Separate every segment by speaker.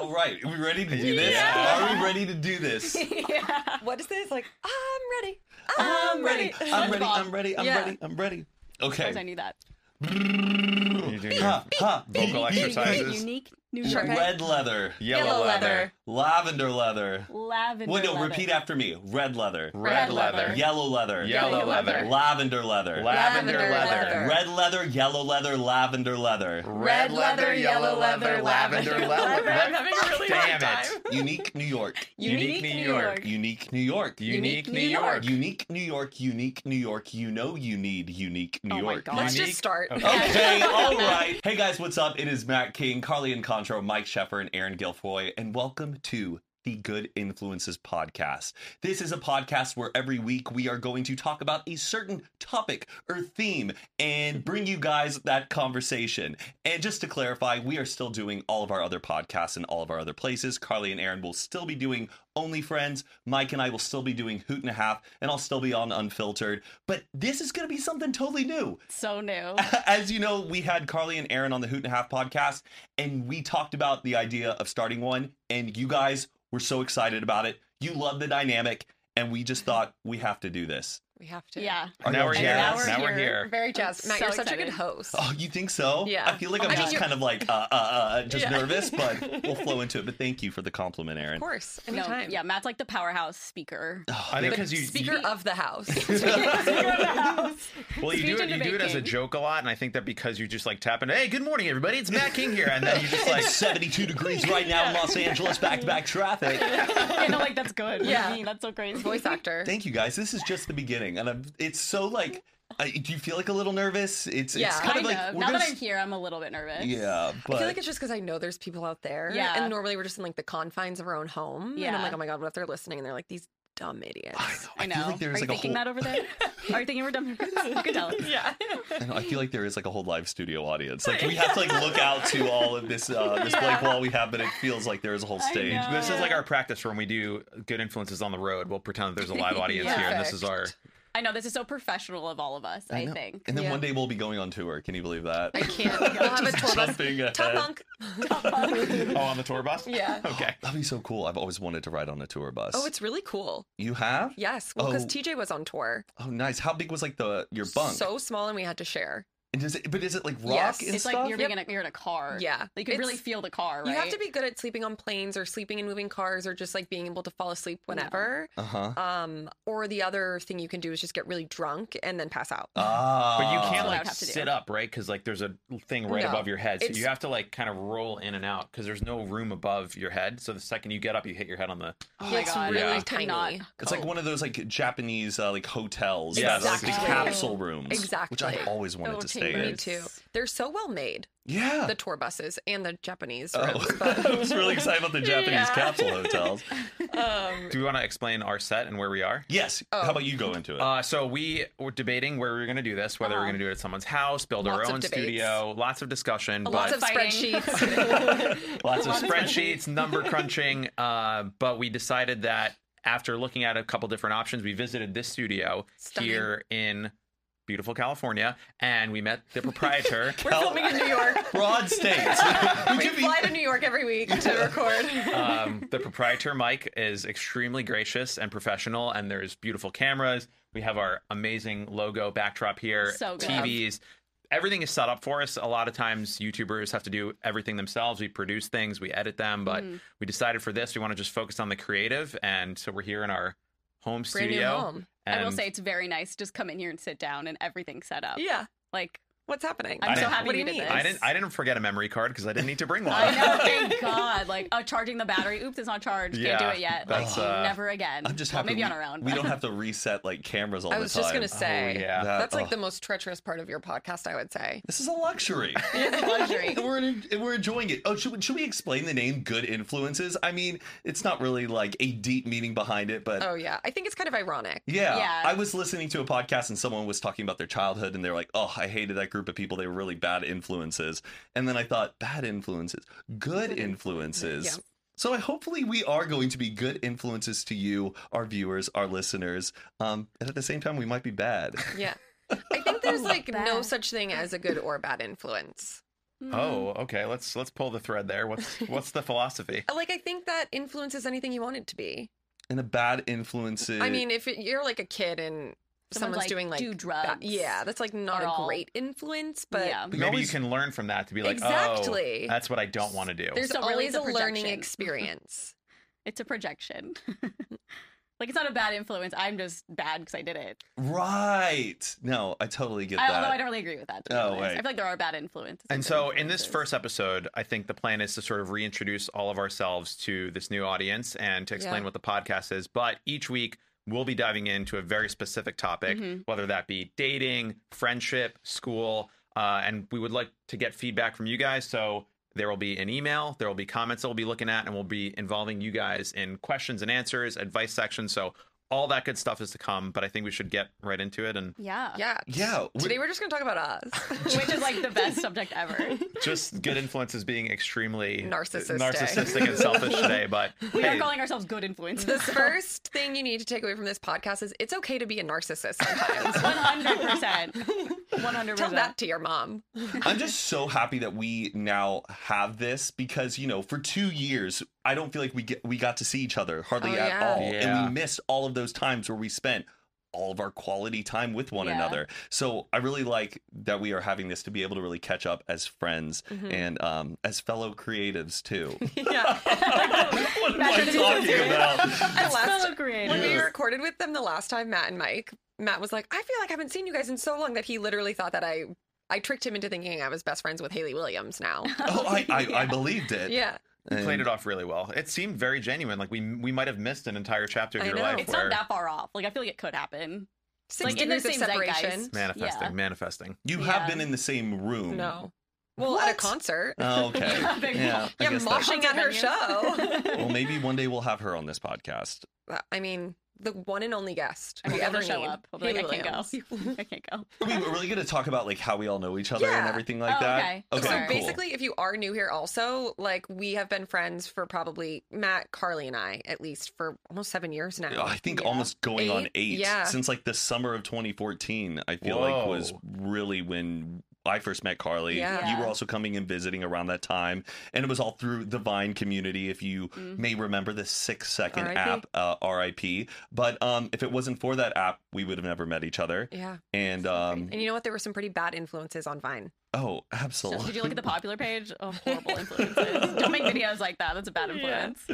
Speaker 1: All right, are we ready to do this? Are we ready to do this?
Speaker 2: yeah.
Speaker 3: What is this? Like, I'm ready.
Speaker 2: I'm ready.
Speaker 1: I'm ready. I'm ready. I'm
Speaker 2: Yeah.
Speaker 1: ready. I'm ready.
Speaker 2: I
Speaker 1: Okay.
Speaker 2: knew that.
Speaker 4: You do your
Speaker 1: Ha.
Speaker 4: vocal exercises.
Speaker 2: Unique new
Speaker 1: Red leather,
Speaker 4: Yellow,
Speaker 2: Yellow
Speaker 4: leather.
Speaker 2: leather.
Speaker 1: lavender leather.
Speaker 2: Lavender.
Speaker 1: Wait, no,
Speaker 2: leather.
Speaker 1: repeat after me. Red leather,
Speaker 4: Red
Speaker 2: Red
Speaker 4: leather.
Speaker 2: leather.
Speaker 1: yellow leather,
Speaker 4: Yellow,
Speaker 2: Yellow
Speaker 4: leather.
Speaker 2: leather.
Speaker 1: lavender leather,
Speaker 4: Lavender,
Speaker 2: Lavender
Speaker 4: leather.
Speaker 2: leather.
Speaker 1: red leather, yellow leather, lavender leather.
Speaker 4: Red leather, yellow leather, lavender leather.
Speaker 3: I'm having a really
Speaker 4: Damn
Speaker 3: hard time.
Speaker 4: it.
Speaker 1: Unique New York,
Speaker 4: Unique New York.
Speaker 1: unique New York,
Speaker 4: Unique New
Speaker 2: New
Speaker 4: York.
Speaker 2: York.
Speaker 1: unique New York, unique New York. You know you need unique New
Speaker 2: Oh my
Speaker 1: York.
Speaker 2: God.
Speaker 3: Let's
Speaker 4: Unique-
Speaker 3: just start.
Speaker 1: Okay, all right. Hey guys, what's up? It is Matt King, Carly and Contro, Mike Sheffer, and Aaron Guilfoy, and welcome to the Good Influences Podcast. This is a podcast where every week we are going to talk about a certain topic or theme and bring you guys that conversation. And just to clarify, we are still doing all of our other podcasts in all of our other places. Carly and Aaron will still be doing Only Friends. Mike and I will still be doing Hoot and a Half, and I'll still be on Unfiltered. But this is going to be something totally new
Speaker 2: So new.
Speaker 1: as you know, we had Carly and Aaron on the Hoot and a Half podcast, and we talked about the idea of starting one, and you guys were so excited about it. You love the dynamic, and we just thought we have to do this.
Speaker 3: We have to.
Speaker 2: Yeah.
Speaker 1: Are
Speaker 4: Now
Speaker 1: you
Speaker 4: we're here.
Speaker 1: jazzed?
Speaker 2: And
Speaker 4: Now we're here.
Speaker 3: Very jazz.
Speaker 2: I'm
Speaker 3: Matt,
Speaker 2: so
Speaker 3: you're such a good
Speaker 2: excited.
Speaker 3: host.
Speaker 1: Oh, you think so?
Speaker 3: Yeah.
Speaker 1: I feel like I'm
Speaker 3: I mean,
Speaker 1: just
Speaker 3: you're-
Speaker 1: kind of like uh uh uh just
Speaker 3: Yeah.
Speaker 1: nervous, but we'll flow into it. But thank you for the compliment, Aaron.
Speaker 3: Of course.
Speaker 2: No,
Speaker 3: Anytime.
Speaker 2: yeah, Matt's like the powerhouse speaker.
Speaker 1: Oh,
Speaker 4: I
Speaker 1: thank-
Speaker 4: think because you,
Speaker 3: Speaker of the house.
Speaker 4: well, you do it,
Speaker 2: Speech
Speaker 4: you
Speaker 2: and
Speaker 4: do it as a
Speaker 2: debating.
Speaker 4: joke a lot, and I think that because you just like tap into, hey, good morning, everybody, it's Matt King here, and then you just like,
Speaker 1: it's 72 degrees right now in Los Angeles, back to back traffic.
Speaker 2: I know, like that's good. What do you
Speaker 3: Yeah.
Speaker 2: mean? that's so crazy.
Speaker 3: Voice actor.
Speaker 1: Thank you guys. This is just the beginning, and I'm, it's so like. I, do you feel like a little nervous? It's it's kind,
Speaker 2: Kind
Speaker 1: of like
Speaker 2: of.
Speaker 1: we're
Speaker 2: Now
Speaker 1: gonna
Speaker 2: that
Speaker 1: s-
Speaker 2: I'm here, I'm a little bit nervous.
Speaker 1: Yeah, but
Speaker 3: I feel like it's just because I know there's people out there.
Speaker 2: Yeah.
Speaker 3: And normally we're just in like the confines of our own home. And I'm
Speaker 2: Yeah.
Speaker 3: like, oh my God, what if they're listening? And they're like, these dumb idiots.
Speaker 2: I know.
Speaker 1: feel like
Speaker 2: Are
Speaker 1: there's
Speaker 2: you
Speaker 1: like a
Speaker 2: thinking
Speaker 1: whole.
Speaker 2: that over there? Are you thinking we're done? you can tell.
Speaker 3: Yeah.
Speaker 1: I, know, I feel like there is like a whole live studio audience. Like we have to like look out to all of this uh, this blank wall we have, but it feels like there is a whole
Speaker 2: I
Speaker 1: stage.
Speaker 2: know.
Speaker 4: this is like our practice room. We do good influences on the road. We'll pretend that there's a live audience here, and this is our.
Speaker 2: I know this is so professional of all of us. I, think.
Speaker 1: And then
Speaker 3: Yeah.
Speaker 1: one day we'll be going on tour. Can you believe that?
Speaker 3: I can't. We'll have a
Speaker 1: Just
Speaker 3: 12 us.
Speaker 1: jumping ahead.
Speaker 3: Top bunk.
Speaker 4: Oh, on the tour bus.
Speaker 3: Yeah.
Speaker 4: Okay.
Speaker 1: That'd be so cool. I've always wanted to ride on a tour bus.
Speaker 3: Oh, it's really cool.
Speaker 1: you have?
Speaker 3: Yes. Well, because
Speaker 1: Oh.
Speaker 3: TJ was on tour.
Speaker 1: Oh, nice. How big was like the your bunk?
Speaker 3: So small and we had to share.
Speaker 1: and does it, but is it like rock
Speaker 3: Yes.
Speaker 1: and
Speaker 2: It's
Speaker 1: stuff?
Speaker 2: like you're being in a, you're in a car.
Speaker 3: Yeah.
Speaker 2: Like, you can really
Speaker 3: It's-
Speaker 2: feel the car. Right?
Speaker 3: You have to be good at sleeping on planes or sleeping in moving cars or just like being able to fall asleep whenever.
Speaker 1: uh huh.
Speaker 3: Um, or the other thing you can do is just get really drunk and then pass out.
Speaker 1: Ah.
Speaker 4: But you can't
Speaker 2: what I
Speaker 4: like
Speaker 2: would have to do.
Speaker 4: sit up, right? Because like there's a thing right
Speaker 3: No.
Speaker 4: above your head, so
Speaker 3: It's-
Speaker 4: you have to like kind of roll in and out because there's no room above your head. So the second you get up, you hit your head on the.
Speaker 2: Oh my
Speaker 3: It's
Speaker 2: god.
Speaker 3: really
Speaker 2: I could
Speaker 3: tiny.
Speaker 2: not-
Speaker 1: It's
Speaker 3: Oh.
Speaker 1: like one of those like Japanese uh, like hotels.
Speaker 4: Yeah,
Speaker 1: that are, like these
Speaker 2: Exactly.
Speaker 1: capsule rooms. Which I
Speaker 3: Exactly.
Speaker 1: always wanted
Speaker 2: Little
Speaker 1: to stay
Speaker 2: chambers.
Speaker 3: Me
Speaker 1: in.
Speaker 3: too. They're so well made,
Speaker 1: Yeah.
Speaker 3: the tour buses and the Japanese
Speaker 1: Oh,
Speaker 3: roads.
Speaker 1: I was really excited about the Japanese
Speaker 3: Yeah.
Speaker 1: capsule hotels.
Speaker 3: But, um,
Speaker 4: Do we want to explain our set and where we are?
Speaker 1: Yes.
Speaker 3: Oh.
Speaker 1: How about you go into it?
Speaker 4: Uh, so we were debating where we were going to do this, whether we're
Speaker 2: Uh-huh.
Speaker 4: going to do it at someone's house, build our
Speaker 3: Lots of
Speaker 4: own
Speaker 3: debates.
Speaker 4: studio, lots of discussion,
Speaker 3: lots
Speaker 4: but
Speaker 3: of
Speaker 2: Fighting.
Speaker 1: Uh,
Speaker 3: spreadsheets.
Speaker 4: lots of spreadsheets, number crunching. Uh, but we decided that after looking at a couple different options, we visited this studio
Speaker 3: Stunning.
Speaker 4: here in beautiful California, and we met the proprietor.
Speaker 3: We're filming in New York.
Speaker 1: Broad states. we
Speaker 3: We
Speaker 1: could be
Speaker 3: fly to New York every week to record.
Speaker 4: um, the proprietor Mike is extremely gracious and professional, and there's beautiful cameras. We have our amazing logo backdrop here,
Speaker 2: So good.
Speaker 4: TVs. Everything is set up for us. A lot of times, YouTubers have to do everything themselves. We produce things, we edit them, but
Speaker 2: Mm.
Speaker 4: we decided for this, we want to just focus on the creative, and so we're here in our home
Speaker 3: Brand new
Speaker 4: studio.
Speaker 3: home.
Speaker 4: And
Speaker 2: I will say it's very nice. Just come in here and sit down, and everything's set up.
Speaker 3: Yeah.
Speaker 2: Like
Speaker 3: What's happening?
Speaker 2: I'm
Speaker 4: so
Speaker 2: happy
Speaker 3: What do
Speaker 2: we
Speaker 3: you
Speaker 2: did
Speaker 3: mean?
Speaker 2: this.
Speaker 4: I didn't. I didn't forget a memory card because I didn't need to bring one.
Speaker 2: I know. Thank God. Like, oh, charging the battery. Oops, it's not charged.
Speaker 4: Yeah,
Speaker 2: Can't do it yet. Like,
Speaker 4: that's, uh,
Speaker 2: never again.
Speaker 1: I'm just
Speaker 2: Well,
Speaker 1: happy
Speaker 2: maybe
Speaker 1: we,
Speaker 2: on our own.
Speaker 1: we
Speaker 2: but-
Speaker 1: don't have to reset like cameras all
Speaker 3: I
Speaker 1: the
Speaker 3: was
Speaker 1: time.
Speaker 3: just gonna say.
Speaker 4: Oh, yeah.
Speaker 1: That-
Speaker 3: That's like
Speaker 1: oh,
Speaker 3: the most treacherous part of your podcast, I would say.
Speaker 1: This is a luxury.
Speaker 2: It's a luxury.
Speaker 1: and we're and we're enjoying it. Oh, should we, should we explain the name Good Influences? I mean, it's not really like a deep meaning behind it, but
Speaker 3: Oh yeah, I think it's kind of ironic.
Speaker 1: Yeah.
Speaker 2: Yeah.
Speaker 1: I was listening to a podcast and someone was talking about their childhood and they were like, oh, I hated that group of people. They were really bad influences. And then I thought, bad influences, good influences.
Speaker 3: Yeah.
Speaker 1: So I, hopefully we are going to be good influences to you, our viewers, our listeners. Um, and at the same time, we might be bad.
Speaker 3: Yeah. I think there's like no
Speaker 2: Bad.
Speaker 3: such thing as a good or bad influence.
Speaker 2: Hmm.
Speaker 4: Oh, okay. Let's let's pull the thread there. What's what's the philosophy?
Speaker 3: Like I think that influence is anything you want it to be.
Speaker 1: And the bad influences.
Speaker 4: Eh.
Speaker 3: I mean, if it, you're like a kid and
Speaker 2: Someone's,
Speaker 3: someone's,
Speaker 2: like,
Speaker 3: doing like
Speaker 2: "Do drugs
Speaker 3: bad- yeah, that's like not
Speaker 2: at
Speaker 3: a
Speaker 2: all."
Speaker 3: great influence, but
Speaker 2: yeah.
Speaker 1: But
Speaker 4: Maybe
Speaker 1: always-
Speaker 4: you can learn from that to be like,
Speaker 3: Exactly.
Speaker 4: oh, that's what I don't want to do.
Speaker 3: there's
Speaker 2: So really
Speaker 3: always
Speaker 2: the
Speaker 3: a learning
Speaker 2: projection.
Speaker 3: experience.
Speaker 2: It's a projection. like it's not a bad influence. I'm just bad because I did it.
Speaker 1: right. No, I totally get
Speaker 2: I,
Speaker 1: that.
Speaker 2: although I don't really agree with that. to be
Speaker 1: Oh,
Speaker 2: honest.
Speaker 1: wait.
Speaker 2: I feel like there are bad influences.
Speaker 4: And
Speaker 2: good
Speaker 4: so, in this
Speaker 2: influences.
Speaker 4: first episode, I think the plan is to sort of reintroduce all of ourselves to this new audience and to explain
Speaker 3: Yeah.
Speaker 4: what the podcast is. But each week, we'll be diving into a very specific topic,
Speaker 3: Mm-hmm.
Speaker 2: Mhm.
Speaker 4: whether that be dating, friendship, school. Uh, and we would like to get feedback from you guys. So, there will be an email, there will be comments that we'll be looking at, and we'll be involving you guys in questions and answers, advice section. So, all that good stuff is to come. But I think we should get right into it. And
Speaker 2: yeah.
Speaker 3: yeah.
Speaker 1: Yeah. we-
Speaker 3: Today we're just gonna talk about us.
Speaker 2: which is like the best subject ever.
Speaker 4: just good influences being extremely
Speaker 3: Narcissistic.
Speaker 4: narcissistic and selfish today. But
Speaker 2: We
Speaker 4: hey,
Speaker 2: are calling ourselves good influences.
Speaker 3: the first thing you need to take away from this podcast is it's okay to be a narcissist sometimes.
Speaker 2: One hundred percent. One hundred
Speaker 3: Tell that
Speaker 2: percent.
Speaker 3: to your mom.
Speaker 1: I'm just so happy that we now have this because you know for two years I don't feel like we get, we got to see each other hardly
Speaker 3: Oh,
Speaker 1: at
Speaker 3: yeah.
Speaker 1: all,
Speaker 4: Yeah.
Speaker 1: and we missed all of those times where we spent all of our quality time with one
Speaker 2: Yeah.
Speaker 1: another. So I really like that we are having this to be able to really catch up as friends
Speaker 2: Mm-hmm.
Speaker 3: Hmm.
Speaker 1: and um, as fellow creatives too.
Speaker 3: yeah.
Speaker 1: what am I
Speaker 2: Imagine if you
Speaker 1: talking
Speaker 2: did.
Speaker 1: about?
Speaker 3: I laughed
Speaker 2: Fellow
Speaker 3: when
Speaker 2: creative.
Speaker 3: we
Speaker 1: Yeah.
Speaker 3: recorded with them the last time, Matt and Mike. Matt was like, "I feel like I haven't seen you guys in so long that he literally thought that I." I tricked him into thinking I was best friends with Haley Williams now.
Speaker 1: Oh, I I, I believed it.
Speaker 3: yeah.
Speaker 4: you played
Speaker 1: And-
Speaker 4: it off really well. It seemed very genuine. Like we we might have missed an entire chapter of
Speaker 3: I
Speaker 4: your
Speaker 3: know.
Speaker 4: life.
Speaker 2: It's
Speaker 4: where
Speaker 2: not that far off. Like I feel like it could happen.
Speaker 3: Six
Speaker 2: Like, in the
Speaker 3: degrees of
Speaker 2: same zeitgeist.
Speaker 3: separation.
Speaker 4: manifesting,
Speaker 2: Yeah.
Speaker 4: manifesting.
Speaker 1: You have
Speaker 2: Yeah.
Speaker 1: been in the same room.
Speaker 3: No. Well, at a
Speaker 1: What?
Speaker 3: concert.
Speaker 1: Oh, okay.
Speaker 2: Big
Speaker 1: yeah. I
Speaker 3: yeah,
Speaker 1: guess that-
Speaker 3: moshing at her
Speaker 2: Concert
Speaker 3: show.
Speaker 1: well, maybe one day we'll have her on this podcast.
Speaker 3: I mean, the one and only guest
Speaker 2: I
Speaker 3: we
Speaker 2: won't be able
Speaker 3: ever
Speaker 2: to show
Speaker 3: need.
Speaker 2: up. I'll be like,
Speaker 3: Hayley
Speaker 2: I can't
Speaker 3: Williams.
Speaker 2: go. I can't go.
Speaker 1: Are we really going to talk about like how we all know each other and
Speaker 3: Yeah.
Speaker 1: everything like
Speaker 2: Oh,
Speaker 1: that?
Speaker 2: okay.
Speaker 3: so
Speaker 2: Sure.
Speaker 1: cool.
Speaker 3: basically, if you are new here, also like we have been friends for probably Matt, Carly, and I at least for almost seven years now.
Speaker 1: I think
Speaker 2: Yeah.
Speaker 1: almost going on
Speaker 3: Eight?
Speaker 1: eight
Speaker 3: Yeah.
Speaker 1: since like the summer of 2014. I feel like was
Speaker 4: Whoa.
Speaker 1: really when I first met Carly.
Speaker 3: Yeah.
Speaker 1: You were
Speaker 2: Yeah.
Speaker 1: also coming and visiting around that time, and it was all through the Vine community. If you
Speaker 3: Mm-hmm.
Speaker 2: Mhm.
Speaker 1: may remember the six second
Speaker 3: RIP.
Speaker 1: app, uh, RIP. But um, if it wasn't for that app, we would have never met each other.
Speaker 3: yeah,
Speaker 1: And um,
Speaker 3: and you know what? There were some pretty bad influences on Vine.
Speaker 1: oh,
Speaker 2: So,
Speaker 1: absolutely.
Speaker 2: did you look at the popular page? Oh, horrible influences. Don't make videos like that. That's a bad influence.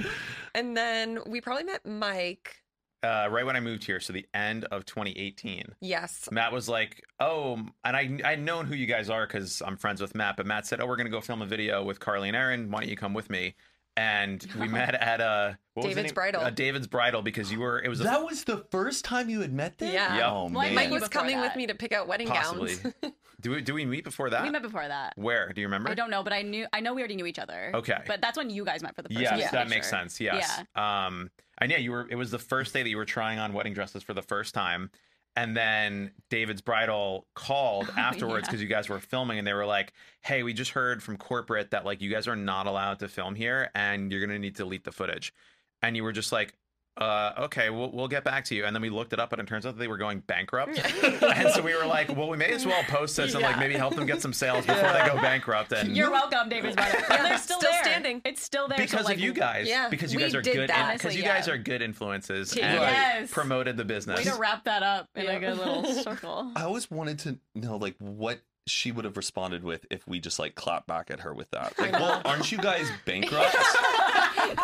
Speaker 3: And then we probably met Mike.
Speaker 4: Uh, right when I moved here, so the end of 2018.
Speaker 3: Yes,
Speaker 4: Matt was like, "Oh," and I I'd known who you guys are because I'm friends with Matt. But Matt said, "Oh, we're gonna go film a video with Carly and Aaron. Why don't you come with me?" And we met at uh, what was the
Speaker 3: David's
Speaker 4: name?
Speaker 3: Bridal.
Speaker 4: Uh, David's bridal because you were. It was a
Speaker 1: That was the first time you had met them.
Speaker 3: Yeah.
Speaker 4: Yep.
Speaker 1: Oh
Speaker 4: Well,
Speaker 1: man.
Speaker 2: I
Speaker 3: Mike
Speaker 2: met you
Speaker 3: was
Speaker 2: before
Speaker 3: coming with
Speaker 2: that.
Speaker 3: me to pick out wedding
Speaker 4: possibly.
Speaker 3: gowns.
Speaker 4: do we do we meet before that?
Speaker 2: We met before that.
Speaker 4: Where do you remember?
Speaker 2: I don't know, but I knew. I know we already knew each other.
Speaker 4: Okay.
Speaker 2: But that's when you guys met for the first
Speaker 4: Yes,
Speaker 2: time. I'm
Speaker 4: that
Speaker 2: pretty
Speaker 4: makes
Speaker 2: sure.
Speaker 4: sense. Yes. Um, and yeah, you were. It was the first day that you were trying on wedding dresses for the first time, and then David's bridal called afterwards
Speaker 2: Oh, yeah.
Speaker 4: because you guys were filming, and they were like, "Hey, we just heard from corporate that like you guys are not allowed to film here, and you're gonna need to delete the footage." And you were just like. Uh, okay, we'll, we'll get back to you. And then we looked it up, and it turns out that they were going bankrupt. and so we were like, well, we may as well post this and like
Speaker 2: Yeah.
Speaker 4: maybe help them get some sales before they go bankrupt. And
Speaker 2: You're welcome, David's brother.
Speaker 3: Yeah,
Speaker 2: And they're still,
Speaker 3: still
Speaker 2: there.
Speaker 3: standing.
Speaker 2: It's still there.
Speaker 4: because
Speaker 2: so, like,
Speaker 4: of you guys.
Speaker 3: yeah,
Speaker 4: because you
Speaker 3: we
Speaker 4: guys are
Speaker 3: did
Speaker 4: good.
Speaker 3: that.
Speaker 4: Because you
Speaker 2: Honestly,
Speaker 4: guys
Speaker 2: yeah.
Speaker 4: are good influences
Speaker 3: Yeah.
Speaker 4: and
Speaker 2: Yes.
Speaker 4: promoted the business.
Speaker 2: Way to wrap that up in
Speaker 3: Yeah.
Speaker 2: a good little circle.
Speaker 1: I always wanted to know like what she would have responded with if we just like clapped back at her with that. Like, well, aren't you guys bankrupt?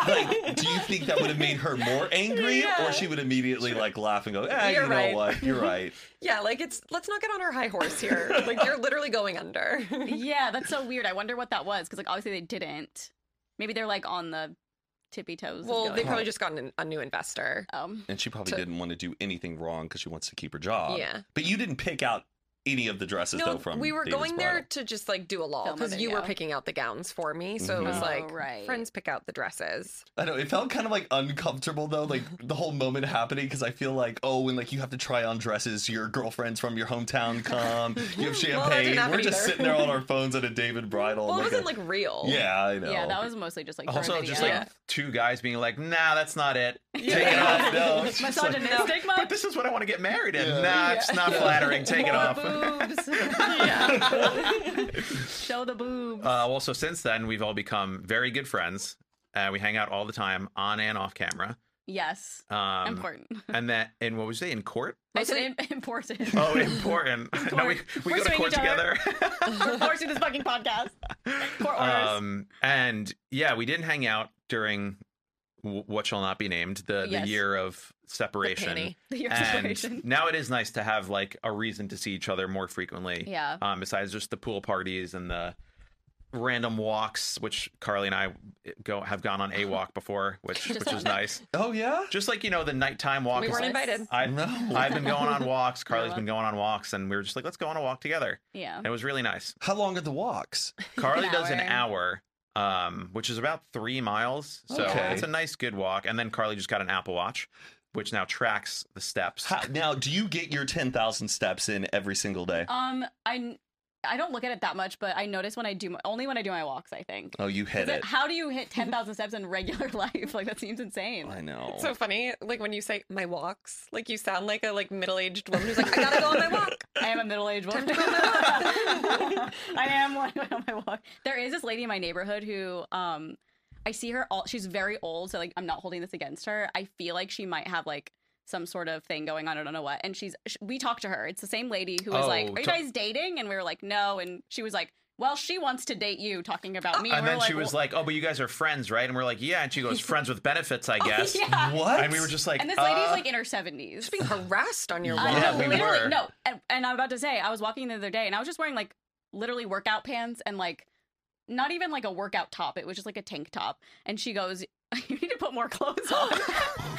Speaker 1: like, do you think that would have made her more angry,
Speaker 2: Yeah.
Speaker 1: or she would immediately like laugh and go, "Eh,
Speaker 3: You're
Speaker 1: you know
Speaker 3: right.
Speaker 1: what? You're right."
Speaker 3: yeah, like it's let's not get on our high horse here. like you're literally going under.
Speaker 2: yeah, that's so weird. I wonder what that was because, like, obviously they didn't. Maybe they're like on the tippy toes. of
Speaker 3: well,
Speaker 2: going,
Speaker 3: they probably just got an, a new investor.
Speaker 2: um,
Speaker 1: And she probably
Speaker 3: So-
Speaker 1: didn't want to do anything wrong because she wants to keep her job.
Speaker 3: Yeah.
Speaker 1: But you didn't pick out any of the dresses though. Uh, From
Speaker 3: we were
Speaker 1: David's
Speaker 3: going
Speaker 1: Bridal.
Speaker 3: there to just like do a lull
Speaker 2: Film a
Speaker 3: because you were
Speaker 2: video.
Speaker 3: picking out the gowns for me, so it was
Speaker 2: Mhm.
Speaker 3: like
Speaker 2: Oh, right.
Speaker 3: friends pick out the dresses.
Speaker 1: I know it felt kind of like uncomfortable though, like the whole moment happening because I feel like oh, when like you have to try on dresses, your girlfriends from your hometown come, you have
Speaker 3: Well, that
Speaker 1: champagne.
Speaker 3: didn't happen
Speaker 1: We're just
Speaker 3: either.
Speaker 1: sitting there on our phones at a David Bridal.
Speaker 3: Well, it wasn't
Speaker 1: a-
Speaker 3: like real.
Speaker 1: yeah, I know.
Speaker 2: yeah, that was mostly just like for a
Speaker 4: also, just like
Speaker 2: video.
Speaker 3: Yeah.
Speaker 4: two guys being like, nah, that's not it. Take it
Speaker 1: Yeah.
Speaker 4: off. No. It's just like,
Speaker 2: misogynistic.
Speaker 4: but this is what I want to get married in.
Speaker 1: Yeah.
Speaker 4: Nah, it's not flattering. Take it
Speaker 2: More
Speaker 4: off.
Speaker 5: boobs.
Speaker 2: Show the boobs.
Speaker 4: Uh, well, so since then, we've all become very good friends. Uh, we hang out all the time, on and off camera.
Speaker 2: yes.
Speaker 4: Um,
Speaker 2: important.
Speaker 4: And that, and what would you say, in court?
Speaker 2: I said im- important.
Speaker 4: Oh, important. no, we, we
Speaker 2: We're
Speaker 4: go to
Speaker 2: suing
Speaker 4: court
Speaker 2: each other.
Speaker 4: together.
Speaker 2: We're forcing this fucking podcast. Court orders.
Speaker 4: um, and yeah, we didn't hang out during w- what shall not be named the, the
Speaker 2: Yes.
Speaker 4: year of separation.
Speaker 3: panty.
Speaker 2: Your
Speaker 4: and
Speaker 2: separation.
Speaker 4: now it is nice to have like a reason to see each other more frequently.
Speaker 2: Yeah.
Speaker 4: Um, besides just the pool parties and the random walks, which Carly and I eh, go have gone on a walk before, which
Speaker 2: Just
Speaker 4: which was
Speaker 2: one.
Speaker 4: nice.
Speaker 1: Oh yeah.
Speaker 4: Just like you know the nighttime walk.
Speaker 3: We
Speaker 4: is-
Speaker 3: weren't
Speaker 2: Yes.
Speaker 3: invited.
Speaker 4: I,
Speaker 1: No.
Speaker 4: I've been going on walks. Carly's
Speaker 2: welcome.
Speaker 4: been going on walks, and we were just like, let's go on a walk together.
Speaker 2: Yeah.
Speaker 4: And it was really nice.
Speaker 1: How long are the walks?
Speaker 4: Carly
Speaker 2: An
Speaker 4: does an hour, um, which is about three miles. So
Speaker 1: Okay.
Speaker 4: it's a nice, good walk. And then Carly just got an Apple Watch, which now tracks the steps.
Speaker 1: How, now, do you get your ten thousand steps in every single day?
Speaker 2: Um, I I don't look at it that much, but I notice when I do my, only when I do my walks. I think.
Speaker 1: Oh, you hit it.
Speaker 2: How do you hit ten thousand steps in regular life? Like that seems insane.
Speaker 1: I know.
Speaker 3: It's so funny, like when you say my walks, like you sound like a like middle aged woman who's like, I gotta go on my walk.
Speaker 2: I am a middle aged woman.
Speaker 3: Time to go on my walk.
Speaker 2: I am one on my walk. There is this lady in my neighborhood who, um, I see her all. She's very old, so like I'm not holding this against her. I feel like she might have like some sort of thing going on. I don't know what. And she's sh- we talked to her. It's the same lady who was like,
Speaker 4: Oh,
Speaker 2: "Are you
Speaker 4: to-
Speaker 2: guys dating?" And we were like, "No." And she was like, "Well, she wants to date you." Talking about me.
Speaker 4: and
Speaker 2: we
Speaker 4: then
Speaker 2: were
Speaker 4: she was
Speaker 2: "Well-"
Speaker 4: like, oh, but you guys are friends, right? And we're like, yeah. And she goes, friends with benefits, I guess.
Speaker 2: Oh, yeah.
Speaker 1: what?
Speaker 4: And we were just like,
Speaker 2: And this lady's
Speaker 4: uh,
Speaker 2: like in her seventies.
Speaker 3: Just being harassed on your
Speaker 4: Uh,
Speaker 3: walk.
Speaker 4: Yeah,
Speaker 2: no,
Speaker 4: we
Speaker 2: literally,
Speaker 4: were.
Speaker 2: no. And, and I'm about to say, I was walking the other day, and I was just wearing like literally workout pants and like not even like a workout top. It was just like a tank top. And she goes, "You need to put more clothes on."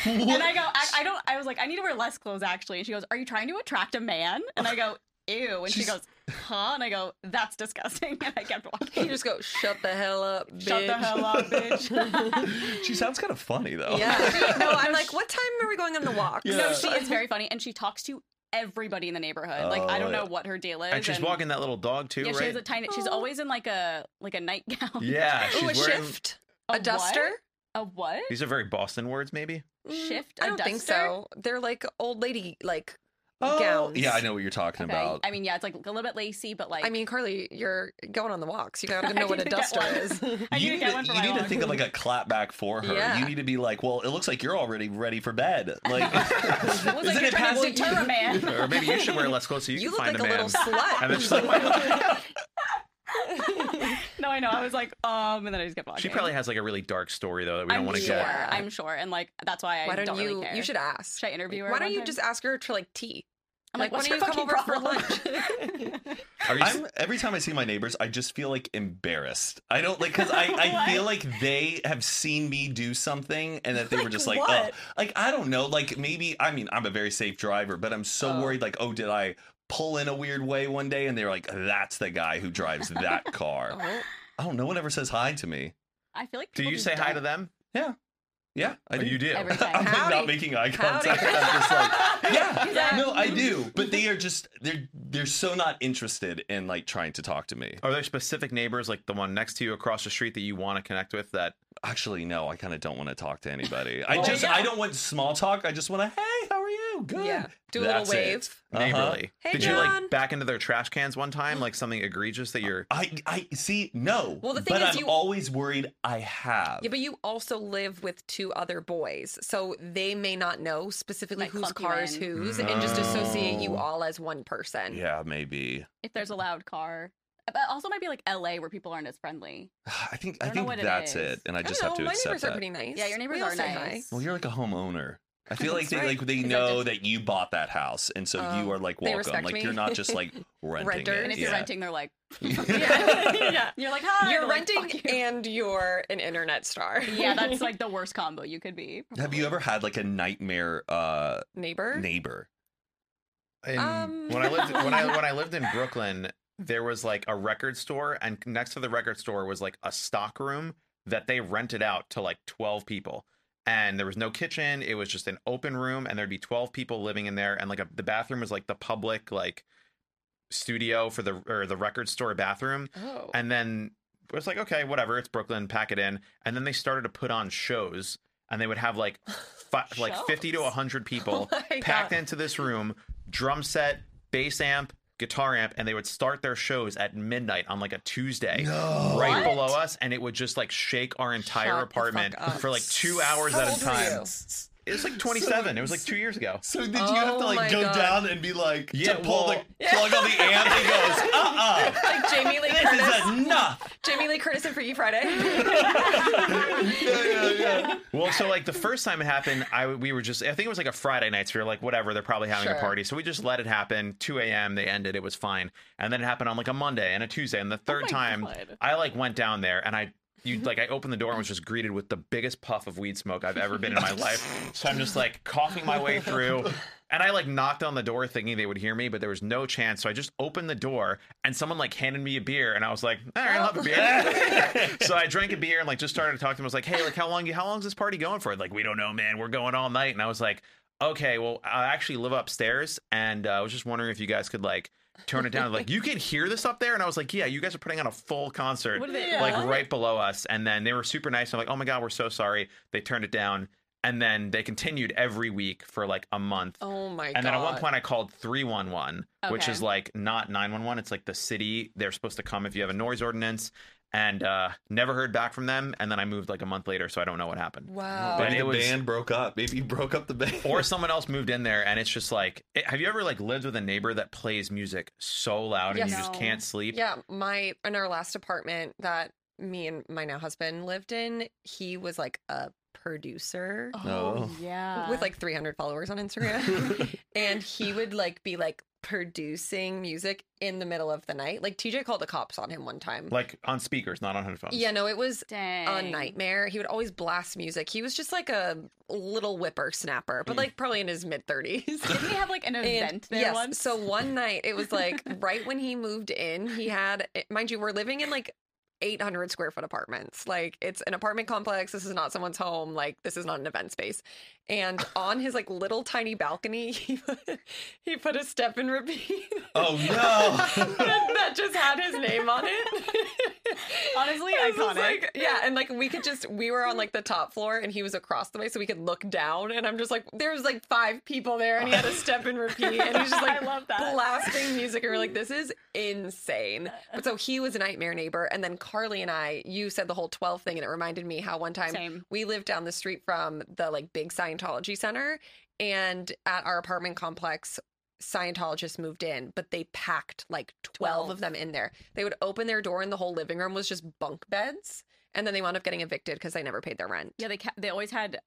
Speaker 2: and I go, I, "I don't." I was like, "I need to wear less clothes actually." And she goes, "Are you trying to attract a man?" And I go. Ew. And she
Speaker 1: She's-
Speaker 2: goes, huh? And I go, that's disgusting. And I kept
Speaker 3: You
Speaker 2: walking.
Speaker 3: just go, shut the hell up, bitch.
Speaker 2: Shut the hell up, bitch.
Speaker 1: she sounds kind of funny though.
Speaker 3: Yeah. She- no, I'm like, what time are we going on the walk?
Speaker 1: Yeah.
Speaker 2: no, she is very funny. And she talks to everybody in the neighborhood. like, I
Speaker 1: Oh,
Speaker 2: don't know
Speaker 1: yeah.
Speaker 2: what her deal is.
Speaker 4: and she's walking that little dog too,
Speaker 2: Yeah,
Speaker 4: right?
Speaker 2: she has a tiny. She's
Speaker 3: Aw.
Speaker 2: always in like a like a nightgown.
Speaker 4: yeah, she's
Speaker 3: Ooh, a
Speaker 4: wearing.
Speaker 3: shift,
Speaker 2: A
Speaker 3: a,
Speaker 2: what?
Speaker 3: duster.
Speaker 2: A what?
Speaker 4: These are very Boston words, maybe.
Speaker 3: Mm,
Speaker 2: Shift,
Speaker 3: I
Speaker 2: a
Speaker 3: don't think
Speaker 2: duster?
Speaker 3: so. They're like old lady, like
Speaker 1: Oh,
Speaker 3: gowns.
Speaker 1: Yeah, I know what you're talking
Speaker 2: Okay.
Speaker 1: about.
Speaker 2: I mean, yeah, it's like a little bit lacy, but like
Speaker 3: I mean, Carly, you're going on the walks. You gotta
Speaker 2: I
Speaker 3: know what
Speaker 2: need to
Speaker 3: a
Speaker 2: get
Speaker 3: duster
Speaker 2: one.
Speaker 3: is.
Speaker 2: I
Speaker 1: you
Speaker 2: need to
Speaker 1: need,
Speaker 2: get one for
Speaker 1: you
Speaker 2: my
Speaker 1: need to
Speaker 2: walk.
Speaker 1: think of like a clap back for her.
Speaker 3: Yeah.
Speaker 1: You need to be like, well, it looks like you're already ready for bed. Like,
Speaker 2: It looks
Speaker 1: isn't
Speaker 2: like you're
Speaker 1: it
Speaker 2: trying
Speaker 1: past?
Speaker 2: to deter a man.
Speaker 4: Or maybe you should wear less clothes so you,
Speaker 3: You
Speaker 4: can find
Speaker 3: look like
Speaker 4: a
Speaker 3: a
Speaker 4: man.
Speaker 3: little
Speaker 4: and then
Speaker 3: slut.
Speaker 4: she's like,
Speaker 2: no, I know. I was like, um, and then I just kept walking.
Speaker 4: she probably has like a really dark story though that we don't
Speaker 2: I'm
Speaker 4: want to
Speaker 2: sure.
Speaker 4: get.
Speaker 2: I'm sure, and like that's why I
Speaker 3: Why
Speaker 2: don't
Speaker 3: don't you?
Speaker 2: really care.
Speaker 3: You should ask.
Speaker 2: Should I interview her?
Speaker 3: Why don't
Speaker 2: one
Speaker 3: you
Speaker 2: time?
Speaker 3: just ask her to like tea?
Speaker 2: I'm like, what's
Speaker 3: like, why
Speaker 2: your
Speaker 3: don't you
Speaker 2: fucking
Speaker 3: come over for
Speaker 2: problem?
Speaker 4: Are you?
Speaker 1: I'm every time I see my neighbors, I just feel like embarrassed. I don't like because I,
Speaker 2: Why?
Speaker 1: I feel like they have seen me do something and that they were
Speaker 3: Like
Speaker 1: just like,
Speaker 3: what?
Speaker 1: oh, like I don't know, like maybe I mean I'm a very safe driver, but I'm so
Speaker 2: Oh.
Speaker 1: worried like, oh, did I pull in a weird way one day? And they're like, that's the guy who drives that car.
Speaker 3: Oh,
Speaker 1: I don't know. one ever says hi to me.
Speaker 2: I feel like.
Speaker 4: do
Speaker 2: people
Speaker 4: you
Speaker 2: just
Speaker 4: say hi
Speaker 2: don't.
Speaker 4: to them?
Speaker 1: Yeah, I
Speaker 4: Oh,
Speaker 1: do.
Speaker 4: you do.
Speaker 2: Every
Speaker 1: I'm
Speaker 2: time.
Speaker 1: like,
Speaker 3: Howdy.
Speaker 1: not making eye
Speaker 3: Howdy.
Speaker 1: contact. I'm just like, yeah,
Speaker 2: Yeah.
Speaker 1: no, I do. But they are just they're they're so not interested in like trying to talk to me.
Speaker 4: Are there specific neighbors like the one next to you across the street that you want to connect with? That
Speaker 1: Actually, no, I kind of don't want to talk to anybody. I
Speaker 2: Oh,
Speaker 1: just
Speaker 2: yeah.
Speaker 1: I don't want small talk. I just want to hey, how are you? Good.
Speaker 3: yeah. Do a
Speaker 1: That's
Speaker 3: little
Speaker 1: it.
Speaker 3: wave.
Speaker 1: Uh-huh.
Speaker 4: neighborly.
Speaker 3: Hey,
Speaker 4: Did you
Speaker 3: John.
Speaker 4: like back into their trash cans one time? Like something egregious that you're.
Speaker 1: I I see no.
Speaker 3: Well, the thing
Speaker 1: but
Speaker 3: is
Speaker 1: I'm
Speaker 3: you-
Speaker 1: always worried I have.
Speaker 3: Yeah, but you also live with two other boys, so they may not know specifically
Speaker 2: Like,
Speaker 3: whose
Speaker 2: clump you
Speaker 3: car is
Speaker 2: in.
Speaker 3: whose, and just associate you
Speaker 1: Mm. No.
Speaker 3: all as one person.
Speaker 1: Yeah, maybe.
Speaker 2: if there's a loud car? But also might be like L.A. where people aren't as friendly.
Speaker 1: I think I,
Speaker 2: don't know
Speaker 1: think
Speaker 2: what it
Speaker 1: that's
Speaker 2: is.
Speaker 1: it, and I
Speaker 3: I
Speaker 1: just
Speaker 3: don't
Speaker 1: have
Speaker 3: know.
Speaker 1: to
Speaker 3: My
Speaker 1: accept
Speaker 3: neighbors
Speaker 1: that.
Speaker 3: are pretty nice.
Speaker 2: Yeah, your neighbors
Speaker 3: We all
Speaker 2: are
Speaker 3: say
Speaker 2: nice.
Speaker 1: Well, you're like a homeowner. I feel like
Speaker 3: That's
Speaker 1: they
Speaker 3: right.
Speaker 1: like they
Speaker 2: Is that
Speaker 1: know
Speaker 2: just-
Speaker 1: that you bought that house, and so you
Speaker 3: Oh,
Speaker 1: are like
Speaker 3: they
Speaker 1: welcome.
Speaker 3: respect
Speaker 1: Like
Speaker 3: me.
Speaker 1: you're not just like renting
Speaker 3: Renters.
Speaker 1: it.
Speaker 2: And if you're
Speaker 1: yeah.
Speaker 2: renting, they're like,
Speaker 3: Yeah.
Speaker 2: yeah. You're like, hi.
Speaker 3: hi.
Speaker 2: They're
Speaker 3: You're
Speaker 2: like,
Speaker 3: renting
Speaker 2: "Fuck you."
Speaker 3: and you're an internet star.
Speaker 2: Yeah, that's like the worst combo you could be.
Speaker 1: Have you ever had like a nightmare uh
Speaker 3: neighbor.
Speaker 1: neighbor?
Speaker 4: Uh, In-
Speaker 3: Um.
Speaker 4: When I lived when I when I lived in Brooklyn, there was like a record store, and next to the record store was like a stock room that they rented out to like twelve people. And there was no kitchen; it was just an open room, and there'd be twelve people living in there. And like a, the bathroom was like the public like studio for the or the record store bathroom.
Speaker 3: oh.
Speaker 4: And then it was like, okay, whatever. It's Brooklyn. Pack it in. And then they started to put on shows, and they would have like fi- like fifty to
Speaker 2: Shows?
Speaker 4: hundred people
Speaker 3: Oh my
Speaker 4: packed
Speaker 3: God.
Speaker 4: into this room, drum set, bass amp, guitar amp and they would start their shows at midnight on like a Tuesday
Speaker 1: No.
Speaker 4: right
Speaker 2: What?
Speaker 4: below us and it would just like shake our entire
Speaker 3: Shut the fuck
Speaker 4: apartment
Speaker 3: up.
Speaker 4: for like 2 hours
Speaker 3: How
Speaker 4: at
Speaker 3: old
Speaker 4: a
Speaker 3: were
Speaker 4: time.
Speaker 3: you?
Speaker 4: It was like 27. It was like 2 years ago.
Speaker 1: So did you have to
Speaker 3: Oh
Speaker 1: like
Speaker 3: my
Speaker 1: go
Speaker 3: God.
Speaker 1: down and be like
Speaker 4: Yeah,
Speaker 1: to pull
Speaker 4: well-
Speaker 1: the plug on the amp? He goes, uh uh,
Speaker 3: Like Jamie Lee
Speaker 1: this
Speaker 3: Curtis.
Speaker 1: is enough.
Speaker 3: Jamie Lee Curtis and Freaky Friday.
Speaker 1: Yeah, yeah, yeah.
Speaker 4: Well, so like the first time it happened, I we were just I think it was like a Friday night, so we were like, whatever, they're probably having a
Speaker 3: Sure.
Speaker 4: party. So we just let it happen. 2 a.m. They ended, it was fine. And then it happened on like a Monday and a Tuesday. And the third
Speaker 2: Oh my
Speaker 4: time
Speaker 2: God.
Speaker 4: I like went down there and I you like I opened the door and was just greeted with the biggest puff of weed smoke I've ever been in my life. So I'm just like coughing my way through. And I like knocked on the door thinking they would hear me, but there was no chance. So I just opened the door and someone like handed me a beer and I was like, all right, I'll have a beer. so I drank a beer and like just started to talk to him. I was like, hey, like how long how long is this party going for? Like, we don't know, man. We're going all night. And I was like, okay, well, I actually live upstairs and uh, I was just wondering if you guys could like turn it down. like, you can hear this up there? And I was like, yeah, you guys are putting on a full concert
Speaker 2: What are they?
Speaker 3: Yeah.
Speaker 4: like
Speaker 2: what?
Speaker 4: right below us. And then they were super nice. I'm like, oh my God, we're so sorry. They turned it down. And then they continued every week for like a month.
Speaker 3: Oh my god.
Speaker 4: and then at one point I called 311, which
Speaker 2: Okay.
Speaker 4: is like not 911. It's like the city. They're supposed to come if you have a noise ordinance. And uh, never heard back from them. And then I moved like a month later. So I don't know what happened.
Speaker 3: Wow.
Speaker 4: But
Speaker 1: Maybe
Speaker 4: it
Speaker 1: the
Speaker 4: was-
Speaker 1: band broke up. Maybe you broke up the band.
Speaker 3: Mm.
Speaker 4: Or someone else moved in there. And it's just like, it- have you ever like lived with a neighbor that plays music so loud and
Speaker 3: Yes.
Speaker 4: you just
Speaker 2: No.
Speaker 4: can't sleep?
Speaker 3: Yeah, my in our last apartment that me and my now husband lived in, he was like a producer
Speaker 1: No.
Speaker 2: Oh, yeah.
Speaker 3: with like 300 followers on Instagram, and he would like be like producing music in the middle of the night. Like TJ called the cops on him one time.
Speaker 4: Like on speakers, not on headphones.
Speaker 3: yeah, no, it was
Speaker 2: Dang.
Speaker 3: a nightmare. He would always blast music. He was just like a little whippersnapper, but like probably in his mid 30s.
Speaker 2: Didn't we have like an
Speaker 3: And-
Speaker 2: event there
Speaker 3: yes,
Speaker 2: once?
Speaker 3: So one night it was like right when he moved in, he had eh, mind you, we're living in like 800 square foot apartments. Like it's an apartment complex. This is not someone's home. Like this is not an event space. And on his like little tiny balcony, he put, he put a step and repeat
Speaker 1: Oh no.
Speaker 3: that just had his name on it.
Speaker 2: honestly
Speaker 3: This is
Speaker 2: iconic.
Speaker 3: like- yeah, and like we could just we were on like the top floor and he was across the way, so we could look down. And I'm just like, there was like five people there, and he had to step and repeat, and he's just like
Speaker 2: I love that.
Speaker 3: blasting music, and we're like, this is insane. But so he was a nightmare neighbor, and then Carly and I, you said the whole twelve thing, and it reminded me how one time
Speaker 2: Same.
Speaker 3: we lived down the street from the like big Scientology center, and at our apartment complex. Scientologists moved in, but they packed like 12 of them in there. They would open their door, and the whole living room was just bunk beds. And then they wound up getting evicted because they never paid their rent.
Speaker 2: Yeah, they ca- they always had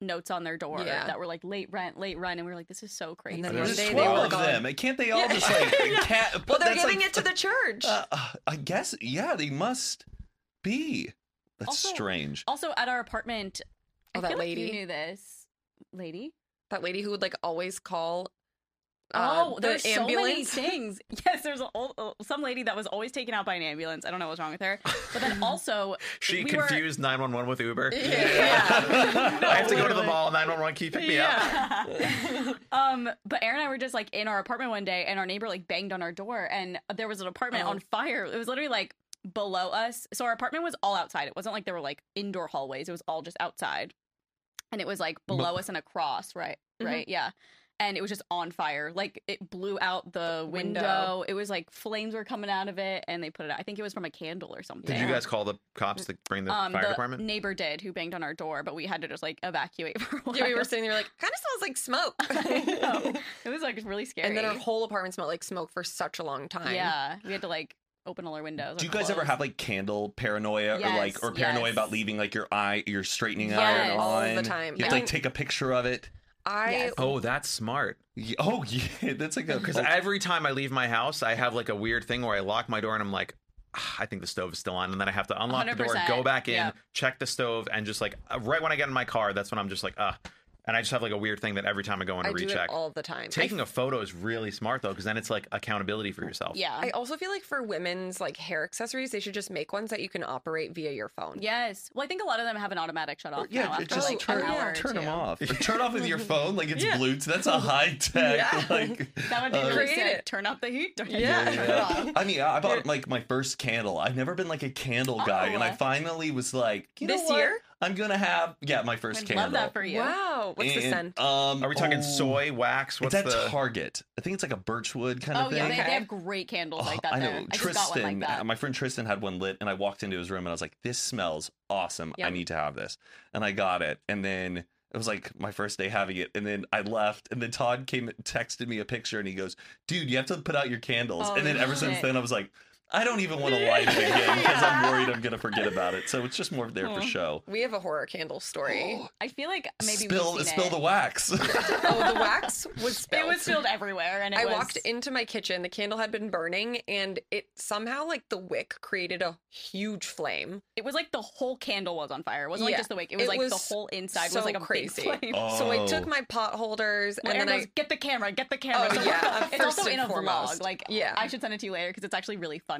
Speaker 2: notes on their door
Speaker 3: Yeah.
Speaker 2: that were like late rent, late run, and we were like, this is so crazy.
Speaker 3: And then
Speaker 1: There's
Speaker 3: one day they were
Speaker 1: 12 of
Speaker 3: gone.
Speaker 1: them. And Can't they all
Speaker 3: Yeah.
Speaker 1: just like cat?
Speaker 3: Well, they're
Speaker 1: that's, like,
Speaker 3: giving it to the church.
Speaker 1: Uh, uh, I guess, yeah, they must be. That's
Speaker 2: Also-
Speaker 1: strange.
Speaker 2: also at our apartment, I
Speaker 3: Oh, that
Speaker 2: feel like
Speaker 3: lady.
Speaker 2: you knew this lady.
Speaker 3: that lady who would like always call. Uh,
Speaker 2: oh,
Speaker 3: the
Speaker 2: there's
Speaker 3: ambulance.
Speaker 2: so many things. Yes, there's a, old- uh, some lady that was always taken out by an ambulance. I don't know what's wrong with her, but then also
Speaker 4: She
Speaker 2: we were-
Speaker 4: confused 911 with Uber.
Speaker 3: Yeah.
Speaker 4: I have to go to the
Speaker 3: Literally.
Speaker 4: mall. 911, can you pick me up?
Speaker 2: yeah. um, but Aaron and I were just like in our apartment one day, and our neighbor like banged on our door, and there was an apartment
Speaker 3: Oh.
Speaker 2: on fire. It was literally like below us. So our apartment was all outside. It wasn't like there were like indoor hallways. It was all just outside, and it was like below us and across. Right.
Speaker 3: Mhm.
Speaker 2: Right. Yeah. And it was just on fire. Like it blew out the window.
Speaker 3: window.
Speaker 2: It was like flames were coming out of it, and they put it out. I think it was from a candle or something.
Speaker 4: Did you guys call the cops to bring the
Speaker 2: um,
Speaker 4: fire
Speaker 2: the
Speaker 4: department?
Speaker 2: neighbor did who banged on our door, but we had to just like evacuate for a while.
Speaker 3: Yeah, we were sitting there like, kind of smells like smoke.
Speaker 2: I know. It was like really scary.
Speaker 3: and then our whole apartment smelled like smoke for such a long time.
Speaker 2: yeah, we had to like open all our windows.
Speaker 1: Do you
Speaker 2: or
Speaker 1: guys ever
Speaker 2: close.
Speaker 1: have like candle paranoia or like
Speaker 2: Yes,
Speaker 1: or paranoia
Speaker 2: yes.
Speaker 1: about leaving like your eye, your straightening iron on
Speaker 2: Yes. All
Speaker 3: the time.
Speaker 1: You have to like
Speaker 3: And-
Speaker 1: take a picture of it.
Speaker 3: I
Speaker 2: Yes.
Speaker 4: oh, that's smart.
Speaker 1: Y- Oh yeah, that's like a
Speaker 4: Because every time I leave my house, I have like a weird thing where I lock my door and I'm like, "Ah, I think the stove is still on. And then I have to unlock the door,
Speaker 2: 100%.
Speaker 4: go back in,
Speaker 2: Yeah.
Speaker 4: check the stove, and just like uh, right when I get in my car, that's when I'm just like, ah. And I just have like a weird thing that every time I go in
Speaker 3: I
Speaker 4: to
Speaker 3: do it
Speaker 4: recheck.
Speaker 3: all the time. I
Speaker 4: Taking a photo is really smart though, because then it's like accountability for yourself.
Speaker 2: Yeah.
Speaker 3: I also feel like for women's like hair accessories, they should just make ones that you can operate via your phone.
Speaker 2: yes. Well, I think a lot of them have an automatic shut off. now
Speaker 1: Oh, yeah,
Speaker 2: after,
Speaker 1: it just
Speaker 2: like,
Speaker 1: turn,
Speaker 2: an hour or
Speaker 1: turn
Speaker 2: two.
Speaker 1: them off. Or turn off with your phone, like it's Bluetooth. That's a high tech.
Speaker 3: Yeah.
Speaker 1: Like
Speaker 2: That would be
Speaker 1: uh,
Speaker 2: really
Speaker 3: Create
Speaker 2: sick.
Speaker 3: it.
Speaker 2: Turn up the heat. Turn
Speaker 3: Yeah.
Speaker 2: turn it off.
Speaker 1: I mean, I bought like my first candle. I've never been like a candle guy, and I
Speaker 2: Oh.
Speaker 1: finally was like, you know
Speaker 3: This
Speaker 1: what?
Speaker 3: year?
Speaker 1: I'm gonna have yeah my first
Speaker 2: I'd
Speaker 1: candle.
Speaker 2: love that for you.
Speaker 3: Wow. Oh, what's the
Speaker 1: And,
Speaker 3: scent?
Speaker 1: Um,
Speaker 4: Are we talking
Speaker 1: oh,
Speaker 4: soy wax? What's
Speaker 1: it's at
Speaker 4: the
Speaker 1: Target. I think it's like a birchwood kind
Speaker 2: Oh
Speaker 1: of thing.
Speaker 2: yeah, they,
Speaker 3: Okay.
Speaker 2: they have great candles
Speaker 1: Oh,
Speaker 2: like that.
Speaker 1: I know.
Speaker 2: there. I just
Speaker 1: Tristan,
Speaker 2: got one like
Speaker 1: uh,
Speaker 2: that.
Speaker 1: my friend Tristan had one lit, and I walked into his room and I was like, "This smells awesome. I
Speaker 3: Yum.
Speaker 1: need to have this." And I got it, and then it was like my first day having it, and then I left, and then Todd came, texted me a picture, and he goes, "Dude, you have to put out your candles."
Speaker 3: Oh,
Speaker 1: and then ever
Speaker 2: shit.
Speaker 1: since then, I was like. I don't even want to light it again because I'm
Speaker 3: Yeah.
Speaker 1: worried I'm going to forget about it. So it's just more there for
Speaker 2: Oh.
Speaker 1: show.
Speaker 3: We have a horror candle story.
Speaker 2: I feel like maybe
Speaker 1: spill
Speaker 2: we've seen
Speaker 1: spill
Speaker 2: it.
Speaker 1: the wax.
Speaker 3: oh, the wax was spilled.
Speaker 2: It was spilled everywhere, and it
Speaker 3: I
Speaker 2: was,
Speaker 3: walked into my kitchen. The candle had been burning, and it somehow, like the wick, created a huge flame.
Speaker 2: It was like the whole candle was on fire. It wasn't like
Speaker 3: Yeah.
Speaker 2: just the wick. It was
Speaker 3: It
Speaker 2: like the
Speaker 3: was
Speaker 2: whole inside
Speaker 3: so
Speaker 2: was like a
Speaker 3: crazy.
Speaker 2: big flame.
Speaker 1: Oh.
Speaker 3: So I took my pot holders,
Speaker 2: Well,
Speaker 3: and
Speaker 2: Aaron
Speaker 3: then I
Speaker 2: goes, get the camera, get the camera.
Speaker 3: Oh,
Speaker 2: So
Speaker 3: yeah,
Speaker 2: it's also
Speaker 3: first
Speaker 2: in
Speaker 3: and
Speaker 2: a vlog.
Speaker 3: foremost.
Speaker 2: Like,
Speaker 3: Yeah.
Speaker 2: I should send it to you later because it's actually really funny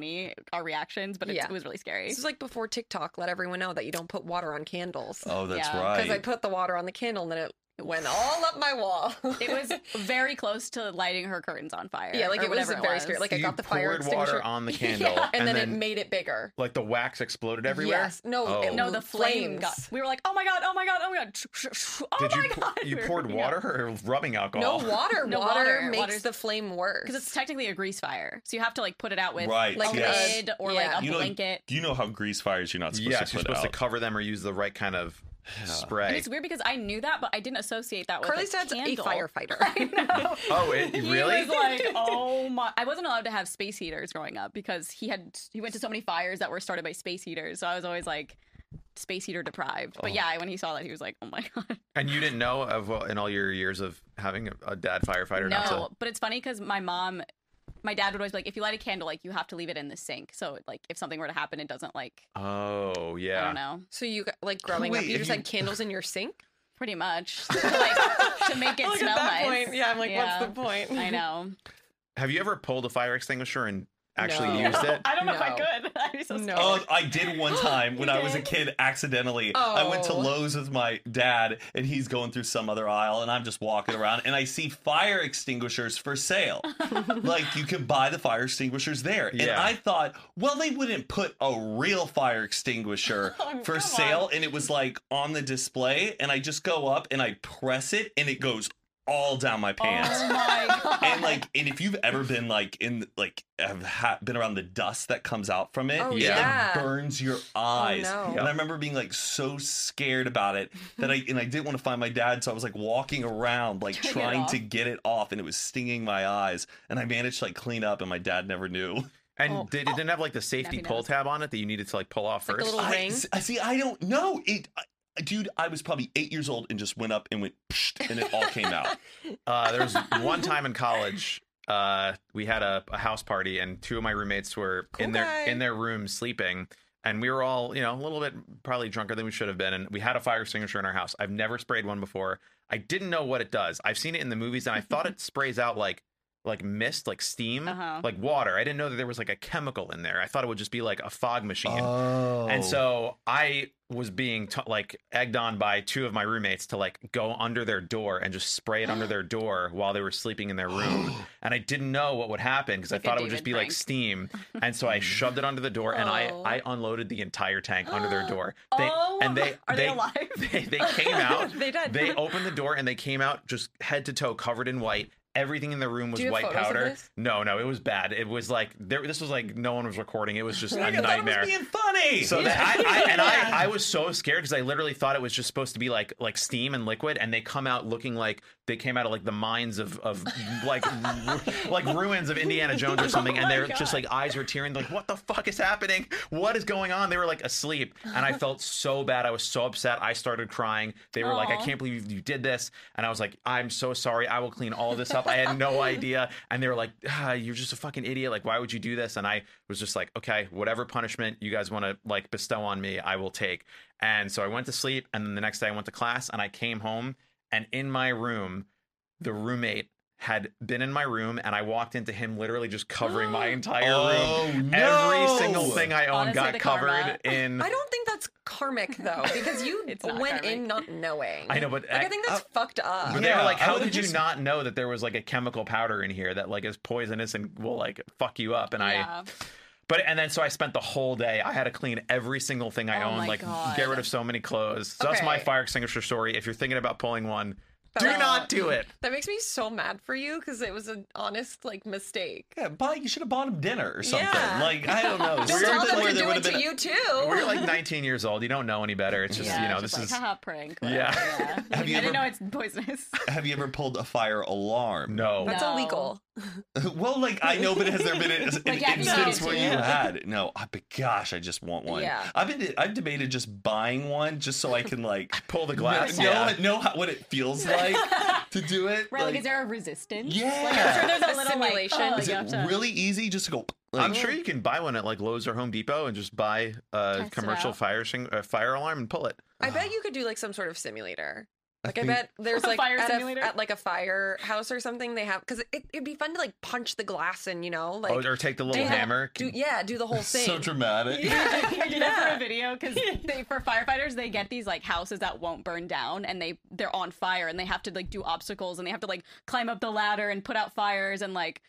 Speaker 2: our reactions, but it's,
Speaker 3: Yeah.
Speaker 2: it was really scary.
Speaker 3: This is like before TikTok let everyone know that you don't put water on candles.
Speaker 1: Oh, that's
Speaker 2: Yeah,
Speaker 1: right.
Speaker 3: Because I put the water on the candle and then it went all up my wall.
Speaker 2: It was very close to lighting her curtains on fire.
Speaker 3: yeah, like
Speaker 2: or
Speaker 3: it was
Speaker 2: whatever
Speaker 3: very scary. Like I
Speaker 4: You
Speaker 3: got the fire
Speaker 4: poured
Speaker 3: extinguisher
Speaker 4: water on the candle,
Speaker 3: Yeah, and,
Speaker 4: and
Speaker 3: then,
Speaker 4: then-
Speaker 3: it made it bigger.
Speaker 4: like the wax exploded everywhere?
Speaker 3: Yes. No.
Speaker 4: Oh.
Speaker 3: It,
Speaker 2: no, the flame
Speaker 3: flames.
Speaker 2: got. We were like, oh my god, oh my god, oh my god, oh
Speaker 4: Did
Speaker 2: my
Speaker 4: you
Speaker 2: god.
Speaker 4: pour- you poured water or rubbing
Speaker 3: No
Speaker 4: alcohol?
Speaker 3: water.
Speaker 2: No
Speaker 3: water,
Speaker 2: water.
Speaker 3: makes
Speaker 2: Water's-
Speaker 3: the flame worse.
Speaker 2: because it's technically a grease fire, so you have to like put it out with
Speaker 1: Right,
Speaker 2: like
Speaker 3: like
Speaker 2: a
Speaker 1: yes.
Speaker 2: lid or
Speaker 3: Yeah.
Speaker 2: like a
Speaker 1: You know, like,
Speaker 2: blanket.
Speaker 1: Do you know how grease fires you're not supposed
Speaker 4: Yes,
Speaker 1: to
Speaker 4: you're
Speaker 1: put
Speaker 4: supposed
Speaker 1: out?
Speaker 4: to cover them or use the right kind of
Speaker 2: And
Speaker 4: spray.
Speaker 2: it's weird because I knew that, but I didn't associate that with
Speaker 3: Carly's
Speaker 2: a
Speaker 3: dad's
Speaker 2: candle.
Speaker 3: a firefighter.
Speaker 4: Oh, it,
Speaker 2: He
Speaker 4: really?
Speaker 2: was like, oh my! I wasn't allowed to have space heaters growing up because he had he went to so many fires that were started by space heaters. So I was always like space heater deprived.
Speaker 1: Oh.
Speaker 2: But yeah, when he saw that, he was like, oh my god,
Speaker 4: and you didn't know of well, in all your years of having a, a dad firefighter not to
Speaker 2: no. But it's funny because my mom, my dad would always be like, if you light a candle, like you have to leave it in the sink. So like if something were to happen, it doesn't like
Speaker 4: Oh
Speaker 2: I
Speaker 4: yeah.
Speaker 2: don't know,
Speaker 3: so you got, like growing up,
Speaker 1: Wait,
Speaker 3: you
Speaker 1: if
Speaker 3: just
Speaker 1: you-
Speaker 3: had candles in your sink.
Speaker 2: pretty much to, like, to make it smell nice.
Speaker 3: yeah, I'm
Speaker 2: like, what's Yeah. the
Speaker 3: point?
Speaker 2: I know.
Speaker 4: Have you ever pulled a fire extinguisher and actually
Speaker 3: No.
Speaker 4: used it?
Speaker 2: I don't know if I
Speaker 3: No.
Speaker 2: could. I'd be so
Speaker 3: No.
Speaker 2: scared.
Speaker 1: Oh, I did one time when
Speaker 2: You
Speaker 1: I was a
Speaker 2: did?
Speaker 1: kid accidentally. I went to
Speaker 3: Oh.
Speaker 1: Lowe's with my dad and he's going through some other aisle and I'm just walking around and I see fire extinguishers for sale. like you can buy the fire extinguishers there. And
Speaker 4: Yeah.
Speaker 1: I thought, well, they wouldn't put a real fire extinguisher
Speaker 2: Oh,
Speaker 1: for
Speaker 2: come
Speaker 1: sale. And it was like on the display and I just go up and I press it and it goes all down my pants
Speaker 2: Oh my god!
Speaker 1: and like and if you've ever been like in like have ha- been around the dust that comes out from it
Speaker 3: Oh,
Speaker 1: it,
Speaker 3: yeah.
Speaker 1: like, burns your eyes
Speaker 3: no.
Speaker 1: and i remember being like so scared about it that i and i didn't want to find my dad so i was like walking around like
Speaker 2: Trying to get it
Speaker 1: trying to
Speaker 2: off.
Speaker 1: get it off and it was stinging my eyes and i managed to like clean up and my dad never knew
Speaker 4: And
Speaker 3: Oh.
Speaker 4: did, it didn't have like the safety
Speaker 2: Nappy
Speaker 4: pull
Speaker 2: nose.
Speaker 4: tab on it that you needed to like pull off
Speaker 3: Like a
Speaker 4: first.
Speaker 3: little-
Speaker 1: I,
Speaker 3: ring?
Speaker 1: s- I- see i don't know it I, dude i was probably eight years old and just went up and went Psht, and it all came out
Speaker 4: Uh, there was one time in college, uh, we had a, a house party, and two of my roommates were in
Speaker 3: Cool
Speaker 4: their
Speaker 3: guy.
Speaker 4: in their room sleeping, and we were all you know a little bit probably drunker than we should have been, and we had a fire extinguisher in our house. I've never sprayed one before. I didn't know what it does. I've seen it in the movies, and I thought it sprays out like like mist, like steam,
Speaker 2: Uh-huh.
Speaker 4: like water. I didn't know that there was like a chemical in there. I thought it would just be like a fog machine.
Speaker 1: oh
Speaker 4: And so I was being t- like egged on by two of my roommates to like go under their door and just spray it under their door while they were sleeping in their room. and I didn't know what would happen because
Speaker 2: Like a
Speaker 4: I thought it would just be
Speaker 2: David
Speaker 4: like
Speaker 2: Frank.
Speaker 4: steam. And so I shoved it under the door and I
Speaker 3: Oh.
Speaker 4: I unloaded the entire tank under their door. They
Speaker 2: oh,
Speaker 4: and they
Speaker 2: are they,
Speaker 4: they
Speaker 2: alive?
Speaker 4: They, they came out.
Speaker 3: They did.
Speaker 4: They oh opened the door and they came out just head to toe covered in white. Everything in the room was
Speaker 3: you have
Speaker 4: white
Speaker 3: photos of
Speaker 4: powder.
Speaker 3: this?
Speaker 4: No, no, it was bad. It was like there. This was like no one was recording. It was just a
Speaker 1: I thought it was
Speaker 4: nightmare.
Speaker 1: being funny
Speaker 4: So that I, I and I, I was so scared because I literally thought it was just supposed to be like like steam and liquid, and they come out looking like they came out of like the mines of of like ru- like ruins of Indiana Jones or something, and they're just like eyes were tearing, like what the fuck is happening? What is going on? They were like asleep, and I felt so bad. I was so upset. I started crying. They were like, I
Speaker 2: Aw.
Speaker 4: can't believe you did this, and I was like, I'm so sorry. I will clean all this up. I had no idea, and they were like, ah, you're just a fucking idiot. Like, why would you do this? And I was just like, okay, whatever punishment you guys want to like bestow on me, I will take. And so I went to sleep, and then the next day I went to class, and I came home, and in my room, the roommate had been in my room, and I walked into him literally just covering my entire room.
Speaker 1: Oh,
Speaker 4: Every single
Speaker 1: no.
Speaker 4: thing I own
Speaker 2: Honestly,
Speaker 4: got
Speaker 2: the
Speaker 4: covered
Speaker 2: karma.
Speaker 4: in.
Speaker 3: I don't think that's karmic though, because you
Speaker 2: It's not
Speaker 3: went
Speaker 2: karmic.
Speaker 3: in not knowing.
Speaker 4: I know, but
Speaker 3: like, I,
Speaker 4: I-
Speaker 3: think that's fucked up.
Speaker 4: But they were
Speaker 1: Yeah,
Speaker 4: like,
Speaker 1: I
Speaker 4: "How
Speaker 1: would've
Speaker 4: did you
Speaker 1: just-
Speaker 4: not know that there was like a chemical powder in here that like is poisonous and will like fuck you up?" And I,
Speaker 2: Yeah.
Speaker 4: But and then so I spent the whole day. I had to clean every single thing I
Speaker 2: Oh
Speaker 4: own,
Speaker 2: my
Speaker 4: like
Speaker 2: God.
Speaker 4: get rid of so many clothes. So that's my
Speaker 3: Okay.
Speaker 4: fire extinguisher story. If you're thinking about pulling one, do
Speaker 3: Don't.
Speaker 4: not do it.
Speaker 3: That makes me so mad for you because it was an honest like mistake.
Speaker 1: Yeah, buy, you should have bought him dinner or something.
Speaker 3: Yeah.
Speaker 1: Like, I don't know.
Speaker 3: Don't tell
Speaker 1: something
Speaker 3: them
Speaker 1: where
Speaker 3: to
Speaker 1: there
Speaker 3: do
Speaker 1: would
Speaker 3: it
Speaker 1: have been
Speaker 3: to
Speaker 1: a-
Speaker 3: you
Speaker 4: We're
Speaker 3: too.
Speaker 4: like 19 years old. You don't know any better. It's just
Speaker 2: Yeah,
Speaker 4: you know
Speaker 2: just like,
Speaker 4: this is
Speaker 2: haha, prank.
Speaker 4: Yeah.
Speaker 2: whatever, yeah. Like,
Speaker 1: you
Speaker 2: I didn't
Speaker 1: ever-
Speaker 2: know it's poisonous.
Speaker 1: Have you ever pulled a fire alarm?
Speaker 4: no.
Speaker 3: That's
Speaker 2: No.
Speaker 3: illegal.
Speaker 1: well, like I know, but has there been an, an
Speaker 2: Like, yeah, if you
Speaker 1: instance
Speaker 2: needed
Speaker 1: where
Speaker 2: to.
Speaker 1: you had? No, I, but gosh, I just want one.
Speaker 3: Yeah.
Speaker 1: I've been, I've debated just buying one just so I can like
Speaker 4: Pull the glass.
Speaker 1: know,
Speaker 4: yeah.
Speaker 1: know, know how, what it feels like to do it.
Speaker 2: Right, like,
Speaker 1: Like,
Speaker 2: is there a resistance?
Speaker 1: Yeah.
Speaker 2: Like, I'm sure there's a
Speaker 3: A
Speaker 2: little like,
Speaker 3: simulation.
Speaker 2: oh,
Speaker 3: Is
Speaker 1: is
Speaker 2: you
Speaker 1: it
Speaker 2: have to-
Speaker 1: really easy just to go? Like,
Speaker 4: I'm sure you can buy one at like Lowe's or Home Depot and just buy a
Speaker 2: Test it
Speaker 4: commercial
Speaker 2: out.
Speaker 4: fire extingu- uh, fire alarm and pull it.
Speaker 3: I bet you could do like some sort of simulator. Like I,
Speaker 1: think-
Speaker 3: bet there's
Speaker 2: A
Speaker 3: like
Speaker 2: fire
Speaker 3: at,
Speaker 2: simulator?
Speaker 3: a, at like a firehouse or something they have because it, it'd be fun to like punch the glass and you know like
Speaker 4: oh, or take the little
Speaker 3: do the-
Speaker 4: hammer.
Speaker 3: do yeah do the whole thing.
Speaker 1: so dramatic.
Speaker 2: I did that for
Speaker 3: Yeah.
Speaker 2: a video because for firefighters they get these like houses that won't burn down and they they're on fire and they have to like do obstacles and they have to like climb up the ladder and put out fires and like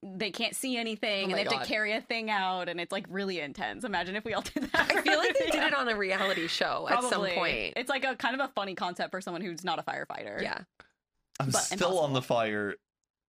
Speaker 2: they can't see anything and
Speaker 3: my
Speaker 2: they have
Speaker 3: God.
Speaker 2: to carry a thing out and it's like really intense. Imagine if we all did that.
Speaker 3: I feel like they did it on a reality show at some
Speaker 2: Probably.
Speaker 3: point.
Speaker 2: It's like a kind of a funny concept for someone who's not a firefighter.
Speaker 3: Yeah,
Speaker 1: I'm
Speaker 2: but
Speaker 1: still
Speaker 2: impossible.
Speaker 1: on the fire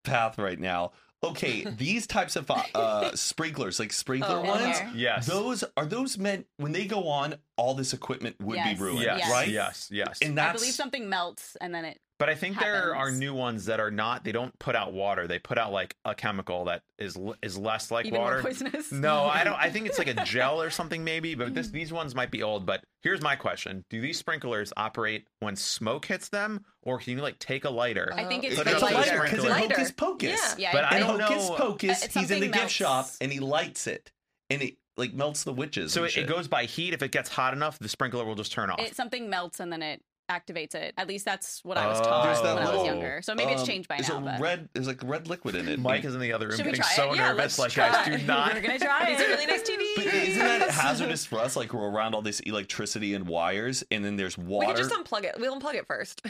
Speaker 1: path right now. Okay, these types of fi- uh, sprinklers, like sprinkler
Speaker 3: Oh,
Speaker 1: ones,
Speaker 2: okay.
Speaker 4: yes.
Speaker 1: those are those meant when they go on, all this equipment would
Speaker 2: Yes.
Speaker 1: be ruined,
Speaker 4: yes.
Speaker 2: Yes.
Speaker 1: right?
Speaker 4: Yes. Yes.
Speaker 1: And
Speaker 2: I
Speaker 1: that's
Speaker 2: believe something melts and then it.
Speaker 4: But I think there are
Speaker 2: happens.
Speaker 4: new ones that are not. They don't put out water. They put out like a chemical that is l- is less like
Speaker 2: Even more
Speaker 4: water.
Speaker 2: poisonous?
Speaker 4: No, I don't. I think it's like a gel or something maybe. But this these ones might be old. But here's my question: Do these sprinklers operate when smoke hits them, or can you like take a lighter?
Speaker 2: I think it's
Speaker 1: it's
Speaker 4: Put
Speaker 2: the
Speaker 4: it
Speaker 1: a
Speaker 4: on the
Speaker 1: lighter
Speaker 4: sprinkler.
Speaker 1: because in
Speaker 3: Lighter.
Speaker 1: Hocus Pocus,
Speaker 3: Yeah.
Speaker 2: Yeah,
Speaker 4: But
Speaker 2: I
Speaker 4: I
Speaker 1: in
Speaker 4: don't
Speaker 1: Hocus
Speaker 4: know-
Speaker 1: Pocus,
Speaker 2: Uh,
Speaker 1: he's in the
Speaker 2: something
Speaker 1: gift shop
Speaker 2: melts.
Speaker 1: and he lights it, and it like melts the witches.
Speaker 4: so
Speaker 1: and
Speaker 4: it, it
Speaker 1: shit.
Speaker 4: goes by heat. If it gets hot enough, the sprinkler will just turn off.
Speaker 2: it something melts and then it activates it. At least that's what I was
Speaker 4: Oh.
Speaker 2: taught
Speaker 4: There's that
Speaker 2: when I
Speaker 4: little,
Speaker 2: was younger. So maybe it's
Speaker 1: um,
Speaker 2: changed by
Speaker 1: there's
Speaker 2: now.
Speaker 1: A
Speaker 2: but-
Speaker 1: red, there's like red liquid in it.
Speaker 4: Mike is in the other room
Speaker 2: Should we
Speaker 4: getting
Speaker 2: try
Speaker 4: so
Speaker 2: it? Yeah,
Speaker 4: nervous.
Speaker 2: let's
Speaker 4: Like,
Speaker 2: try
Speaker 4: guys,
Speaker 2: it.
Speaker 4: do not.
Speaker 2: We're gonna try
Speaker 3: these are really
Speaker 2: it.
Speaker 3: nice TV.
Speaker 1: But isn't that hazardous for us? Like we're around all this e- electricity and wires, and then there's
Speaker 3: we
Speaker 1: water.
Speaker 3: could just unplug it. We'll unplug it first.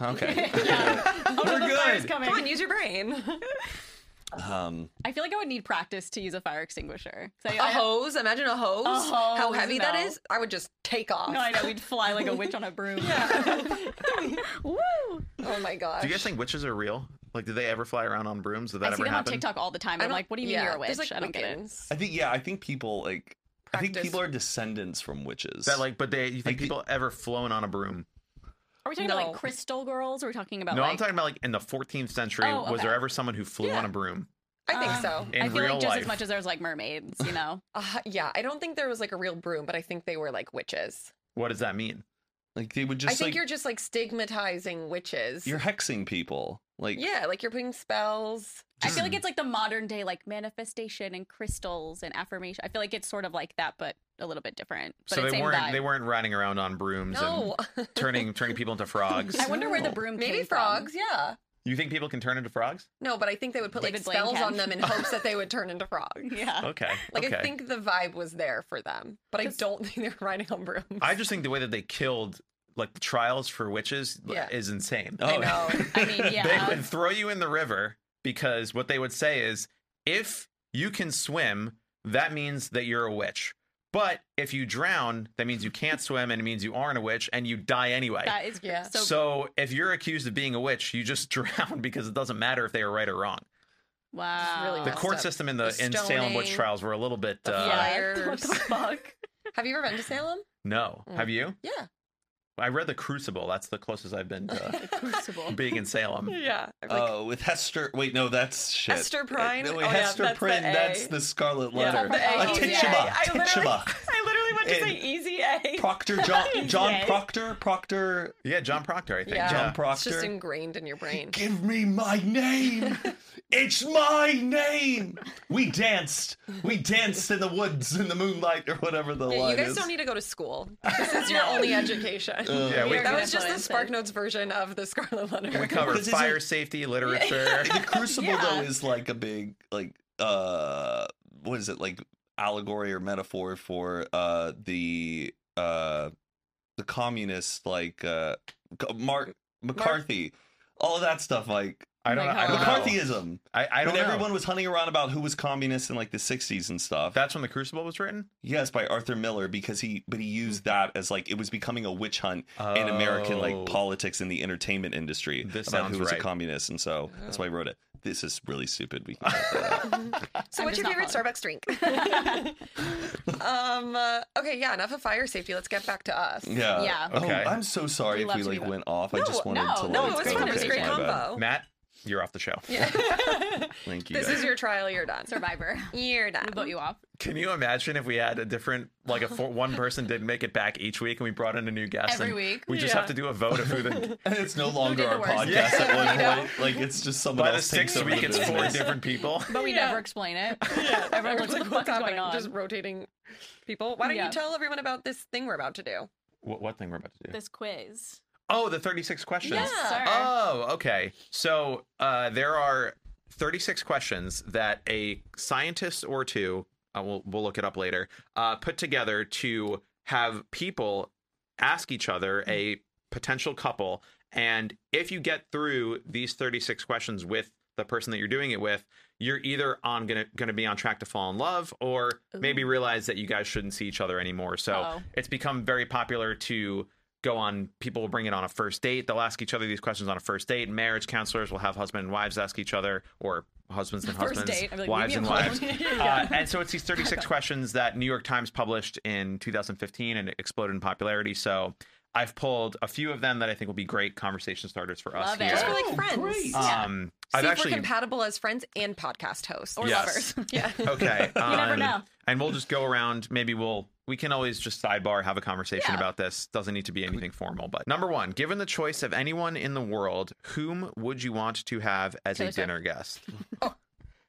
Speaker 1: okay,
Speaker 2: Yeah. Oh, no,
Speaker 1: We're
Speaker 2: the fire's
Speaker 1: good.
Speaker 2: coming.
Speaker 3: Come on, use your brain.
Speaker 1: um,
Speaker 2: I feel like I would need practice to use a fire extinguisher. So
Speaker 3: A
Speaker 2: I,
Speaker 3: hose. Imagine a hose. How
Speaker 2: hose,
Speaker 3: heavy that
Speaker 2: no.
Speaker 3: is. I would just take off.
Speaker 2: no, I know we'd fly like a witch on a broom. Woo!
Speaker 3: Oh my gosh.
Speaker 4: Do you guys think witches are real? Like, did they ever fly around on brooms? Did that
Speaker 2: I see
Speaker 4: ever
Speaker 2: them on
Speaker 4: happen?
Speaker 2: TikTok all the time.
Speaker 3: I
Speaker 2: I'm
Speaker 3: don't-
Speaker 2: like, what do you mean
Speaker 3: yeah,
Speaker 2: you're a witch?
Speaker 3: there's, like,
Speaker 2: I don't get it.
Speaker 3: Wiccans.
Speaker 1: I think yeah, I think people like I think
Speaker 3: Practice.
Speaker 1: people are descendants from witches.
Speaker 4: That like, but they you
Speaker 1: Like
Speaker 4: think
Speaker 1: the-
Speaker 4: people ever flown on a broom?
Speaker 2: Are we talking about
Speaker 3: No.
Speaker 2: like crystal girls? Or are we talking about
Speaker 4: No,
Speaker 2: like
Speaker 4: I'm talking about like in the 14th century.
Speaker 2: Oh,
Speaker 4: Was
Speaker 2: okay.
Speaker 4: there ever someone who flew
Speaker 3: Yeah.
Speaker 4: on a broom?
Speaker 3: I think
Speaker 2: Uh,
Speaker 3: so.
Speaker 4: in
Speaker 2: I feel
Speaker 4: real
Speaker 2: like just
Speaker 4: life.
Speaker 2: as much as there's like mermaids, you know?
Speaker 3: Uh, yeah, I don't think there was like a real broom, but I think they were like witches.
Speaker 4: What does that mean?
Speaker 1: like they would just
Speaker 3: I think
Speaker 1: like
Speaker 3: you're just like stigmatizing witches.
Speaker 1: you're hexing people. Like
Speaker 3: yeah, like you're putting spells.
Speaker 2: I feel like it's like the modern day like manifestation and crystals and affirmation. I feel like it's sort of like that, but a little bit different. But
Speaker 4: so
Speaker 2: it's
Speaker 4: they
Speaker 2: same
Speaker 4: weren't
Speaker 2: vibe.
Speaker 4: they weren't riding around on brooms
Speaker 3: No,
Speaker 4: and turning turning people into frogs.
Speaker 2: I wonder where the
Speaker 1: No.
Speaker 2: broom
Speaker 3: maybe
Speaker 2: came
Speaker 3: frogs.
Speaker 2: From.
Speaker 3: Yeah,
Speaker 4: you think people can turn into frogs?
Speaker 3: no, but I think they would put
Speaker 2: David
Speaker 3: like
Speaker 2: Blaine
Speaker 3: spells
Speaker 2: can.
Speaker 3: on them in hopes that they would turn into frogs.
Speaker 2: Yeah.
Speaker 4: Okay.
Speaker 3: Like
Speaker 4: okay.
Speaker 3: I think the vibe was there for them, but I don't think they're riding on brooms.
Speaker 4: I just think the way that they killed like the trials for witches
Speaker 3: Yeah.
Speaker 4: is insane.
Speaker 1: Oh,
Speaker 3: I know.
Speaker 2: I mean, yeah.
Speaker 4: They would throw you in the river because what they would say is if you can swim, that means that you're a witch. But if you drown, that means you can't swim and it means you aren't a witch and you die anyway.
Speaker 2: that is
Speaker 3: Yeah.
Speaker 2: so,
Speaker 4: so, if you're accused of being a witch, you just drown because it doesn't matter if they were right or wrong.
Speaker 2: wow.
Speaker 3: really
Speaker 4: The
Speaker 3: messed
Speaker 4: court
Speaker 3: up.
Speaker 4: system in the,
Speaker 3: The
Speaker 4: in Salem witch
Speaker 3: stoning,
Speaker 4: trials were a little bit uh,
Speaker 3: the
Speaker 2: yeah.
Speaker 3: Fires.
Speaker 2: What the fuck?
Speaker 3: Have you ever been to Salem?
Speaker 4: no.
Speaker 3: Mm.
Speaker 4: Have you?
Speaker 3: Yeah,
Speaker 4: I read The Crucible. That's the closest I've been to
Speaker 2: Crucible.
Speaker 4: being in Salem.
Speaker 3: yeah. I've, like,
Speaker 1: Oh, with Hester. Wait, no, that's shit. Uh,
Speaker 3: Hester Prine?
Speaker 1: No, wait,
Speaker 3: Oh, yeah,
Speaker 1: Hester
Speaker 3: that's the
Speaker 1: Prynne.
Speaker 3: A.
Speaker 1: That's the Scarlet
Speaker 3: Yeah.
Speaker 1: Letter.
Speaker 3: The A. E,
Speaker 1: Uh,
Speaker 3: Easy A.
Speaker 1: Tituba.
Speaker 3: I literally-
Speaker 1: Tituba.
Speaker 3: I literally went
Speaker 1: to say And-
Speaker 3: easy A.
Speaker 1: Proctor John. John
Speaker 2: A.
Speaker 1: Proctor. Proctor.
Speaker 4: Yeah, John Proctor, I think. uh,
Speaker 3: Yeah.
Speaker 1: John
Speaker 4: Yeah.
Speaker 3: It's
Speaker 1: Proctor.
Speaker 3: just ingrained in your brain.
Speaker 1: Give me my name. it's my name. We danced. We danced in the woods in the moonlight or whatever the
Speaker 3: Yeah,
Speaker 1: line
Speaker 3: you guys
Speaker 1: is. Uh,
Speaker 3: don't need to go to school. This is your only education.
Speaker 4: Yeah, we-
Speaker 3: that was just the
Speaker 2: Influences.
Speaker 3: Spark Notes version of the Scarlet Letter.
Speaker 4: We cover
Speaker 1: Because isn't-
Speaker 4: fire safety, literature.
Speaker 1: the crucible though
Speaker 2: Yeah.
Speaker 1: is like a big like uh what is it like allegory or metaphor for uh the uh the communist like uh Mark McCarthy all of that stuff like
Speaker 4: I I don't know.
Speaker 2: Like
Speaker 4: I
Speaker 2: how-
Speaker 4: don't know.
Speaker 1: McCarthyism.
Speaker 4: I, I don't
Speaker 1: When
Speaker 4: know.
Speaker 1: everyone was hunting around about who was communist in like the 60s and stuff.
Speaker 4: That's when the Crucible was written.
Speaker 1: yes, by Arthur Miller because he but he used that as like it was becoming a witch hunt in American
Speaker 4: Mm-hmm. Oh.
Speaker 1: like politics in the entertainment industry
Speaker 4: This
Speaker 1: about
Speaker 4: sounds
Speaker 1: who was
Speaker 4: right. Uh-huh.
Speaker 1: a communist and so that's why I wrote it. This is really stupid. We can cut that out.
Speaker 3: So,
Speaker 2: I'm
Speaker 3: what's your
Speaker 2: just not
Speaker 3: favorite Starbucks drink? um. uh, okay. Yeah. Enough of fire safety. Let's get back to us.
Speaker 1: Yeah.
Speaker 2: Yeah.
Speaker 4: Okay.
Speaker 1: Oh, I'm so sorry
Speaker 2: We
Speaker 1: if
Speaker 2: love
Speaker 1: we
Speaker 2: to
Speaker 1: like
Speaker 2: be-
Speaker 1: went off. I
Speaker 3: No,
Speaker 1: just wanted
Speaker 2: no,
Speaker 1: to like
Speaker 2: no,
Speaker 3: No, it was
Speaker 1: go
Speaker 3: fun. It was a
Speaker 1: back.
Speaker 3: great
Speaker 1: My bad.
Speaker 3: combo.
Speaker 4: Matt, you're off the show.
Speaker 1: Thank you.
Speaker 3: This
Speaker 1: guys.
Speaker 3: is your trial. You're done.
Speaker 2: Survivor.
Speaker 3: You're done.
Speaker 2: We vote you off.
Speaker 4: Can you imagine if we had a different, like a four, one person did make it back each week, and we brought in a new guest
Speaker 2: Every
Speaker 4: and
Speaker 2: week.
Speaker 4: We just
Speaker 3: Yeah.
Speaker 4: have to do a vote of who the.
Speaker 1: And it's no longer
Speaker 2: did
Speaker 1: our
Speaker 2: the worst?
Speaker 1: podcast
Speaker 4: Yeah.
Speaker 1: at one
Speaker 3: You know?
Speaker 1: point. Like it's just someone
Speaker 4: By the
Speaker 1: else takes
Speaker 4: sixth
Speaker 1: over
Speaker 4: week,
Speaker 1: the
Speaker 4: it's four
Speaker 1: business.
Speaker 4: different people.
Speaker 2: But we
Speaker 3: Yeah.
Speaker 2: never explain it. Yeah. Everyone's
Speaker 3: Everyone's
Speaker 2: like,
Speaker 3: like,
Speaker 2: what the fuck's going
Speaker 3: happening?
Speaker 2: on?
Speaker 3: Just rotating people. Why don't
Speaker 2: Yeah.
Speaker 3: you tell everyone about this thing we're about to do?
Speaker 4: What, what thing we're about to do?
Speaker 2: This quiz.
Speaker 4: Oh, the 36 questions.
Speaker 2: Yes,
Speaker 3: Yeah.
Speaker 2: sir.
Speaker 4: Oh, okay. So uh, there are 36 questions that a scientist or two, uh, we'll, we'll look it up later, uh, put together to have people ask each other, a potential couple. And if you get through these 36 questions with the person that you're doing it with, you're either on gonna gonna be on track to fall in love or maybe realize that you guys shouldn't see each other anymore. So
Speaker 2: Uh-oh.
Speaker 4: it's become very popular to go on people will bring it on a first date they'll ask each other these questions on a first date marriage counselors will have husband and wives ask each other or husbands and
Speaker 2: First
Speaker 4: husbands
Speaker 2: date, I'd be like,
Speaker 4: wives
Speaker 2: "Leave
Speaker 4: and
Speaker 2: me
Speaker 4: wives
Speaker 2: alone."
Speaker 4: uh, and so it's these 36 questions that new york times published in 2015 and it exploded in popularity so i've pulled a few of them that i think will be great conversation starters for us
Speaker 2: Love it.
Speaker 4: here
Speaker 3: Just for
Speaker 2: Yeah.
Speaker 3: like
Speaker 1: Oh,
Speaker 3: friends.
Speaker 1: great.
Speaker 3: See
Speaker 4: um i've
Speaker 3: if
Speaker 4: actually
Speaker 3: we're compatible as friends and podcast hosts or
Speaker 4: Yes.
Speaker 3: lovers. Yeah.
Speaker 4: okay
Speaker 2: You never
Speaker 4: um,
Speaker 2: know.
Speaker 4: and we'll just go around maybe we'll we can always just sidebar have a conversation
Speaker 2: Yeah.
Speaker 4: about this doesn't need to be anything formal but number one given the choice of anyone in the world whom would you want to have as
Speaker 2: Taylor
Speaker 4: a
Speaker 2: Swift.
Speaker 4: dinner guest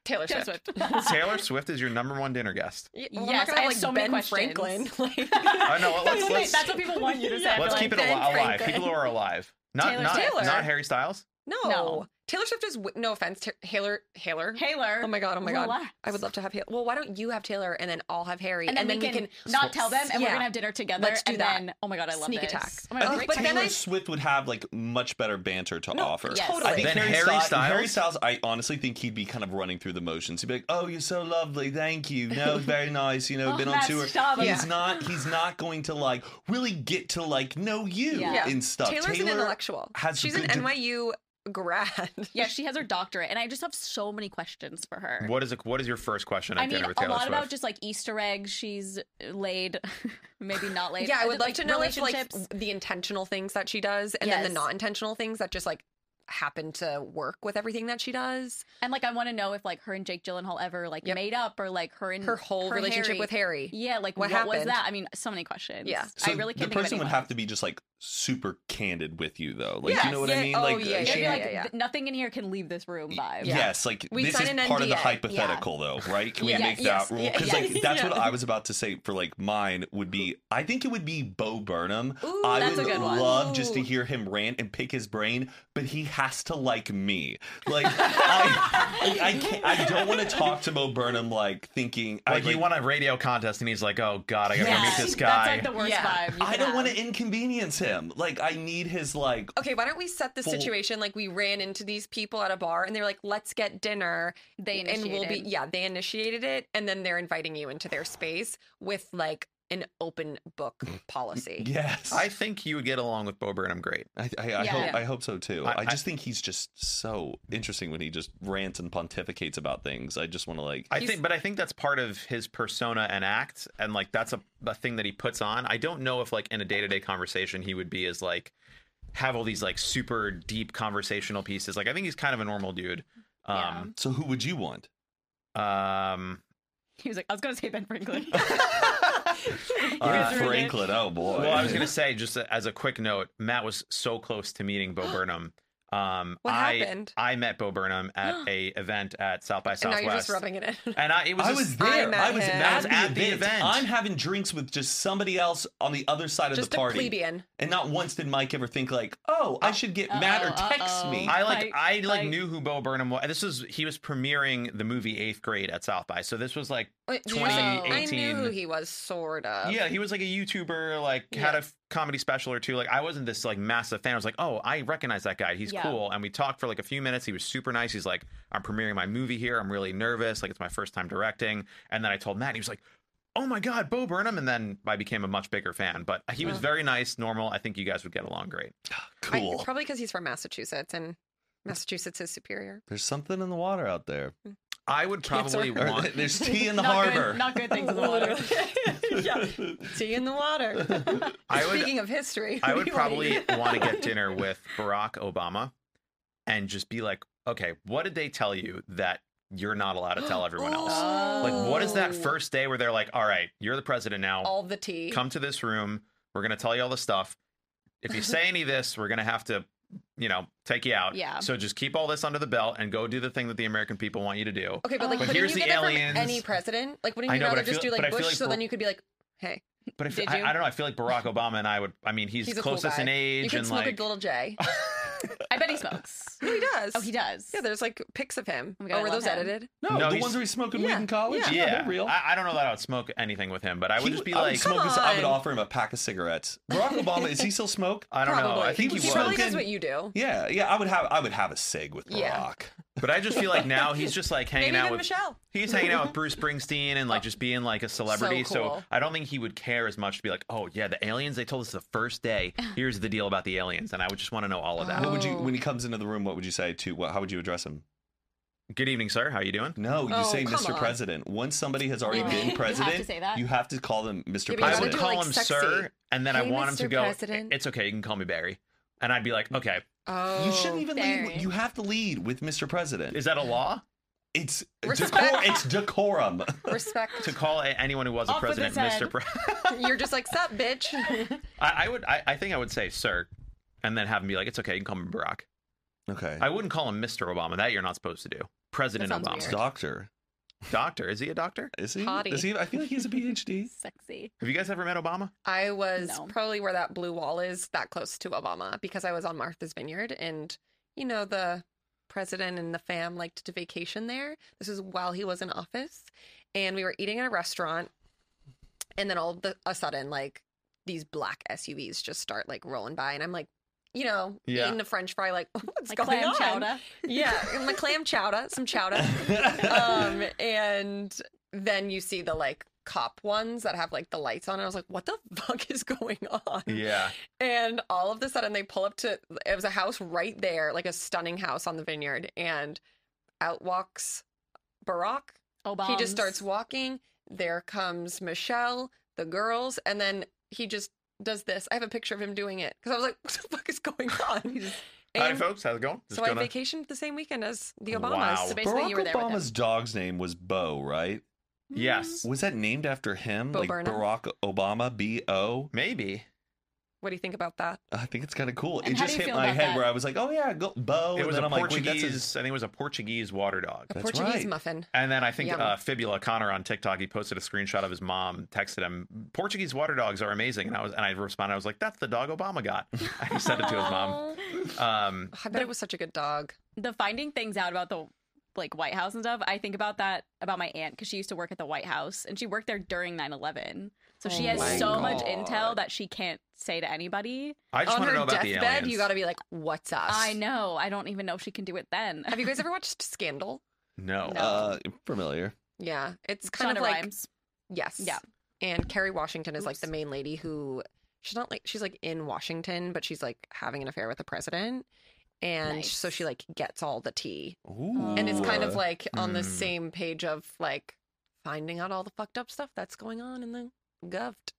Speaker 3: Taylor
Speaker 2: Taylor
Speaker 3: Swift.
Speaker 2: Swift.
Speaker 4: taylor swift is your number one dinner guest
Speaker 3: Y-
Speaker 2: Yes,
Speaker 3: well, we're not gonna
Speaker 2: I have
Speaker 3: like
Speaker 2: so many
Speaker 3: Ben
Speaker 2: questions.
Speaker 3: Franklin. Like,
Speaker 4: oh no
Speaker 2: That's
Speaker 4: let's
Speaker 2: what,
Speaker 4: let's,
Speaker 2: that's what people want you to say.
Speaker 3: Yeah.
Speaker 2: They're
Speaker 4: let's
Speaker 2: like,
Speaker 4: keep it
Speaker 3: Ben
Speaker 4: al- alive
Speaker 3: Franklin.
Speaker 4: people who are alive not
Speaker 2: Taylor
Speaker 4: not,
Speaker 3: Swift.
Speaker 4: not harry styles
Speaker 3: no.
Speaker 2: No.
Speaker 3: Taylor Swift is w- no offense. Ta- Haler, Haler.
Speaker 2: Taylor.
Speaker 3: Oh my god! Oh my god!
Speaker 2: relax.
Speaker 3: I would love to have Haler. Well, why don't you have Taylor and then I'll have Harry
Speaker 2: And then, we, can not tell them, and we're
Speaker 3: Yeah.
Speaker 2: gonna have dinner together.
Speaker 3: Let's do
Speaker 2: and
Speaker 3: that.
Speaker 2: Then, oh my god, I love
Speaker 3: Sneak
Speaker 2: this.
Speaker 3: attack.
Speaker 2: Oh my
Speaker 1: I
Speaker 2: god,
Speaker 1: think
Speaker 2: great
Speaker 3: But then
Speaker 1: Taylor
Speaker 3: I-
Speaker 1: Swift would have like much better banter to
Speaker 3: No,
Speaker 1: offer.
Speaker 2: yes.
Speaker 1: I think
Speaker 4: Than
Speaker 1: Harry,
Speaker 4: Harry
Speaker 1: Styles,
Speaker 4: Styles?
Speaker 1: Harry Styles. I honestly think he'd be kind of running through the motions. He'd be like, "Oh, you're so lovely. Thank you. No, very nice. You know,
Speaker 2: Oh,
Speaker 1: been on
Speaker 2: Matt,
Speaker 1: tour."
Speaker 2: stop it.
Speaker 1: He's
Speaker 2: Yeah.
Speaker 1: not. He's not going to like really get to like know you
Speaker 2: Yeah.
Speaker 3: Yeah.
Speaker 1: and stuff.
Speaker 3: Taylor's an
Speaker 1: Taylor
Speaker 3: intellectual.
Speaker 1: has
Speaker 3: She's an
Speaker 1: good de-
Speaker 3: NYU grad.
Speaker 2: Yeah, she has her doctorate, and I just have so many questions for her.
Speaker 4: what is a, what is your first question at
Speaker 2: I mean,
Speaker 4: dinner
Speaker 2: a
Speaker 4: with
Speaker 2: lot
Speaker 4: taylor swift
Speaker 2: about just like Easter eggs. She's laid, maybe not laid.
Speaker 3: Yeah, I would
Speaker 2: just,
Speaker 3: love to know if like
Speaker 2: relationships.
Speaker 3: the intentional things that she does and then
Speaker 2: Yes.
Speaker 3: the not intentional things that just like happen to work with everything that she does.
Speaker 2: and like I want to know if like her and Jake Gyllenhaal ever like
Speaker 3: Yep.
Speaker 2: made up or like her and
Speaker 3: Her whole relationship
Speaker 2: Harry.
Speaker 3: with Harry.
Speaker 2: Yeah, like
Speaker 3: What
Speaker 2: what, was
Speaker 3: happened?
Speaker 2: that? I mean, so many questions.
Speaker 3: Yeah.
Speaker 1: So
Speaker 2: I really can't
Speaker 1: the person
Speaker 2: think of
Speaker 1: would
Speaker 2: anyone.
Speaker 1: have to be just like super candid with you, though. Like, you
Speaker 2: Yes.
Speaker 1: know what I
Speaker 3: Yeah.
Speaker 1: mean?
Speaker 3: Oh,
Speaker 1: like, uh,
Speaker 3: yeah,
Speaker 1: she
Speaker 2: It'd be
Speaker 3: Yeah,
Speaker 2: like
Speaker 3: yeah, yeah.
Speaker 2: th- nothing in here can leave this room vibe.
Speaker 3: Yeah.
Speaker 1: Yes, like
Speaker 3: We
Speaker 1: this
Speaker 3: sign
Speaker 1: is
Speaker 3: an
Speaker 1: part of the
Speaker 3: NDA.
Speaker 1: hypothetical, though, right? Can we
Speaker 2: Yeah.
Speaker 1: make
Speaker 3: Yes.
Speaker 1: that rule?
Speaker 3: Yeah.
Speaker 1: Because like that's
Speaker 3: Yeah.
Speaker 1: what I was about to say for like mine would be. I think it would be Bo Burnham.
Speaker 3: Ooh,
Speaker 1: I
Speaker 2: that's a
Speaker 1: would
Speaker 2: good one.
Speaker 1: love just to
Speaker 3: Ooh.
Speaker 1: hear him rant and pick his brain, but he has to like me. Like I, like, I can't. I don't want to talk to Bo Burnham like thinking. I,
Speaker 4: like, you won a radio contest and he's like oh god i gotta go
Speaker 2: Yeah.
Speaker 4: meet
Speaker 2: That's
Speaker 4: this guy
Speaker 2: like the worst
Speaker 3: Yeah.
Speaker 2: vibe. you
Speaker 1: I
Speaker 2: can
Speaker 1: don't want
Speaker 2: have.
Speaker 1: to inconvenience him. Like I need his like
Speaker 3: Okay, why don't we set the
Speaker 1: Full-
Speaker 3: situation like we ran into these people at a bar and they're like, "Let's get dinner."
Speaker 2: They
Speaker 3: and we'll be
Speaker 2: initiated.
Speaker 3: yeah, they initiated it, and then they're inviting you into their space with like an open book policy.
Speaker 1: yes.
Speaker 4: i think you would get along with bo burnham great
Speaker 1: I, I, I
Speaker 2: Yeah.
Speaker 1: hope
Speaker 2: Yeah.
Speaker 1: I hope so too.
Speaker 4: I-
Speaker 1: I, just think he's just so interesting when he just rants and pontificates about things. I just want to like.
Speaker 4: I
Speaker 3: He's-
Speaker 4: think, but I think that's part of his persona and act, and like that's a, a thing that he puts on. I don't know if like in a day to day conversation he would be as like have all these like super deep conversational pieces. Like I think he's kind of a normal dude. Um,
Speaker 1: so who would you want?
Speaker 4: um,
Speaker 2: He was like, I was gonna say Ben Franklin.
Speaker 4: Uh,
Speaker 2: He was ruined it.
Speaker 1: Franklin. Oh boy.
Speaker 4: well, I was gonna say just as a quick note, Matt was so close to meeting Bo Burnham. Um,
Speaker 3: What
Speaker 4: I,
Speaker 3: happened?
Speaker 4: I met Bo Burnham at a event at South by
Speaker 3: and now
Speaker 4: Southwest,
Speaker 3: you're just rubbing it in.
Speaker 4: and I it was
Speaker 1: I
Speaker 4: just-
Speaker 1: was
Speaker 3: I
Speaker 1: there.
Speaker 3: met
Speaker 1: I was
Speaker 3: him.
Speaker 1: at,
Speaker 3: I
Speaker 4: was
Speaker 1: the,
Speaker 4: at the
Speaker 1: event.
Speaker 4: event.
Speaker 1: I'm having drinks with just somebody else on the other side of
Speaker 3: just
Speaker 1: the
Speaker 3: a
Speaker 1: party,
Speaker 3: plebeian.
Speaker 1: and not once did Mike ever think like, "Oh, I should get Matt or
Speaker 2: uh-oh,
Speaker 1: text
Speaker 2: uh-oh.
Speaker 1: me."
Speaker 4: I like I like,
Speaker 2: like-
Speaker 4: knew who Bo Burnham was. This was he was premiering the movie Eighth Grade at South by, so this was like
Speaker 3: Uh, Wait, did you-
Speaker 4: 2018.
Speaker 3: I knew who he was, sort of.
Speaker 4: yeah, he was like a YouTuber, like had a
Speaker 3: Yeah.
Speaker 4: f- comedy special or two. Like I wasn't this like massive fan. I was like, oh, I recognize that guy. He's
Speaker 2: Yeah.
Speaker 4: cool. And we talked for like a few minutes. He was super nice. He's like, I'm premiering my movie here. I'm really nervous. Like it's my first time directing. And then I told Matt, and he was like, oh my god, Bo Burnham. And then I became a much bigger fan. But he was
Speaker 3: Oh.
Speaker 4: very nice, normal. I think you guys would get along great.
Speaker 3: I-
Speaker 1: Cool.
Speaker 3: probably because he's from Massachusetts and Massachusetts is superior.
Speaker 1: There's something in the water out there.
Speaker 4: I would probably
Speaker 1: Or
Speaker 4: want.
Speaker 1: There's tea in the
Speaker 2: not
Speaker 1: harbor.
Speaker 2: Good, not good things in the water.
Speaker 3: yeah. Tea in the water.
Speaker 4: I would.
Speaker 3: Speaking of history,
Speaker 4: I
Speaker 3: who
Speaker 4: would
Speaker 3: do you wanna
Speaker 4: probably
Speaker 3: eat?
Speaker 4: want to get dinner with Barack Obama and just be like, okay, what did they tell you that you're not allowed to tell everyone else?
Speaker 3: Oh.
Speaker 4: Like, what is that
Speaker 3: Ooh.
Speaker 4: first day where they're like, all right, you're the president now.
Speaker 3: all the tea.
Speaker 4: Come to this room. We're going to tell you all the stuff. If you say any of this, we're going to have to, you know, take you out.
Speaker 2: Yeah.
Speaker 4: So just keep all this under the belt and go do the thing that the American people want you to do.
Speaker 3: Okay, but
Speaker 2: But
Speaker 3: like, wouldn't
Speaker 4: here's
Speaker 3: you
Speaker 4: the
Speaker 3: get that from
Speaker 4: aliens.
Speaker 3: any president? Like, wouldn't
Speaker 4: I
Speaker 3: you
Speaker 4: know, but
Speaker 3: rather
Speaker 4: I
Speaker 3: just
Speaker 4: feel-
Speaker 3: do
Speaker 4: but I
Speaker 3: like
Speaker 4: feel
Speaker 3: Bush?
Speaker 4: like
Speaker 3: so
Speaker 4: Bar-
Speaker 3: then you could be like, hey,
Speaker 4: But if,
Speaker 2: Did
Speaker 4: I,
Speaker 2: you?
Speaker 4: I don't know, I feel like Barack Obama and I would, I mean, he's,
Speaker 3: he's a cool
Speaker 4: closest
Speaker 3: guy.
Speaker 4: in age
Speaker 3: You can
Speaker 4: and
Speaker 3: smoke
Speaker 4: like,
Speaker 3: a little J.
Speaker 2: I bet he smokes.
Speaker 3: No, he does.
Speaker 2: Oh, he does.
Speaker 3: Yeah, there's like pics of him.
Speaker 2: Oh my
Speaker 3: Oh,
Speaker 2: God, I
Speaker 3: were
Speaker 2: love
Speaker 3: those
Speaker 2: him.
Speaker 3: edited?
Speaker 1: No,
Speaker 4: No,
Speaker 1: the
Speaker 4: he's-
Speaker 1: ones where he's smoking weed
Speaker 3: Yeah,
Speaker 1: in college.
Speaker 3: yeah.
Speaker 1: Yeah, they're real.
Speaker 4: I, I don't know that I would smoke anything with him, but I would
Speaker 1: He-
Speaker 4: just be
Speaker 3: oh,
Speaker 1: I would
Speaker 4: like,
Speaker 1: smoke his- I would
Speaker 3: Come on.
Speaker 1: offer him a pack of cigarettes. Barack Obama, is he still smoke?
Speaker 4: I don't
Speaker 3: probably.
Speaker 4: know. I think
Speaker 1: He
Speaker 4: he
Speaker 1: was
Speaker 4: was.
Speaker 3: probably does
Speaker 1: Smoking.
Speaker 3: what you do.
Speaker 1: Yeah, yeah. I would have I would have a cig with Barack.
Speaker 3: Yeah.
Speaker 4: But I just feel like now he's just like hanging
Speaker 3: Maybe
Speaker 4: out
Speaker 3: even
Speaker 4: with
Speaker 3: Michelle.
Speaker 4: he's hanging out with Bruce Springsteen and like just being like a celebrity. So,
Speaker 3: cool.
Speaker 4: I don't think he would care as much to be like, oh yeah, the aliens. They told us the first day. Here's the deal about the aliens, and I would just want to know all of that.
Speaker 1: What would you
Speaker 3: Oh.
Speaker 1: when he comes into the room? What would you say to what? How would you address him?
Speaker 4: Good evening, sir. How you doing?
Speaker 1: No, you
Speaker 3: Oh,
Speaker 1: say
Speaker 3: come
Speaker 1: Mr.
Speaker 3: on.
Speaker 1: President. Once somebody has already
Speaker 2: Really? You
Speaker 1: been
Speaker 2: have to
Speaker 1: president,
Speaker 2: say that?
Speaker 1: you have to call them Mr.
Speaker 3: Yeah, but you gotta
Speaker 4: I
Speaker 1: President.
Speaker 4: would
Speaker 3: do it,
Speaker 4: call
Speaker 3: like,
Speaker 4: him
Speaker 3: sexy.
Speaker 4: sir, and then I
Speaker 3: Hey,
Speaker 4: want him to
Speaker 3: Mr.
Speaker 4: go.
Speaker 3: President.
Speaker 4: It's okay. You can call me Barry. And I'd be like, okay,
Speaker 3: Oh,
Speaker 1: you shouldn't even
Speaker 2: Barry.
Speaker 1: lead. You have to lead with Mr. President.
Speaker 4: is that a law
Speaker 1: It's
Speaker 3: Respect.
Speaker 1: decor. It's decorum.
Speaker 3: respect.
Speaker 4: to call a- anyone who was a
Speaker 2: Off with
Speaker 4: president
Speaker 2: his
Speaker 4: Mr.
Speaker 2: head.
Speaker 4: Pre-
Speaker 3: You're just like, sup, bitch.
Speaker 4: I, I would. I, I think I would say sir, and then have him be like, it's okay. You can call me Barack.
Speaker 1: Okay.
Speaker 4: I wouldn't call him Mr. Obama. That you're not supposed to do. President
Speaker 2: That sounds
Speaker 4: Obama.
Speaker 2: weird.
Speaker 1: Doctor.
Speaker 4: Doctor. Is he a doctor?
Speaker 1: Is he?
Speaker 3: Hottie.
Speaker 1: Is he? I feel like he has a PhD.
Speaker 2: Sexy.
Speaker 4: Have you guys ever met Obama?
Speaker 3: I was
Speaker 2: No.
Speaker 3: probably where that blue wall is, that close to Obama, because I was on Martha's Vineyard, and you know the president and the fam liked to vacation there. This was while he was in office, and we were eating at a restaurant, and then all of the, a sudden, like these black SUVs just start like rolling by, and I'm like, you know,
Speaker 4: Yeah.
Speaker 3: eating the French fry, like what's
Speaker 2: Like
Speaker 3: going
Speaker 2: clam
Speaker 3: on?
Speaker 2: chowder.
Speaker 3: Yeah, and my clam chowder, some chowder um, and then you see the like cop ones that have like the lights on, and I was like, "What the fuck is going on?"
Speaker 4: Yeah.
Speaker 3: And all of a sudden, they pull up to it was a house right there, like a stunning house on the vineyard, and out walks Barack.
Speaker 2: Obama.
Speaker 3: He just starts walking. There comes Michelle, the girls, and then he just does this. I have a picture of him doing it because I was like, "What the fuck is going on?"
Speaker 4: Hi,
Speaker 3: And
Speaker 4: folks. How's it going?
Speaker 3: so I vacationed the same weekend as the Obamas.
Speaker 4: Wow.
Speaker 2: So basically,
Speaker 1: Barack
Speaker 2: you were there with him.
Speaker 1: Obama's dog's name was Bo, right?
Speaker 4: Yes.
Speaker 1: Was that named after him?
Speaker 3: Bo
Speaker 1: like
Speaker 3: Burnham?
Speaker 1: Barack Obama, B O.
Speaker 4: Maybe.
Speaker 3: What do you think about that?
Speaker 1: I think it's kind of cool.
Speaker 2: And
Speaker 1: it
Speaker 2: how
Speaker 1: just
Speaker 2: do
Speaker 1: hit
Speaker 2: you feel
Speaker 1: my
Speaker 2: about
Speaker 1: head
Speaker 2: that?
Speaker 1: where I was like, oh yeah, go Bo.
Speaker 4: it was
Speaker 1: and
Speaker 4: a
Speaker 1: then I'm like, wait,
Speaker 4: Portuguese.
Speaker 1: that's his.
Speaker 4: I think it was a Portuguese water dog.
Speaker 3: A
Speaker 1: That's
Speaker 3: Portuguese
Speaker 1: right.
Speaker 3: muffin.
Speaker 4: And then I think
Speaker 3: Yum.
Speaker 4: uh, Fibula Connor on TikTok, he posted a screenshot of his mom, texted him, "Portuguese water dogs are amazing," and I was and I responded, I was like, "That's the dog Obama got." I sent it to his mom. Um,
Speaker 3: Oh, I bet it was such a good dog.
Speaker 2: the finding things out about the like White House and stuff, I think about that about my aunt because she used to work at the White House and she worked there during 9 11. So she
Speaker 3: Oh
Speaker 2: has
Speaker 3: my
Speaker 2: so much
Speaker 3: God.
Speaker 2: intel that she can't say to anybody.
Speaker 4: I just
Speaker 3: On
Speaker 4: want to know
Speaker 3: her
Speaker 4: about the
Speaker 3: deathbed,
Speaker 4: aliens.
Speaker 3: you got to be like, "What's up?"
Speaker 2: I know. I don't even know if she can do it then.
Speaker 3: Have you guys ever watched Scandal?
Speaker 4: no.
Speaker 2: No.
Speaker 1: Uh, familiar.
Speaker 3: Yeah, it's kind
Speaker 2: Shonda
Speaker 3: of like
Speaker 2: Rhimes.
Speaker 3: yes,
Speaker 2: Yeah.
Speaker 3: And Kerry Washington is like the
Speaker 2: Oops.
Speaker 3: main lady who she's not like she's like in Washington, but she's like having an affair with the president, and
Speaker 2: Nice.
Speaker 3: so she like gets all the tea,
Speaker 1: Ooh.
Speaker 3: and it's kind
Speaker 1: Uh,
Speaker 3: of like on the
Speaker 4: Mm.
Speaker 3: same page of like finding out all the fucked up stuff that's going on in the govt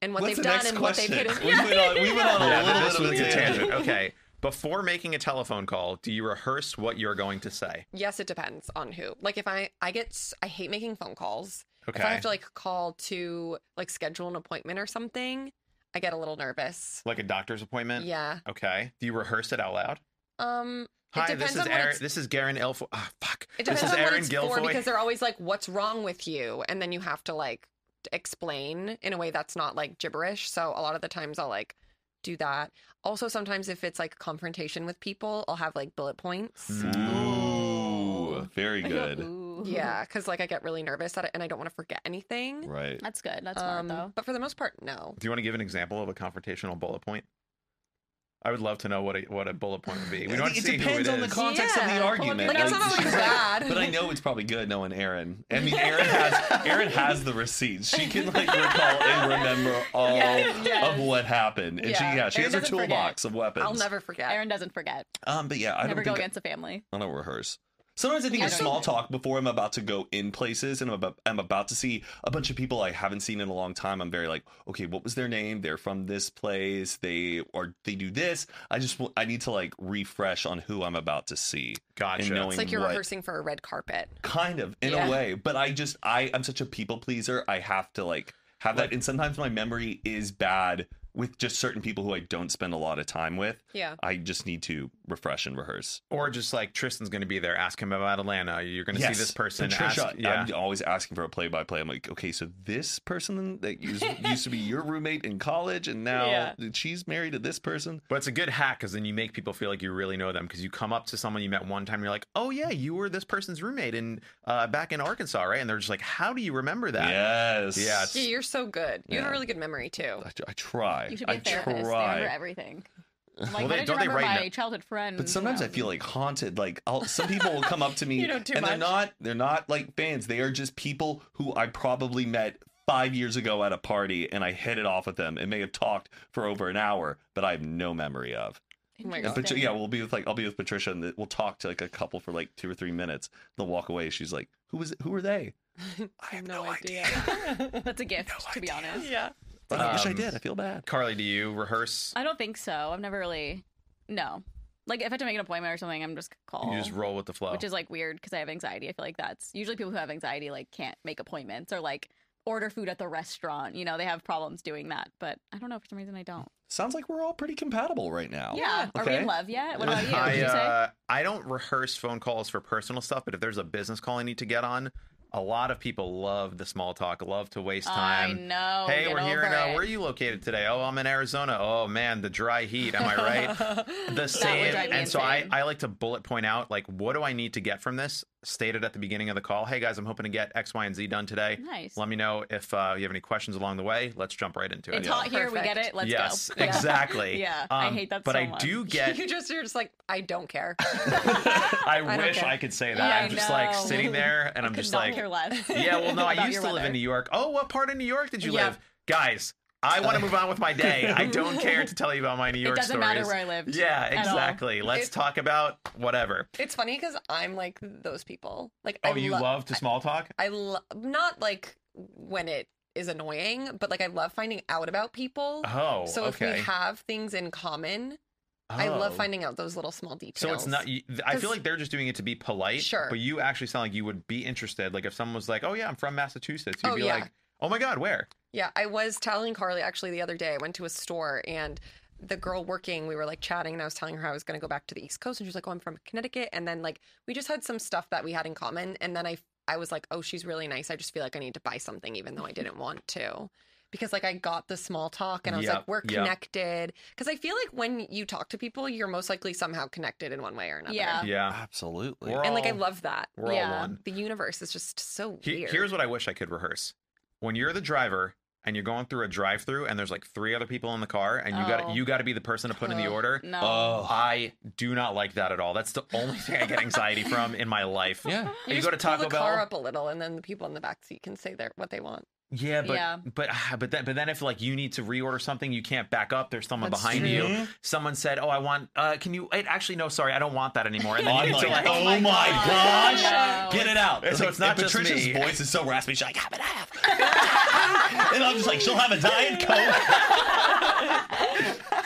Speaker 3: and what
Speaker 1: What's
Speaker 3: they've
Speaker 1: the
Speaker 3: done
Speaker 1: next
Speaker 3: and
Speaker 1: question?
Speaker 3: what they've
Speaker 1: we
Speaker 3: hidden.
Speaker 1: went on, we went on
Speaker 4: Yeah,
Speaker 1: a little
Speaker 4: this
Speaker 1: bit of a
Speaker 4: was a good
Speaker 1: tangent.
Speaker 4: tangent. Okay. Before making a telephone call, do you rehearse what you're going to say?
Speaker 3: Yes, it depends on who. Like if I I get s- I hate making phone calls.
Speaker 4: Okay.
Speaker 3: If I have to like call to like schedule an appointment or something, I get a little nervous.
Speaker 4: like a doctor's appointment?
Speaker 3: Yeah.
Speaker 4: Okay. Do you rehearse it out loud?
Speaker 3: Um it
Speaker 4: Hi,
Speaker 3: depends
Speaker 4: this is
Speaker 3: on what
Speaker 4: Aaron.
Speaker 3: it's-
Speaker 4: This is Garen Elfoy. Ah, fuck.
Speaker 3: it
Speaker 4: This
Speaker 3: depends
Speaker 4: is
Speaker 3: on what
Speaker 4: Aaron
Speaker 3: it's for
Speaker 4: Gilfoy.
Speaker 3: because they're always like, "What's wrong with you?" and then you have to like t- explain in a way that's not like gibberish. So a lot of the times I'll like do that. Also, sometimes if it's like confrontation with people, I'll have like bullet points.
Speaker 4: Mm.
Speaker 1: Ooh, very good.
Speaker 2: Ooh.
Speaker 3: yeah, because like I get really nervous that I, and I don't want to forget anything.
Speaker 1: Right.
Speaker 2: That's good. That's smart
Speaker 3: Um,
Speaker 2: though.
Speaker 3: But for the most part, no.
Speaker 4: Do you want to give an example of a confrontational bullet point? I would love to know what a, what a bullet point would be. We don't
Speaker 1: it
Speaker 4: see who it
Speaker 1: depends on the
Speaker 4: is.
Speaker 1: context of
Speaker 2: Yeah,
Speaker 1: the
Speaker 2: pull up
Speaker 1: argument.
Speaker 2: your
Speaker 3: Like, it's not always
Speaker 1: she's
Speaker 3: bad.
Speaker 1: But I know it's probably good knowing Aaron. I mean, Aaron has Aaron has the receipts. She can like recall and remember all
Speaker 2: Yes, yes.
Speaker 1: Oh. of what happened, and she
Speaker 2: Yeah.
Speaker 1: yeah she has
Speaker 2: Aaron
Speaker 1: her
Speaker 2: doesn't forget.
Speaker 1: toolbox of weapons.
Speaker 3: I'll never forget.
Speaker 2: Aaron doesn't forget.
Speaker 1: Um, but yeah, I
Speaker 2: Never
Speaker 1: don't
Speaker 2: go
Speaker 1: think
Speaker 2: against a family.
Speaker 1: I don't rehearse. Sometimes I think
Speaker 2: Yeah,
Speaker 1: of
Speaker 2: I don't
Speaker 1: small
Speaker 2: either.
Speaker 1: talk before I'm about to go in places and I'm about, I'm about to see a bunch of people I haven't seen in a long time. I'm very like, okay, what was their name? They're from this place. They or they do this. I just w- I need to like refresh on who I'm about to see.
Speaker 4: Gotcha.
Speaker 1: And knowing-
Speaker 3: it's like you're
Speaker 1: what-
Speaker 3: rehearsing for a red carpet.
Speaker 1: Kind of in
Speaker 2: Yeah.
Speaker 1: a way, but I just I I'm such a people pleaser. I have to like have that and sometimes my memory is bad with just certain people who I don't spend a lot of time with.
Speaker 3: Yeah.
Speaker 1: I just need to refresh and rehearse.
Speaker 4: or just like Tristan's going to be there. Ask him about Atlanta. You're going to see this person.
Speaker 1: Patricia,
Speaker 4: ask, yeah.
Speaker 1: I'm always asking for a play by play. I'm like, okay, so this person that used, used to be your roommate in college, and now
Speaker 2: Yeah.
Speaker 1: she's married to this person.
Speaker 4: But it's a good hack because then you make people feel like you really know them because you come up to someone you met one time, you're like, oh yeah, you were this person's roommate in uh, back in Arkansas, right? And they're just like, how do you remember that?
Speaker 1: Yes.
Speaker 4: Yeah, it's-
Speaker 3: Yeah, you're so good. You have
Speaker 1: Yeah.
Speaker 3: a really good memory too.
Speaker 1: I, I try.
Speaker 2: You should be
Speaker 1: I
Speaker 2: a therapist. They remember
Speaker 1: try.
Speaker 2: everything. Like,
Speaker 4: Well,
Speaker 2: well,
Speaker 4: they-
Speaker 2: did
Speaker 4: don't
Speaker 2: you
Speaker 4: they
Speaker 2: remember
Speaker 4: write
Speaker 2: my
Speaker 4: no-
Speaker 2: childhood friend?
Speaker 1: But sometimes I
Speaker 2: um,
Speaker 1: feel like haunted. Like I'll, some people will come up to me,
Speaker 2: You know too
Speaker 1: and they're
Speaker 2: much.
Speaker 1: not they're not like fans. They are just people who I probably met five years ago at a party, and I hit it off with them, and may have talked for over an hour, but I have no memory of.
Speaker 3: Oh my
Speaker 2: Interesting.
Speaker 3: God.
Speaker 1: And Patri- yeah, we'll be with like I'll be with Patricia, and th- we'll talk to like a couple for like two or three minutes. They'll walk away. She's like, "Who was? Who were they?" I have no, idea.
Speaker 2: That's a gift, to be honest.
Speaker 3: yeah.
Speaker 1: But I wish I
Speaker 4: Um,
Speaker 1: did. I feel bad.
Speaker 4: Carly, do you rehearse?
Speaker 2: I don't think so. I've never really. No. Like, if I have to make an appointment or something, I'm just call.
Speaker 4: You just roll with the flow.
Speaker 2: Which is like weird because I have anxiety. I feel like that's usually people who have anxiety like can't make appointments or like order food at the restaurant. You know, they have problems doing that. But I don't know for some reason I don't.
Speaker 1: Sounds like we're all pretty compatible right now.
Speaker 2: yeah. Are we
Speaker 1: Okay.
Speaker 2: in love yet? What about you? Would
Speaker 4: I,
Speaker 2: you say?
Speaker 4: Oh, uh, I don't rehearse phone calls for personal stuff, but if there's a business call I need to get on, a lot of people love the small talk, love to waste
Speaker 2: I
Speaker 4: time.
Speaker 2: know.
Speaker 4: Hey,
Speaker 2: Get
Speaker 4: we're here. In,
Speaker 2: over
Speaker 4: uh,
Speaker 2: it.
Speaker 4: where are you located today? Oh, I'm in Arizona. Oh man, the dry heat. Am I right? the same.
Speaker 2: drive
Speaker 4: And
Speaker 2: me
Speaker 4: so I,
Speaker 2: insane.
Speaker 4: I like to bullet point out like, what do I need to get from this? Stated at the beginning of the call. Hey guys, I'm hoping to get X, Y, and Z done today.
Speaker 2: Nice.
Speaker 4: Let me know if uh, you have any questions along the way. Let's jump right into it.
Speaker 2: It's hot here. We
Speaker 3: Perfect.
Speaker 2: get it. Let's
Speaker 4: yes,
Speaker 2: go. Yeah.
Speaker 4: exactly. Um,
Speaker 2: Yeah, I hate that
Speaker 4: But
Speaker 2: so
Speaker 4: I
Speaker 2: much.
Speaker 4: do get
Speaker 3: You just you're just like I don't care.
Speaker 4: I,
Speaker 3: don't
Speaker 4: wish
Speaker 3: care.
Speaker 4: I could say that.
Speaker 2: Yeah,
Speaker 4: I'm
Speaker 2: I
Speaker 4: just like
Speaker 2: know.
Speaker 4: sitting there and I'm
Speaker 2: Could
Speaker 4: just
Speaker 2: not
Speaker 4: like,
Speaker 2: care less.
Speaker 4: yeah, well, no, I
Speaker 2: about
Speaker 4: used
Speaker 2: your
Speaker 4: to live in
Speaker 2: weather.
Speaker 4: New York. Oh, what part of New York did you
Speaker 3: Yeah.
Speaker 4: live? Guys, I want to move on with my day. I don't care to tell you about my New York
Speaker 2: it doesn't
Speaker 4: stories.
Speaker 2: matter where I lived.
Speaker 4: yeah,
Speaker 2: at all.
Speaker 4: exactly. Let's
Speaker 3: It-
Speaker 4: talk about whatever.
Speaker 3: It's funny because I'm like those people. Like
Speaker 4: Oh,
Speaker 3: I
Speaker 4: you
Speaker 3: lo-
Speaker 4: love to small talk?
Speaker 3: I love not like when it is annoying, but like I love finding out about people.
Speaker 4: Oh,
Speaker 3: so
Speaker 4: okay.
Speaker 3: if we have things in common, I
Speaker 4: Oh.
Speaker 3: love finding out those little small details.
Speaker 4: So it's not. you- I feel
Speaker 3: 'Cause-
Speaker 4: like they're just doing it to be polite.
Speaker 3: Sure.
Speaker 4: But you actually sound like you would be interested. Like if someone was like, "Oh yeah, I'm from Massachusetts," you'd
Speaker 3: Oh,
Speaker 4: be
Speaker 3: yeah.
Speaker 4: like, "Oh my god, where?"
Speaker 3: Yeah, I was telling Carly actually the other day. I went to a store and the girl working, we were like chatting, and I was telling her I was going to go back to the East Coast, and she was like, "Oh, I'm from Connecticut." And then like we just had some stuff that we had in common, and then I I was like, "Oh, she's really nice." I just feel like I need to buy something, even though I didn't want to. Because like I got the small talk and I was
Speaker 4: Yep,
Speaker 3: like, we're
Speaker 4: yep.
Speaker 3: connected. Because I feel like when you talk to people, you're most likely somehow connected in one way or another.
Speaker 2: Yeah.
Speaker 4: Yeah,
Speaker 1: Absolutely.
Speaker 4: We're
Speaker 3: And like I
Speaker 4: all-
Speaker 3: love that.
Speaker 4: we're all
Speaker 2: Yeah.
Speaker 4: one.
Speaker 3: The universe is just so
Speaker 4: He-
Speaker 3: weird.
Speaker 4: here's what I wish I could rehearse. When you're the driver and you're going through a drive-through and there's like three other people in the car and you
Speaker 2: Oh.
Speaker 4: got you got to be the person to put in the
Speaker 3: Ugh,
Speaker 4: order.
Speaker 2: No.
Speaker 1: oh,
Speaker 4: I do not like that at all. That's the only thing I get anxiety from in my life.
Speaker 1: yeah.
Speaker 4: And you go to
Speaker 3: just pull
Speaker 4: Taco
Speaker 3: the car
Speaker 4: Bell.
Speaker 3: up a little, and then the people in the back seat can say their what they want.
Speaker 4: Yeah, but
Speaker 2: Yeah.
Speaker 4: but ah, but then but then if like you need to reorder something, you can't back up. There's someone
Speaker 3: That's
Speaker 4: behind
Speaker 3: true.
Speaker 4: you. Someone said, "Oh, I want. uh Can you? It, actually, no. Sorry, I don't want that anymore." And then
Speaker 1: I'm
Speaker 4: you need to,
Speaker 1: like,
Speaker 4: like,
Speaker 1: oh, my, gosh,
Speaker 2: gosh.
Speaker 1: get it out.
Speaker 4: So
Speaker 1: like,
Speaker 4: it's not
Speaker 1: and
Speaker 4: just
Speaker 1: Patricia's
Speaker 4: me.
Speaker 1: voice is so raspy. She's like, half and half. and I'm just like, she'll have a diet coke.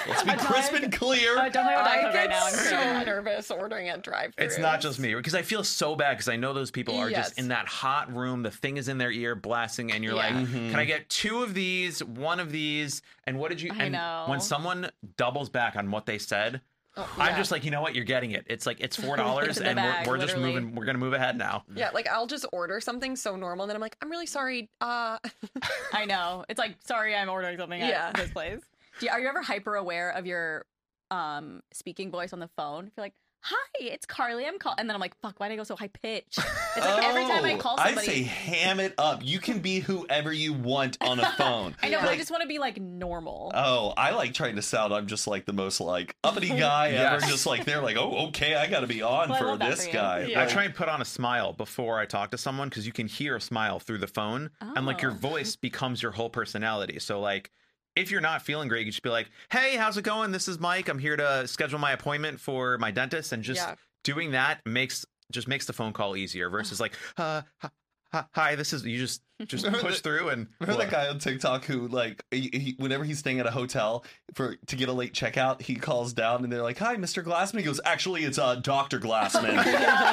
Speaker 1: Let's be crisp and clear.
Speaker 2: I don't have a
Speaker 3: I
Speaker 2: diet Coke right
Speaker 3: get
Speaker 2: now. I'm
Speaker 3: so
Speaker 2: craving it.
Speaker 3: nervous ordering at drive
Speaker 4: It's not just me because I feel so bad because I know those people are
Speaker 3: Yes.
Speaker 4: just in that hot room. The thing is in their ear blasting, and you're like,
Speaker 3: Yeah.
Speaker 4: "Can I get two of these? One of these?" And what did you?
Speaker 2: I
Speaker 4: and
Speaker 2: know.
Speaker 4: When someone doubles back on what they said,
Speaker 3: Oh,
Speaker 4: I'm just like, you know what? You're getting it. It's like it's four
Speaker 2: It's
Speaker 4: dollars,
Speaker 2: in the
Speaker 4: and we're,
Speaker 2: bag,
Speaker 4: we're just
Speaker 2: literally.
Speaker 4: moving. We're gonna move ahead now.
Speaker 3: Yeah, like I'll just order something so normal, and then I'm like, I'm really sorry. Uh,
Speaker 2: I know. It's like, sorry, I'm ordering something at
Speaker 3: Yeah.
Speaker 2: this place. Do you, are you ever hyper aware of your um, speaking voice on the phone? If you're like, hi, it's Carly. I'm call, and then I'm like, fuck, why did I go so high pitched? It's like every time I call somebody,
Speaker 1: Oh, I say ham it up. You can be whoever you want on a phone.
Speaker 2: I know, but I
Speaker 1: Like,
Speaker 2: just want to be like normal.
Speaker 1: Oh, I like trying to sound. I'm just like the most like uppity guy ever.
Speaker 4: Yes.
Speaker 1: Just like they're like, oh, okay, I got to be on
Speaker 2: Well, I
Speaker 1: for
Speaker 2: love that
Speaker 1: this
Speaker 2: for you.
Speaker 1: guy.
Speaker 2: Yeah.
Speaker 4: I
Speaker 1: Like,
Speaker 4: try and put on a smile before I talk to someone because you can hear a smile through the phone, and like your
Speaker 2: Oh.
Speaker 4: voice becomes your whole personality. So like, if you're not feeling great, you just be like, "Hey, how's it going? This is Mike. I'm here to schedule my appointment for my dentist." And just
Speaker 3: Yeah.
Speaker 4: doing that makes just makes the phone call easier versus like, "Uh, hi- hi, hi, this is." You just just
Speaker 1: Remember
Speaker 4: push
Speaker 1: the-
Speaker 4: through and
Speaker 1: Remember that guy on TikTok who, like, he, he, whenever he's staying at a hotel for to get a late checkout, he calls down and they're like, "Hi, Mr. Glassman." He goes, "Actually, it's uh, Doctor Glassman."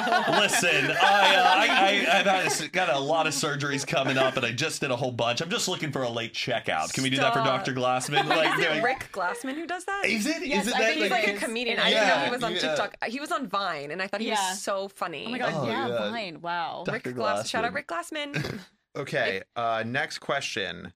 Speaker 1: Listen, I, uh, I, I I've had a, got a lot of surgeries coming up, and I just did a whole bunch. I'm just looking for a late checkout. Can we do that for
Speaker 3: Stop.
Speaker 1: Doctor Glassman? Like,
Speaker 3: Is it
Speaker 1: they're like,
Speaker 3: Rick Glassman who does that?
Speaker 1: is it? Is
Speaker 2: Yes,
Speaker 1: it
Speaker 2: I
Speaker 1: that?
Speaker 2: think
Speaker 3: He's like a
Speaker 2: Yes.
Speaker 3: comedian.
Speaker 2: It
Speaker 3: I didn't know
Speaker 1: is.
Speaker 3: he was on
Speaker 1: Yeah.
Speaker 3: TikTok. He was on Vine, and I thought he
Speaker 2: Yeah.
Speaker 3: was so funny.
Speaker 2: oh my god,
Speaker 1: Oh,
Speaker 2: yeah,
Speaker 1: yeah.
Speaker 2: fine, wow.
Speaker 1: Doc-
Speaker 3: Rick
Speaker 1: Dr.
Speaker 3: Glass. Shout
Speaker 1: Glassman.
Speaker 3: out Rick Glassman.
Speaker 4: Okay. Uh, next question: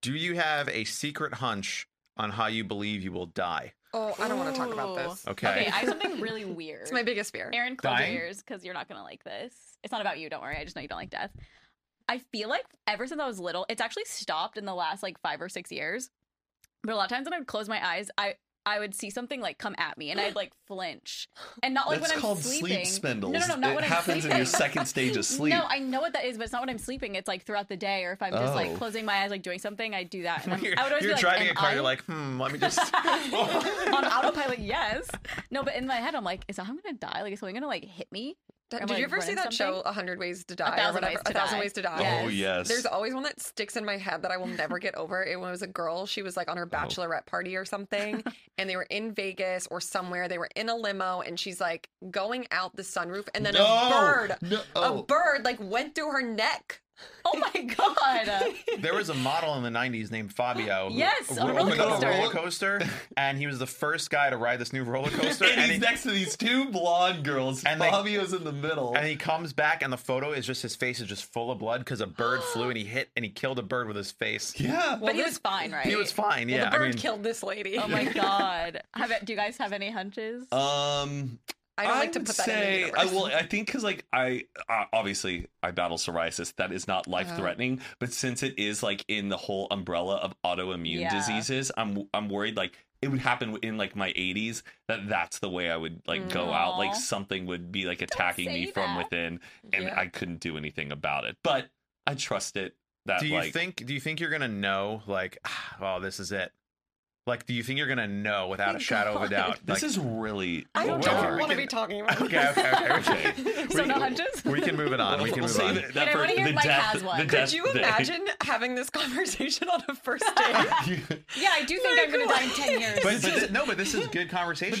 Speaker 4: Do you have a secret hunch on how you believe you will die?
Speaker 3: oh, I don't want to talk about this.
Speaker 2: Ooh.
Speaker 4: Okay.
Speaker 2: Okay, I have something really weird.
Speaker 3: It's my biggest fear.
Speaker 2: Aaron, close
Speaker 4: Dying?
Speaker 2: your ears because you're not gonna like this. It's not about you. Don't worry. I just know you don't like death. I feel like ever since I was little, it's actually stopped in the last like five or six years. But a lot of times when I would close my eyes, I I would see something like come at me, and I'd like flinch, and not like
Speaker 1: That's
Speaker 2: when I'm
Speaker 1: called
Speaker 2: sleeping.
Speaker 1: sleep spindles.
Speaker 2: No, no, no, not
Speaker 1: it
Speaker 2: when I'm
Speaker 1: happens in your
Speaker 2: sleeping.
Speaker 1: second stage of sleep.
Speaker 2: No, I know what that is, but it's not when I'm sleeping. It's like throughout the day, or if I'm just
Speaker 1: Oh.
Speaker 2: like closing my eyes, like doing something, I do that. And I'm-
Speaker 4: You're,
Speaker 2: I would always
Speaker 4: you're
Speaker 2: be like,
Speaker 4: driving
Speaker 2: "Am
Speaker 4: a car. You're
Speaker 2: I
Speaker 4: like, hmm. Let me just.
Speaker 1: "Oh."
Speaker 2: on autopilot, yes. No, but in my head, I'm like, is I'm gonna die? Like, is someone gonna like hit me?
Speaker 3: Did
Speaker 2: I'm,
Speaker 3: you
Speaker 2: like,
Speaker 3: ever see
Speaker 2: running
Speaker 3: that show,
Speaker 2: something?
Speaker 3: A Hundred Ways to Die? or
Speaker 2: Thousand
Speaker 3: whatever?
Speaker 2: Ways to
Speaker 3: a Thousand
Speaker 2: Die.
Speaker 3: Ways to Die.
Speaker 2: Yes.
Speaker 1: Oh yes.
Speaker 3: There's always one that sticks in my head that I will never get over. It was a girl. She was like on her
Speaker 1: Oh.
Speaker 3: bachelorette party or something, and they were in Vegas or somewhere. They were in a limo, and she's like going out the sunroof, and then a bird,
Speaker 1: No. Oh.
Speaker 3: a bird like went through her neck.
Speaker 2: Oh my god!
Speaker 4: There was a model in the 90s named Fabio. who
Speaker 2: Yes, a
Speaker 4: ro-
Speaker 2: roller
Speaker 4: opened up a
Speaker 2: coaster.
Speaker 4: roller coaster, and he was the first guy to ride this new roller coaster.
Speaker 1: and he's
Speaker 4: he,
Speaker 1: next to these two blonde girls.
Speaker 4: And they-
Speaker 1: Fabio's in the middle.
Speaker 4: and he comes back, and the photo is just his face is just full of blood because a bird flew and he hit and he killed a bird with his face.
Speaker 1: yeah.
Speaker 2: but he was fine, right?
Speaker 4: He was fine.
Speaker 3: Well,
Speaker 4: Yeah,
Speaker 3: the bird
Speaker 4: I mean,
Speaker 3: killed this lady.
Speaker 2: Oh my god! Have it, do you guys have any hunches?
Speaker 4: Uh,
Speaker 1: Um,
Speaker 3: I don't like to
Speaker 1: would
Speaker 3: put that
Speaker 1: say
Speaker 3: in the
Speaker 1: I
Speaker 3: universe.
Speaker 1: will. I think because like I uh, obviously I battle psoriasis. That is not life threatening,
Speaker 3: Uh-huh.
Speaker 1: but since it is like in the whole umbrella of autoimmune
Speaker 2: Yeah.
Speaker 1: diseases, I'm I'm worried like it would happen in like my 80s that that's the way I would like go out. Like
Speaker 2: Aw.
Speaker 1: something would be like attacking
Speaker 2: say
Speaker 1: me from
Speaker 2: that.
Speaker 1: within, and
Speaker 3: Yeah.
Speaker 1: I couldn't do anything about it. But I trust it. That
Speaker 4: do you
Speaker 1: like
Speaker 4: think do you think you're gonna know like, "Ah, oh, this is it? Like, do you think you're gonna know without a shadow of a doubt?
Speaker 1: this
Speaker 4: like,
Speaker 1: is really
Speaker 3: I don't
Speaker 4: Well,
Speaker 1: Wow.
Speaker 4: we
Speaker 3: want to
Speaker 4: can-
Speaker 3: be talking about.
Speaker 4: okay, okay, okay, okay.
Speaker 2: so
Speaker 4: we-
Speaker 2: no hunches.
Speaker 4: We can move it on. We
Speaker 1: We'll-
Speaker 4: can
Speaker 1: we'll
Speaker 4: move
Speaker 1: save
Speaker 4: on.
Speaker 1: it- that
Speaker 2: Wait, I
Speaker 1: for
Speaker 2: wanna hear
Speaker 1: the
Speaker 2: if Mike
Speaker 1: death-
Speaker 2: has one.
Speaker 1: the
Speaker 2: Could
Speaker 1: death
Speaker 3: Could you
Speaker 1: day.
Speaker 3: imagine having this conversation on a first date?
Speaker 2: yeah, I do think I'm gonna die in ten years.
Speaker 4: But, but thi- no, but this is good conversation.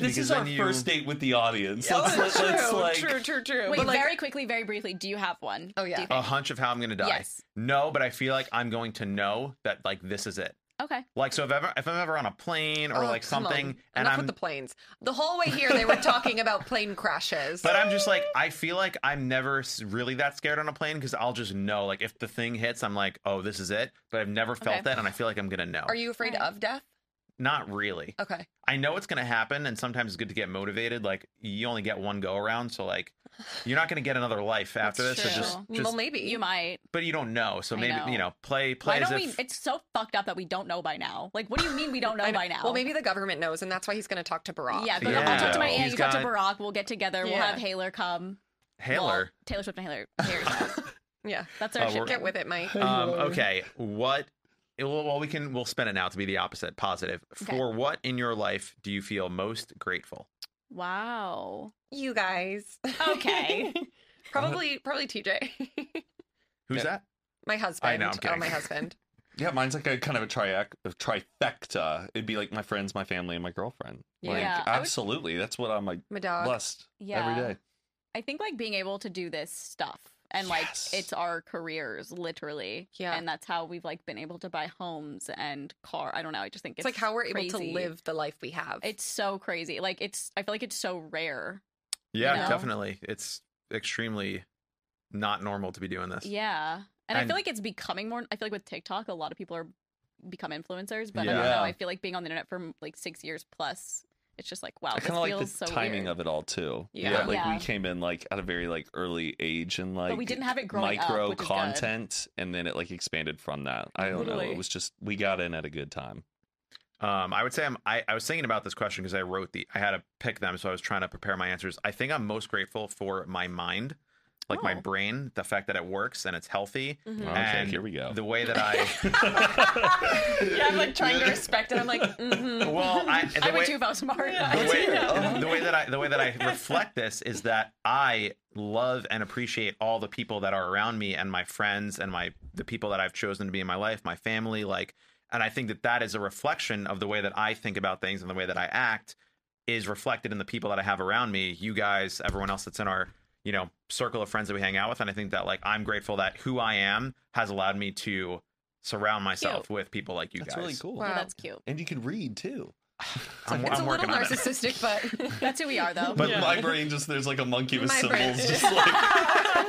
Speaker 1: But this
Speaker 4: because
Speaker 1: is our
Speaker 4: then you,
Speaker 1: first date with the audience.
Speaker 3: Oh,
Speaker 1: Let's, let's,
Speaker 3: true,
Speaker 1: let's, like,
Speaker 3: true, true, true.
Speaker 2: Wait,
Speaker 3: But, like,
Speaker 2: very quickly, very briefly. Do you have one?
Speaker 3: Oh, yeah.
Speaker 2: Do you think-
Speaker 4: a hunch of how I'm gonna die.
Speaker 2: Yes.
Speaker 4: No, but I feel like I'm going to know that like this is it.
Speaker 2: okay.
Speaker 4: Like so if ever if I'm ever on a plane or
Speaker 3: Oh,
Speaker 4: like
Speaker 3: come
Speaker 4: something
Speaker 3: on.
Speaker 4: and
Speaker 3: Enough
Speaker 4: I'm
Speaker 3: with the planes. The whole way here, they were talking about plane crashes.
Speaker 4: but I'm just like I feel like I'm never s- really that scared on a plane because I'll just know like if the thing hits I'm like oh this is it but I've never felt
Speaker 2: Okay.
Speaker 4: that and I feel like I'm gonna know
Speaker 3: Are you afraid
Speaker 2: Alright.
Speaker 3: of death?
Speaker 4: not really
Speaker 3: Okay.
Speaker 4: I know it's gonna happen and sometimes it's good to get motivated like you only get one go around so like you're not gonna get another life after
Speaker 3: That's
Speaker 4: this so
Speaker 2: true.
Speaker 4: just, just
Speaker 3: well, maybe.
Speaker 2: You might.
Speaker 4: but you don't know so
Speaker 2: I
Speaker 4: maybe
Speaker 2: know.
Speaker 4: you know play play
Speaker 2: Why
Speaker 4: as
Speaker 2: don't
Speaker 4: if
Speaker 2: we? It's so fucked up that we don't know by now. Like, what do you mean we don't know,
Speaker 3: I know-
Speaker 2: by now?
Speaker 3: Well, maybe the government knows, and that's why he's going to talk to Barack.
Speaker 2: Yeah, but
Speaker 4: Yeah.
Speaker 2: I'll talk to my aunt.
Speaker 4: He's
Speaker 2: you talk to
Speaker 4: got-
Speaker 2: Barack. We'll get together. We'll
Speaker 3: Yeah.
Speaker 2: have Haler come. Well,
Speaker 4: Haler
Speaker 2: Taylor Swift and Haler. Haler's house.
Speaker 3: Yeah.
Speaker 2: That's our
Speaker 4: Oh,
Speaker 2: shit.
Speaker 4: we're-
Speaker 3: Get with it, Mike.
Speaker 4: Um, okay, what? Well, well, we can we'll spin it now to be the opposite, positive.
Speaker 2: Okay.
Speaker 4: For what in your life do you feel most grateful?
Speaker 2: Wow.
Speaker 3: You guys.
Speaker 2: Okay.
Speaker 3: probably, probably TJ.
Speaker 4: Who's
Speaker 1: Yeah.
Speaker 4: that?
Speaker 3: my husband.
Speaker 4: I know, I'm
Speaker 3: oh,
Speaker 4: kidding.
Speaker 3: my husband.
Speaker 1: yeah, mine's like a kind of a, triac- a trifecta. It'd be like my friends, my family, and my girlfriend. Like,
Speaker 2: Yeah, I would-
Speaker 1: absolutely. That's what I'm like
Speaker 3: My dog.
Speaker 1: blessed
Speaker 2: Yeah.
Speaker 1: every day.
Speaker 2: I think like being able to do this stuff and like
Speaker 1: Yes.
Speaker 2: it's our careers literally.
Speaker 3: Yeah.
Speaker 2: And that's how we've like been able to buy homes and car. I don't know. I just think
Speaker 3: It's
Speaker 2: it's,
Speaker 3: like how we're able to
Speaker 2: crazy.
Speaker 3: live the life we have.
Speaker 2: It's so crazy. Like it's I feel like it's so rare.
Speaker 4: Yeah,
Speaker 2: No.
Speaker 4: definitely. It's extremely not normal to be doing this.
Speaker 2: Yeah. And I
Speaker 4: And-
Speaker 2: feel like it's becoming more I feel like with TikTok a lot of people are become influencers, but I
Speaker 1: Yeah.
Speaker 2: don't know. I feel like being on the internet for like 6 years plus It's just like wow,
Speaker 1: I
Speaker 2: this
Speaker 1: kind of
Speaker 2: feels
Speaker 1: like the
Speaker 2: so
Speaker 1: timing
Speaker 2: weird.
Speaker 1: of it all too.
Speaker 3: Yeah.
Speaker 1: like
Speaker 2: Yeah.
Speaker 1: we came in like at a very like early age and like
Speaker 2: But we didn't have it growing up,
Speaker 1: micro
Speaker 2: which is good.
Speaker 1: content, and then it like expanded from that. I don't know.
Speaker 2: Totally.
Speaker 1: It was just we got in at a good time.
Speaker 4: Um, I would say I'm, I, I was thinking about this question because I wrote the, I had to pick them. So I was trying to prepare my answers. I think I'm most grateful for my mind, like my
Speaker 2: Oh.
Speaker 4: brain, the fact that it works and it's healthy.
Speaker 3: Mm-hmm.
Speaker 2: Mm-hmm.
Speaker 1: Okay,
Speaker 4: And
Speaker 1: here we go.
Speaker 4: The way that I,
Speaker 3: yeah, I'm like trying to respect it. I'm like, mm-hmm.
Speaker 4: well, I, the
Speaker 2: I would
Speaker 4: way,
Speaker 2: too if I was smart.
Speaker 4: the
Speaker 2: but,
Speaker 4: way,
Speaker 2: you know.
Speaker 4: the way that I the way that I reflect this is that I love and appreciate all the people that are around me and my friends and my the people that I've chosen to be in my life, my family, like and I think that that is a reflection of the way that I think about things and the way that I act is reflected in the people that I have around me, you guys, everyone else that's in our, you know, circle of friends that we hang out with and I think that like I'm grateful that who I am has allowed me to surround myself with people like you
Speaker 1: That's
Speaker 4: guys.
Speaker 1: really cool.
Speaker 2: Oh,
Speaker 3: Wow.
Speaker 2: that's cute.
Speaker 1: And you can read too.
Speaker 4: I'm, I'm
Speaker 3: it's a little
Speaker 4: working on it.
Speaker 3: narcissistic, but
Speaker 2: That's who we are, though.
Speaker 1: But
Speaker 4: Yeah.
Speaker 1: my brain just there's like a monkey with
Speaker 3: My
Speaker 1: symbols,
Speaker 3: brain-
Speaker 1: just like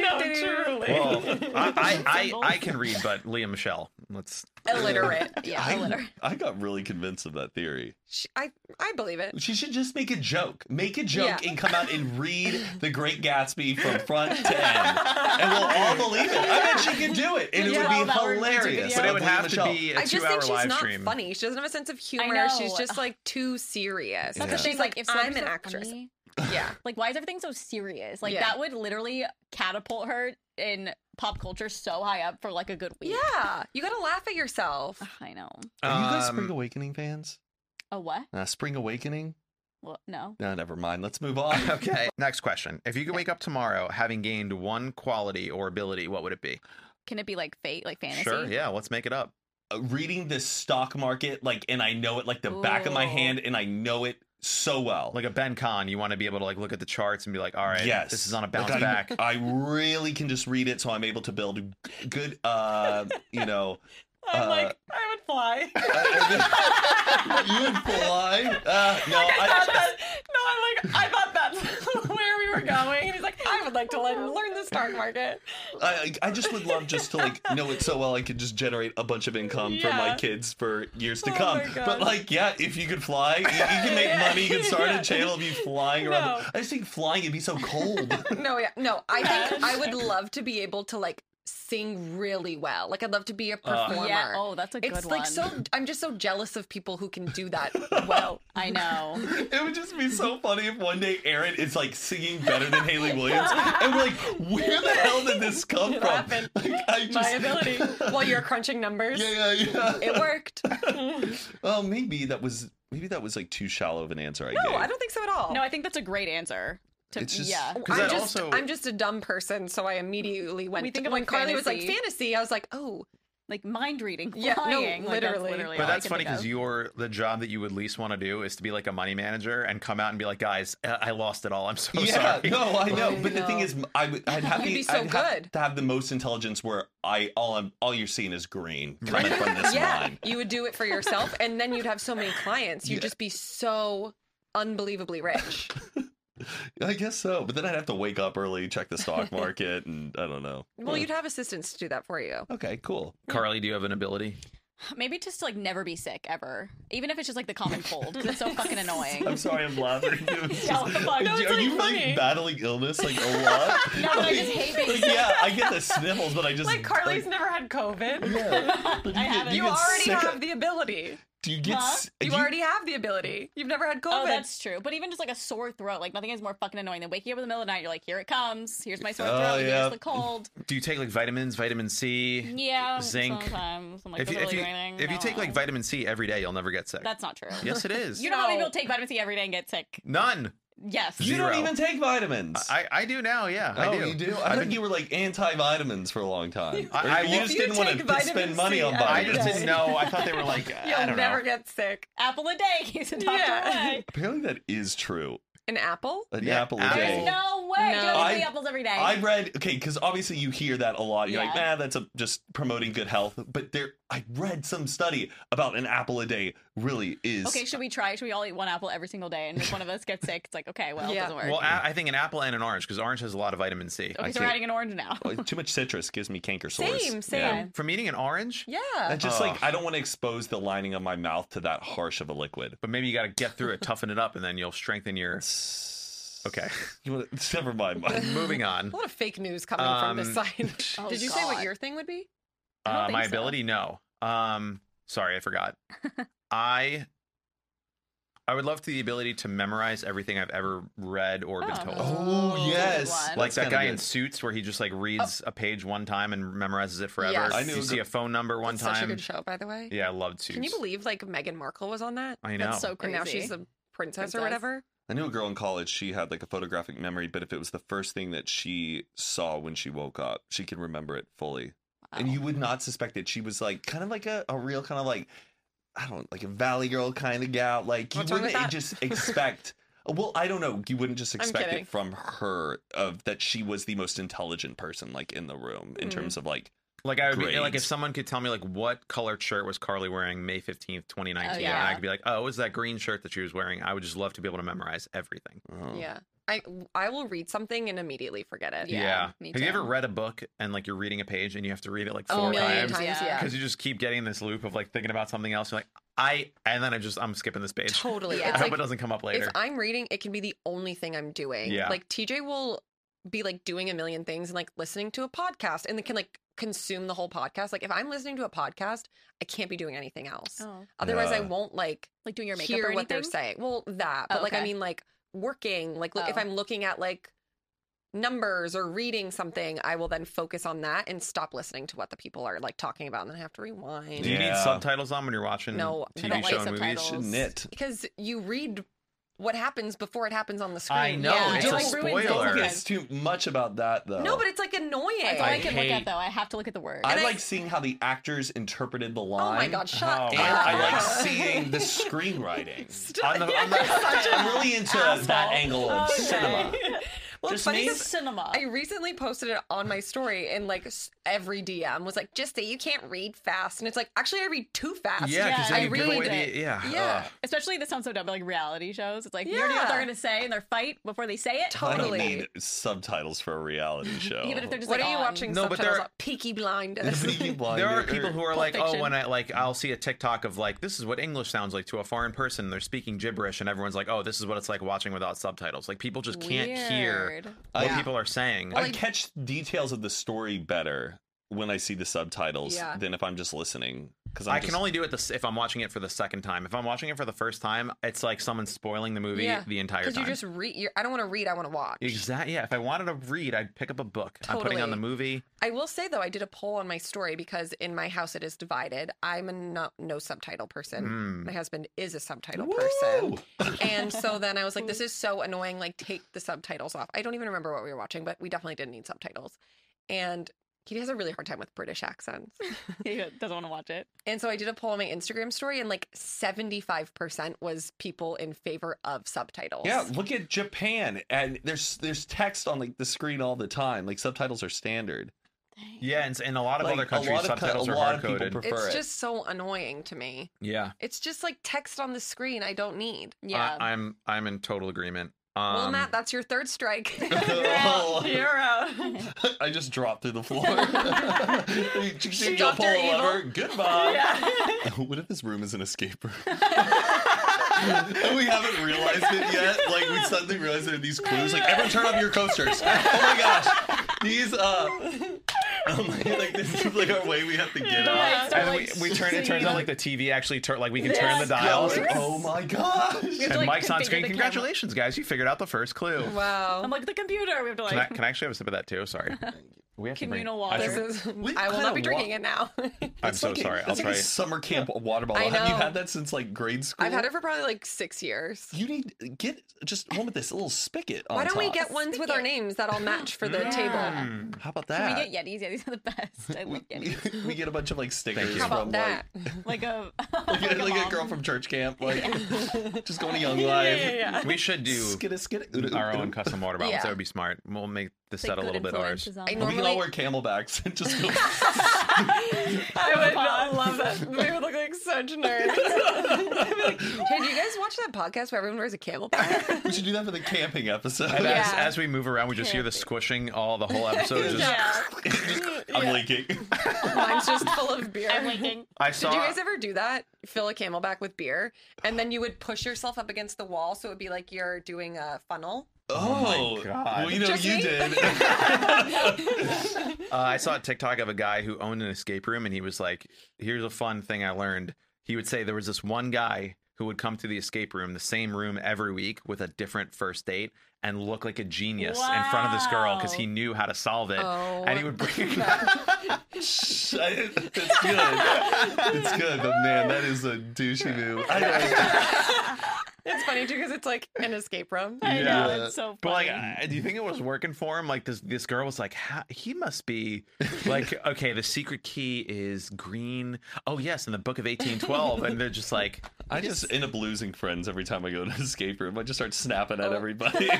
Speaker 2: no, truly.
Speaker 4: Well, I, I,
Speaker 2: Symbols.
Speaker 4: I, I can read, but Leah Michelle. Let's.
Speaker 3: illiterate.
Speaker 2: yeah, a little.
Speaker 1: I, I got really convinced of that theory.
Speaker 3: Sh- I I believe it.
Speaker 1: She should just make a joke. Make a joke
Speaker 3: Yeah.
Speaker 1: and come out and read The Great Gatsby from front to end. And we'll all believe it. I bet she could do it. And it
Speaker 2: Yeah,
Speaker 1: would be
Speaker 2: that would be
Speaker 1: hilarious.
Speaker 2: video.
Speaker 4: But it
Speaker 2: Yeah,
Speaker 4: would
Speaker 1: Leah
Speaker 4: have to
Speaker 1: Michelle.
Speaker 4: be a
Speaker 3: I just
Speaker 4: two-hour
Speaker 3: think she's
Speaker 4: live
Speaker 3: not
Speaker 4: stream.
Speaker 3: funny. She doesn't have a sense of humor.
Speaker 2: know.
Speaker 3: She's just like too serious.
Speaker 1: That's
Speaker 2: That's
Speaker 1: Yeah.
Speaker 2: the
Speaker 3: Because
Speaker 2: thing.
Speaker 3: she's like,
Speaker 2: if
Speaker 3: I'm
Speaker 2: celebrities
Speaker 3: an
Speaker 2: are
Speaker 3: actress.
Speaker 2: funny,
Speaker 3: Yeah.
Speaker 2: like, why is everything so serious? Like,
Speaker 3: Yeah.
Speaker 2: that would literally catapult her in pop culture so high up for like a good week.
Speaker 3: Yeah. You gotta laugh at yourself.
Speaker 2: Ugh, I know.
Speaker 1: Are you guys
Speaker 4: Um,
Speaker 1: Spring Awakening fans?
Speaker 2: A what?
Speaker 1: Uh, Spring Awakening?
Speaker 2: Well, no.
Speaker 1: No, never mind. Let's move on.
Speaker 4: Okay. Next question. If you could wake up tomorrow having gained one quality or ability, what would it be?
Speaker 2: Can it be like fate, like fantasy?
Speaker 4: Sure. Yeah. Let's make it up.
Speaker 1: Uh, Reading the stock market, like, and I know it like the back of my
Speaker 2: Ooh.
Speaker 1: hand, and I know it so well.
Speaker 4: Like a Ben Con, you want to be able to like look at the charts and be like, all right,
Speaker 1: yes,
Speaker 4: this is on a
Speaker 1: Like,
Speaker 4: bounce
Speaker 1: I-
Speaker 4: back.
Speaker 1: I really can just read it, so I'm able to build g- good, uh, you know. uh,
Speaker 2: I would fly.
Speaker 1: you would fly. Uh, no, I,
Speaker 2: no, I'm like, I thought that's where we were going. And he's like,
Speaker 3: I would like to learn, learn the stock market.
Speaker 1: I, I just would love just to like know it so well. I could just generate a bunch of income for my
Speaker 2: Yeah.
Speaker 1: kids for years to
Speaker 2: Oh
Speaker 1: come.
Speaker 2: my God.
Speaker 1: But like, yeah, if you could fly, you, you can make
Speaker 2: Yeah.
Speaker 1: money. You can start
Speaker 2: Yeah.
Speaker 1: a channel of you flying around.
Speaker 2: No.
Speaker 1: I just think flying would be so cold.
Speaker 3: No, yeah. No, I
Speaker 2: Yes.
Speaker 3: think I would love to be able to like sing really well. Like I'd love to be a performer.
Speaker 2: yeah. Oh, that's a good
Speaker 3: it's
Speaker 2: one.
Speaker 3: like so I'm just so jealous of people who can do that well.
Speaker 2: I know.
Speaker 1: it would just be so funny if one day Aaron is like singing better than Haley Williams, and we're like, where the hell did this come from?
Speaker 3: happened.
Speaker 1: Like, I just,
Speaker 3: While you're crunching numbers.
Speaker 1: Yeah, yeah, yeah.
Speaker 3: It worked.
Speaker 1: Oh, maybe that was maybe that was like too shallow of an answer. I
Speaker 3: No,
Speaker 1: gave.
Speaker 3: I don't think so at all.
Speaker 2: No, I think that's a great answer. To,
Speaker 1: It's just-
Speaker 2: yeah.
Speaker 4: 'Cause
Speaker 3: I'm
Speaker 4: that
Speaker 3: just
Speaker 4: also-
Speaker 3: I'm just a dumb person, so I immediately went.
Speaker 2: We think of,
Speaker 3: when
Speaker 2: like,
Speaker 3: Carly was like
Speaker 2: fantasy.
Speaker 3: fantasy, I was like, oh,
Speaker 2: like mind reading.
Speaker 3: Yeah, no,
Speaker 2: flying. Like, that's
Speaker 3: literally.
Speaker 2: literally.
Speaker 4: But
Speaker 2: all I
Speaker 4: that's
Speaker 2: can
Speaker 4: funny
Speaker 2: think
Speaker 4: because
Speaker 2: of.
Speaker 4: you're the job that you would least want to do is to be like a money manager and come out and be like, guys, I I lost it all. I'm so
Speaker 1: yeah,
Speaker 4: sorry.
Speaker 1: no, I know.
Speaker 3: I
Speaker 1: Oh, But the thing
Speaker 3: know.
Speaker 1: is, I would, I'd have
Speaker 3: You'd
Speaker 1: the-
Speaker 3: be so
Speaker 1: I'd have
Speaker 3: good.
Speaker 1: to have the most intelligence where I all I'm all you're seeing is green coming from this
Speaker 3: yeah,
Speaker 1: line.
Speaker 3: you would do it for yourself, and then you'd have so many clients, you'd
Speaker 1: Yeah.
Speaker 3: just be so unbelievably rich.
Speaker 1: I guess so. But then I'd have to wake up early, check the stock market, and I don't know.
Speaker 3: Well, you'd have assistants to do that for you.
Speaker 1: okay, cool.
Speaker 4: Carly, do you have an ability?
Speaker 2: Maybe just like never be sick ever, even if it's just like the common cold. 'cause it's so fucking annoying.
Speaker 1: I'm sorry, I'm laughing. It was
Speaker 2: Yeah, what the fuck? No,
Speaker 1: are
Speaker 2: it's, like,
Speaker 1: you
Speaker 2: funny.
Speaker 1: like battling illness like a lot?
Speaker 2: No, but I just hate being
Speaker 1: Like, yeah, I get the sniffles, but I just like,
Speaker 3: never had COVID.
Speaker 1: yeah. But you
Speaker 2: I Oh, haven't.
Speaker 1: get,
Speaker 3: You
Speaker 1: get
Speaker 3: already
Speaker 1: sick of-
Speaker 3: have the ability.
Speaker 1: Do you get?
Speaker 2: Huh?
Speaker 1: s-
Speaker 3: You
Speaker 1: do you-
Speaker 3: already have the ability. You've never had COVID.
Speaker 2: Oh, that's true. But even just like a sore throat, like nothing is more fucking annoying than waking up in the middle of the night. You're like, here it comes. Here's my sore
Speaker 1: Oh,
Speaker 2: throat.
Speaker 1: yeah.
Speaker 2: Here's the cold.
Speaker 4: Do you take like vitamins, vitamin C?
Speaker 2: Yeah.
Speaker 4: Zinc.
Speaker 2: Sometimes. I'm like,
Speaker 4: if you,
Speaker 2: does it
Speaker 4: if, you,
Speaker 2: really do anything?
Speaker 4: if you
Speaker 2: No.
Speaker 4: take like vitamin C every day, you'll never get sick.
Speaker 2: That's not true.
Speaker 4: yes, it is.
Speaker 2: You know how many
Speaker 3: No.
Speaker 2: people take vitamin C every day and get sick?
Speaker 4: None.
Speaker 2: Yes.
Speaker 1: You
Speaker 4: Zero.
Speaker 1: don't even take vitamins.
Speaker 4: I, I do now. Yeah, I
Speaker 1: oh,
Speaker 4: do.
Speaker 1: you do? I
Speaker 4: I've
Speaker 1: thought
Speaker 4: been-
Speaker 1: you were like anti-vitamins for a long time.
Speaker 4: I-
Speaker 1: Or
Speaker 4: I
Speaker 1: you
Speaker 4: will-
Speaker 1: just
Speaker 3: You
Speaker 1: didn't want
Speaker 3: take
Speaker 1: to
Speaker 3: vitamin
Speaker 1: spend
Speaker 3: C
Speaker 1: money on
Speaker 3: every
Speaker 4: I
Speaker 1: vitamins.
Speaker 4: just
Speaker 3: day.
Speaker 4: didn't know. I thought they were like. I
Speaker 3: You'll
Speaker 4: don't
Speaker 3: never
Speaker 4: know.
Speaker 3: get sick.
Speaker 2: Apple a day keeps the doctor
Speaker 3: Yeah.
Speaker 2: away.
Speaker 1: Apparently that is true.
Speaker 3: An apple?
Speaker 1: An
Speaker 4: Yeah,
Speaker 1: apple a
Speaker 4: apple.
Speaker 1: day.
Speaker 2: There's no No way. Do
Speaker 3: No.
Speaker 2: I have
Speaker 1: I-
Speaker 2: apples every day?
Speaker 1: I read okay because obviously you hear that a lot. You're like,
Speaker 2: Yeah.
Speaker 1: nah, that's a, just promoting good health. But there, I read some study about an apple a day really is.
Speaker 2: okay, should we try? Should we all eat one apple every single day? And if one of us gets sick, it's like, okay, well,
Speaker 3: Yeah.
Speaker 2: it doesn't work.
Speaker 4: Well, a- I think an apple and an orange because orange has a lot of vitamin C.
Speaker 2: okay,
Speaker 1: I
Speaker 2: so we're
Speaker 1: can't-
Speaker 2: adding an orange now.
Speaker 1: Oh, too much citrus gives me canker sores.
Speaker 3: Same, same.
Speaker 1: Yeah.
Speaker 4: From eating an orange,
Speaker 3: Yeah.
Speaker 1: I just
Speaker 4: Ugh.
Speaker 1: like I don't want to expose the lining of my mouth to that harsh of a liquid.
Speaker 4: but maybe you got to get through it, toughen it up, and then you'll strengthen your. Okay,
Speaker 1: You wanna- Never mind. Mike.
Speaker 4: moving on.
Speaker 3: A lot of fake news coming from this
Speaker 4: Um,
Speaker 3: side.
Speaker 2: Oh,
Speaker 3: Did you say what
Speaker 2: God.
Speaker 3: your thing would be?
Speaker 2: I don't
Speaker 4: Uh, my
Speaker 2: think so.
Speaker 4: ability, no. Um, sorry, I forgot. I I would love to the ability to memorize everything I've ever read or been
Speaker 2: Oh.
Speaker 4: told.
Speaker 2: Oh,
Speaker 1: Oh yes,
Speaker 2: one.
Speaker 4: like
Speaker 1: That's
Speaker 4: that
Speaker 1: kinda
Speaker 4: guy
Speaker 1: good.
Speaker 4: in suits where he just like reads a page one time and memorizes it forever.
Speaker 3: Oh. Yes. I
Speaker 1: knew
Speaker 4: you
Speaker 1: a
Speaker 4: see
Speaker 1: gr-
Speaker 4: a phone number one
Speaker 3: That's
Speaker 4: time.
Speaker 3: Such a good show, by the way.
Speaker 4: Yeah, I loved suits.
Speaker 3: Can you believe like Meghan Markle was on that?
Speaker 4: I know.
Speaker 2: That's so
Speaker 3: And
Speaker 2: crazy.
Speaker 3: now she's the princess, or
Speaker 2: Princess.
Speaker 3: whatever.
Speaker 1: I knew a girl in college. She had like a photographic memory, but if it was the first thing that she saw when she woke up, she could remember it fully. And
Speaker 2: Wow.
Speaker 1: you would not suspect it. She was like kind of like a, a real kind of like I don't like a valley girl kind of gal. Like you
Speaker 3: What's wrong with
Speaker 1: wouldn't
Speaker 3: that?
Speaker 1: just expect. Well, I don't know. You wouldn't just expect
Speaker 3: kidding.
Speaker 1: it from her of that she was the most intelligent person like in the room in
Speaker 3: Hmm.
Speaker 1: terms of like
Speaker 4: like I would be like if
Speaker 1: Grades.
Speaker 4: someone could tell me like what colored shirt was Carly wearing May fifteenth,
Speaker 3: Oh,
Speaker 4: twenty nineteen, and I
Speaker 2: yeah.
Speaker 4: could be like, oh, it was that green shirt that she was wearing. I would just love to be able to memorize everything.
Speaker 1: oh,
Speaker 3: Yeah. I I will read something and immediately forget it.
Speaker 2: Yeah, me
Speaker 4: Have you ever
Speaker 2: too.
Speaker 4: read a book and like you're reading a page and you have to read it like
Speaker 3: A
Speaker 4: four
Speaker 3: million
Speaker 4: times?
Speaker 3: times,
Speaker 2: Yeah.
Speaker 3: Oh, yeah.
Speaker 4: because you just keep getting this loop of like thinking about something else. You're like, I and then I just I'm skipping this page.
Speaker 3: Totally.
Speaker 2: Yeah.
Speaker 4: I
Speaker 3: It's
Speaker 4: hope
Speaker 3: like
Speaker 4: it doesn't come up
Speaker 3: if
Speaker 4: later.
Speaker 3: I'm reading, it can be the only thing I'm doing.
Speaker 4: Yeah.
Speaker 3: Like TJ will be like doing a million things and like listening to a podcast and they can like consume the whole podcast. Like if I'm listening to a podcast, I can't be doing anything else.
Speaker 2: Oh.
Speaker 3: Otherwise I
Speaker 1: Yeah.
Speaker 3: won't like
Speaker 2: Like doing your makeup
Speaker 3: hear
Speaker 2: or
Speaker 3: what they're
Speaker 2: anything?
Speaker 3: saying. Well, that. But
Speaker 2: Oh,
Speaker 3: like I
Speaker 2: okay.
Speaker 3: mean like working, like look, if
Speaker 2: Oh.
Speaker 3: I'm looking at like numbers or reading something, I will then focus on that and stop listening to what the people are like talking about and then I have to rewind.
Speaker 4: Do you need
Speaker 1: Yeah.
Speaker 4: subtitles on when you're watching
Speaker 3: No, I
Speaker 4: TV
Speaker 2: don't like
Speaker 4: show and
Speaker 1: You
Speaker 4: movies?
Speaker 2: subtitles.
Speaker 1: should knit.
Speaker 3: Because you read what happens before it happens on the screen.
Speaker 4: I know
Speaker 2: Yeah,
Speaker 4: it's
Speaker 2: it
Speaker 4: a
Speaker 2: like ruins it.
Speaker 4: spoiler.
Speaker 2: Okay.
Speaker 1: It's too much about that though.
Speaker 3: No, but it's like annoying.
Speaker 2: That's all I,
Speaker 4: I
Speaker 2: can
Speaker 4: hate-
Speaker 2: look at though. I have to look at the word.
Speaker 1: I
Speaker 3: and I-
Speaker 1: like seeing how the actors interpreted the
Speaker 3: Oh
Speaker 1: line.
Speaker 3: my god, shut
Speaker 4: Oh
Speaker 1: And
Speaker 4: my
Speaker 3: up.
Speaker 1: I like
Speaker 4: God.
Speaker 1: seeing the screenwriting.
Speaker 4: On the- on the-
Speaker 1: I'm really into that angle of
Speaker 2: Okay.
Speaker 1: cinema.
Speaker 3: Well,
Speaker 1: Just
Speaker 3: it's funny
Speaker 1: me?
Speaker 3: 'cause
Speaker 2: cinema.
Speaker 3: I recently posted it on my story, and like s- every DM was like, "Just that you can't read fast," and it's like, actually, I read too fast.
Speaker 4: yeah, because
Speaker 2: Yeah,
Speaker 4: then
Speaker 2: I
Speaker 4: you give
Speaker 2: really
Speaker 4: away
Speaker 2: did.
Speaker 4: the yeah.
Speaker 3: Yeah.
Speaker 4: ugh.
Speaker 2: Especially this sounds so dumb, but like reality shows. It's like you already know what
Speaker 3: Yeah.
Speaker 2: they're gonna say in their fight before they say it.
Speaker 1: I don't
Speaker 3: Totally.
Speaker 1: need subtitles for a reality show.
Speaker 2: Even if they're just
Speaker 3: What
Speaker 2: like "Oh,
Speaker 3: are you
Speaker 2: on.
Speaker 3: watching?
Speaker 4: No, but
Speaker 3: subtitles
Speaker 4: there are-
Speaker 3: on? Peaky Blinders.
Speaker 4: there are people who are like, oh,
Speaker 2: Fiction.
Speaker 4: when I like, I'll see a TikTok of like, this is what English sounds like to a foreign person. and They're speaking gibberish, and everyone's like, oh, this is what it's like watching without subtitles. Like people just can't hear
Speaker 2: Weird.
Speaker 4: what
Speaker 1: Yeah.
Speaker 4: people are saying.
Speaker 1: I catch details of the story better when I see the subtitles
Speaker 3: Yeah.
Speaker 1: than if I'm just listening. Because
Speaker 4: I can only do it this if I'm watching it for the second time. If I'm watching it for the first time, it's like someone's spoiling the movie
Speaker 3: Yeah,
Speaker 4: the entire
Speaker 3: Because
Speaker 4: time.
Speaker 3: you just read. You're, I don't want to read. I want to watch.
Speaker 4: Exactly. Yeah. If I wanted to read, I'd pick up a book. I'm putting on
Speaker 3: Totally.
Speaker 4: the movie.
Speaker 3: I will say though, I did a poll on my story because in my house it is divided. I'm a no, no subtitle person.
Speaker 4: Mm.
Speaker 3: My husband is a subtitle person.
Speaker 1: Woo!
Speaker 3: And so then I was like, this is so annoying. Like, take the subtitles off. I don't even remember what we were watching, but we definitely didn't need subtitles. And he has a really hard time with British accents.
Speaker 2: He doesn't want to watch it.
Speaker 3: and so I did a poll on my Instagram story, and like 75% was people in favor of subtitles.
Speaker 1: Yeah, look at Japan, and there's there's text on like the screen all the time. Like subtitles are standard.
Speaker 4: Yeah, and in a lot of
Speaker 1: Like,
Speaker 4: other
Speaker 1: a
Speaker 4: countries,
Speaker 1: lot of co-
Speaker 4: subtitles
Speaker 1: a
Speaker 4: are
Speaker 1: lot
Speaker 4: hard
Speaker 1: of people
Speaker 4: coded.
Speaker 1: prefer-
Speaker 3: It's
Speaker 1: it.
Speaker 3: just so annoying to me.
Speaker 4: yeah.
Speaker 3: It's just like text on the screen I don't need.
Speaker 2: Yeah.
Speaker 4: I, am I'm in total agreement. Um,
Speaker 3: well, Matt, that's your third strike.
Speaker 1: Oh.
Speaker 2: out.
Speaker 1: I just dropped through the floor. she she
Speaker 3: dropped her evil.
Speaker 1: Goodbye. What if this room is an escape room? and we haven't realized it yet. Like we suddenly realized there are these clues. Like everyone, turn off your coasters. Oh my gosh, these. uh oh my- like this is like our way we have to get out.
Speaker 2: Like, start,
Speaker 4: and
Speaker 2: like,
Speaker 4: we, we turn. It turns out like the TV actually turn. Like we can turn the
Speaker 2: Yes.
Speaker 4: dials.
Speaker 1: Yes. Oh my gosh.
Speaker 4: And
Speaker 2: like,
Speaker 4: Mike's on
Speaker 2: configure
Speaker 4: screen.
Speaker 2: the camera.
Speaker 4: Congratulations, guys! You figured out the first clue.
Speaker 3: wow.
Speaker 2: I'm like the computer. We have to
Speaker 4: Can I,
Speaker 2: like.
Speaker 4: can I actually have a sip of that too? Sorry. We have to bring-
Speaker 2: communal
Speaker 4: I
Speaker 2: water.
Speaker 4: should-
Speaker 3: This is,
Speaker 1: We've
Speaker 3: I will
Speaker 1: kinda
Speaker 3: not be drinking
Speaker 1: wa-
Speaker 3: it now.
Speaker 4: I'm
Speaker 1: That's
Speaker 4: so
Speaker 1: like a-
Speaker 4: sorry. I'll
Speaker 1: that's like
Speaker 4: try.
Speaker 1: a summer camp water bottle.
Speaker 3: I
Speaker 1: Have you
Speaker 3: know.
Speaker 1: had that since like grade school?
Speaker 3: I've had it for probably like six years.
Speaker 1: You need get just one with this little spigot on
Speaker 3: Why don't we
Speaker 1: top.
Speaker 3: get ones with our
Speaker 2: Spigot.
Speaker 3: names that'll match for the
Speaker 2: Yeah.
Speaker 3: table?
Speaker 4: Mm.
Speaker 1: How about
Speaker 2: Can
Speaker 1: that?
Speaker 2: we get Yetis? Yetis are the best. I
Speaker 1: We-
Speaker 2: love Yetis.
Speaker 1: we- we get a bunch of like stickers
Speaker 4: you.
Speaker 3: How
Speaker 1: from
Speaker 3: about
Speaker 1: like,
Speaker 3: that?
Speaker 2: Like a
Speaker 1: like, a, like a
Speaker 2: mom.
Speaker 1: girl from church camp, like just going to Young
Speaker 2: Yeah,
Speaker 1: Life.
Speaker 2: yeah, yeah.
Speaker 4: We should do
Speaker 1: Skidda, skidda, ooda,
Speaker 4: our
Speaker 1: ooda,
Speaker 4: own
Speaker 1: ooda.
Speaker 4: custom water bottles.
Speaker 3: Yeah.
Speaker 4: That would be smart. We'll make the
Speaker 2: Take
Speaker 4: set a
Speaker 2: good
Speaker 4: little bit ours.
Speaker 2: influences
Speaker 3: I
Speaker 2: on
Speaker 1: We
Speaker 2: them.
Speaker 1: could all wear camelbacks and just go.
Speaker 3: I would love that. We would look like such nerds. Hey, do you guys watch that podcast where everyone wears a camel back?
Speaker 1: we should do that for the camping episode.
Speaker 4: And as,
Speaker 3: Yeah.
Speaker 4: as we move around, we just hear the
Speaker 2: Camping.
Speaker 4: squishing all the whole episode. just,
Speaker 2: Yeah.
Speaker 1: I'm leaking.
Speaker 3: Mine's just full of beer.
Speaker 2: I'm linking.
Speaker 4: I
Speaker 3: Did
Speaker 4: saw.
Speaker 3: you guys ever do that? Fill a camelback with beer, and then you would push yourself up against the wall, so it would be like you're doing a funnel.
Speaker 1: Oh,
Speaker 4: my God.
Speaker 1: well, you know
Speaker 3: Just
Speaker 1: you
Speaker 3: me?
Speaker 1: did.
Speaker 4: Uh, I saw a TikTok of a guy who owned an escape room, and he was like, "Here's a fun thing I learned." He would say there was this one guy who would come to the escape room, the same room every week, with a different first date, and look like a genius in front of this girl because
Speaker 2: Wow.
Speaker 4: he knew how to solve it.
Speaker 3: Oh.
Speaker 4: and he would bring
Speaker 1: Shh, I- It's good. It's good, but man, that is a douchey move. I know.
Speaker 3: It's funny too because it's like an escape room.
Speaker 2: I
Speaker 1: Yeah.
Speaker 2: know it's so funny.
Speaker 4: But like, I- do you think it was working for him? Like this, this girl was like, "Ha- he must be like, okay, the secret key is green. Oh yes, in the book of eighteen twelve, and they're just like,
Speaker 1: I just end up losing friends every time I go to an escape room. I just start snapping
Speaker 3: Oh.
Speaker 1: at everybody.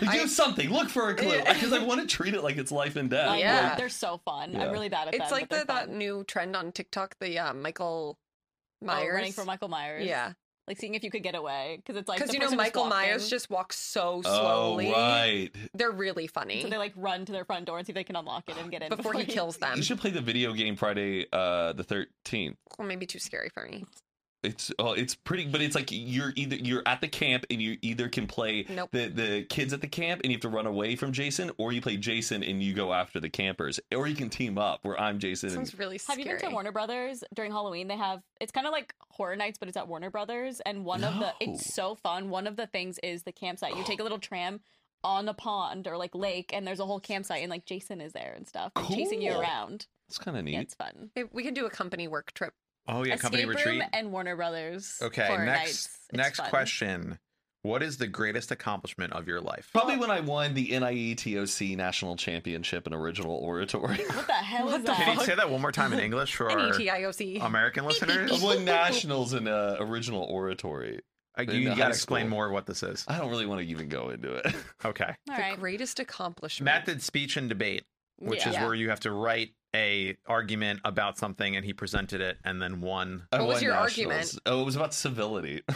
Speaker 1: Do something. Look for a clue because I want to treat it like it's life and death.
Speaker 2: I know,
Speaker 3: Yeah.
Speaker 2: Um, they're so fun.
Speaker 1: Yeah.
Speaker 2: I'm really bad at
Speaker 3: It's
Speaker 2: them,
Speaker 3: like
Speaker 2: but
Speaker 3: the,
Speaker 2: they're
Speaker 3: that
Speaker 2: fun.
Speaker 3: new trend on TikTok, the uh, Michael
Speaker 2: Oh,
Speaker 3: Myers.
Speaker 2: running for Michael Myers.
Speaker 3: Yeah,
Speaker 2: like seeing if you could get away because it's like
Speaker 3: because
Speaker 2: the
Speaker 3: you know
Speaker 2: person just
Speaker 3: Michael Myers
Speaker 2: walking,
Speaker 3: just walks so
Speaker 1: Oh,
Speaker 3: slowly.
Speaker 1: right.
Speaker 3: They're really funny
Speaker 2: so they like run to their front door and see if they can unlock it and get in
Speaker 3: before he kills them.
Speaker 1: You should play the video game Friday uh, the 13th.
Speaker 3: Well, maybe too scary for me.
Speaker 1: It's oh, it's pretty, but it's like you're either you're at the camp and you either can play
Speaker 3: Nope.
Speaker 1: the the kids at the camp and you have to run away from Jason, or you play Jason and you go after the campers, or you can team up where I'm Jason. and-
Speaker 3: Sounds really
Speaker 2: Have
Speaker 3: scary.
Speaker 2: you been to Warner Brothers during Halloween? They have it's kind of like horror nights, but it's at Warner Brothers, and one of the it's so fun. One of the things is the campsite. You take a little tram on a pond or like lake, and there's a whole campsite, and like Jason is there and stuff, and chasing you
Speaker 1: Cool.
Speaker 2: around.
Speaker 1: It's kind of neat.
Speaker 2: Yeah, it's fun.
Speaker 3: Hey, we can do a company work trip.
Speaker 4: oh yeah, company
Speaker 2: Escape
Speaker 4: retreat.
Speaker 2: room and Warner Brothers.
Speaker 4: okay,
Speaker 2: horror
Speaker 4: next
Speaker 2: nights. It's
Speaker 4: next
Speaker 2: fun.
Speaker 4: question: What is the greatest accomplishment of your life?
Speaker 1: Probably when I E won the NIETOC National Championship in Original Oratory.
Speaker 2: What the hell is
Speaker 3: What the
Speaker 4: Can you
Speaker 2: that?
Speaker 4: say that one more time in English for
Speaker 3: E
Speaker 4: our
Speaker 3: N-E-T-I-O-C.
Speaker 4: American listeners?
Speaker 1: I won nationals in uh, Original Oratory.
Speaker 4: Uh,
Speaker 1: In
Speaker 4: you
Speaker 1: high
Speaker 4: got to explain
Speaker 1: school.
Speaker 4: more what this is.
Speaker 1: I don't really want to even go into it.
Speaker 4: Okay,
Speaker 2: All
Speaker 3: the
Speaker 2: right.
Speaker 3: greatest accomplishment.
Speaker 4: method speech and debate. which
Speaker 2: Yeah.
Speaker 4: is
Speaker 3: Yeah.
Speaker 4: where you have to write a argument about something and he presented it and then won
Speaker 1: I
Speaker 3: What was
Speaker 1: won
Speaker 3: your
Speaker 1: nationals.
Speaker 3: argument?
Speaker 1: Oh, it was about civility.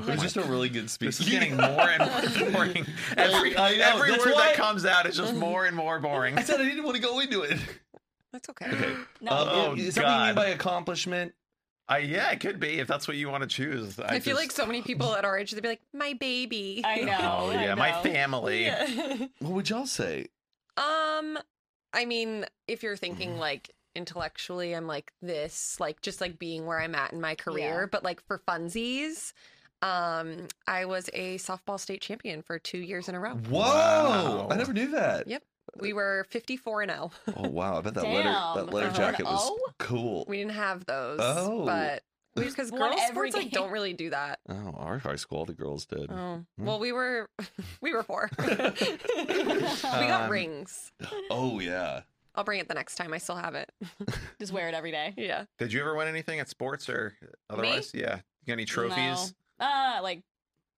Speaker 1: It was just a really good speech.
Speaker 4: Oh this is getting more and more boring every,
Speaker 1: I know,
Speaker 4: every
Speaker 1: that's
Speaker 4: word
Speaker 1: why-
Speaker 4: that comes out is just more and more boring
Speaker 1: I said I didn't want to go into it.
Speaker 3: That's okay.
Speaker 1: Okay.
Speaker 2: No,
Speaker 1: Um,
Speaker 4: Oh,
Speaker 1: is that what you mean
Speaker 4: God.
Speaker 1: by accomplishment?
Speaker 4: uh, yeah it could be if that's what you want to choose
Speaker 3: I, feel like
Speaker 4: just-
Speaker 3: so many people at our age, they'd be like, my baby.
Speaker 2: I know.
Speaker 4: oh yeah
Speaker 2: I
Speaker 4: my
Speaker 2: know.
Speaker 4: family
Speaker 1: What would y'all say?
Speaker 3: um, I mean, if you're thinking like intellectually, I'm like this, like just like being where I'm at in my career,
Speaker 2: Yeah.
Speaker 3: but like for funsies, um, I was a softball state champion for two years in a row.
Speaker 1: Whoa!
Speaker 4: Wow.
Speaker 1: I never knew that.
Speaker 3: Yep. We were 54 and 0.
Speaker 1: Oh wow! I bet that letter that
Speaker 2: Damn.
Speaker 1: letter
Speaker 3: Uh,
Speaker 1: jacket was
Speaker 2: oh.
Speaker 1: cool.
Speaker 3: We didn't have those.
Speaker 1: Oh.
Speaker 3: But because
Speaker 2: won
Speaker 3: girls
Speaker 2: every
Speaker 3: sports like
Speaker 2: game.
Speaker 3: don't really do that.
Speaker 1: Oh, our high school, all the girls did.
Speaker 3: Oh. Well, we were we were four. we got
Speaker 4: Um,
Speaker 3: rings.
Speaker 1: Oh yeah.
Speaker 3: I'll bring it the next time. I still have it.
Speaker 2: Just wear it every day.
Speaker 3: Yeah.
Speaker 4: did you ever win anything at sports or otherwise yeah you got any trophies
Speaker 2: No. Uh, like,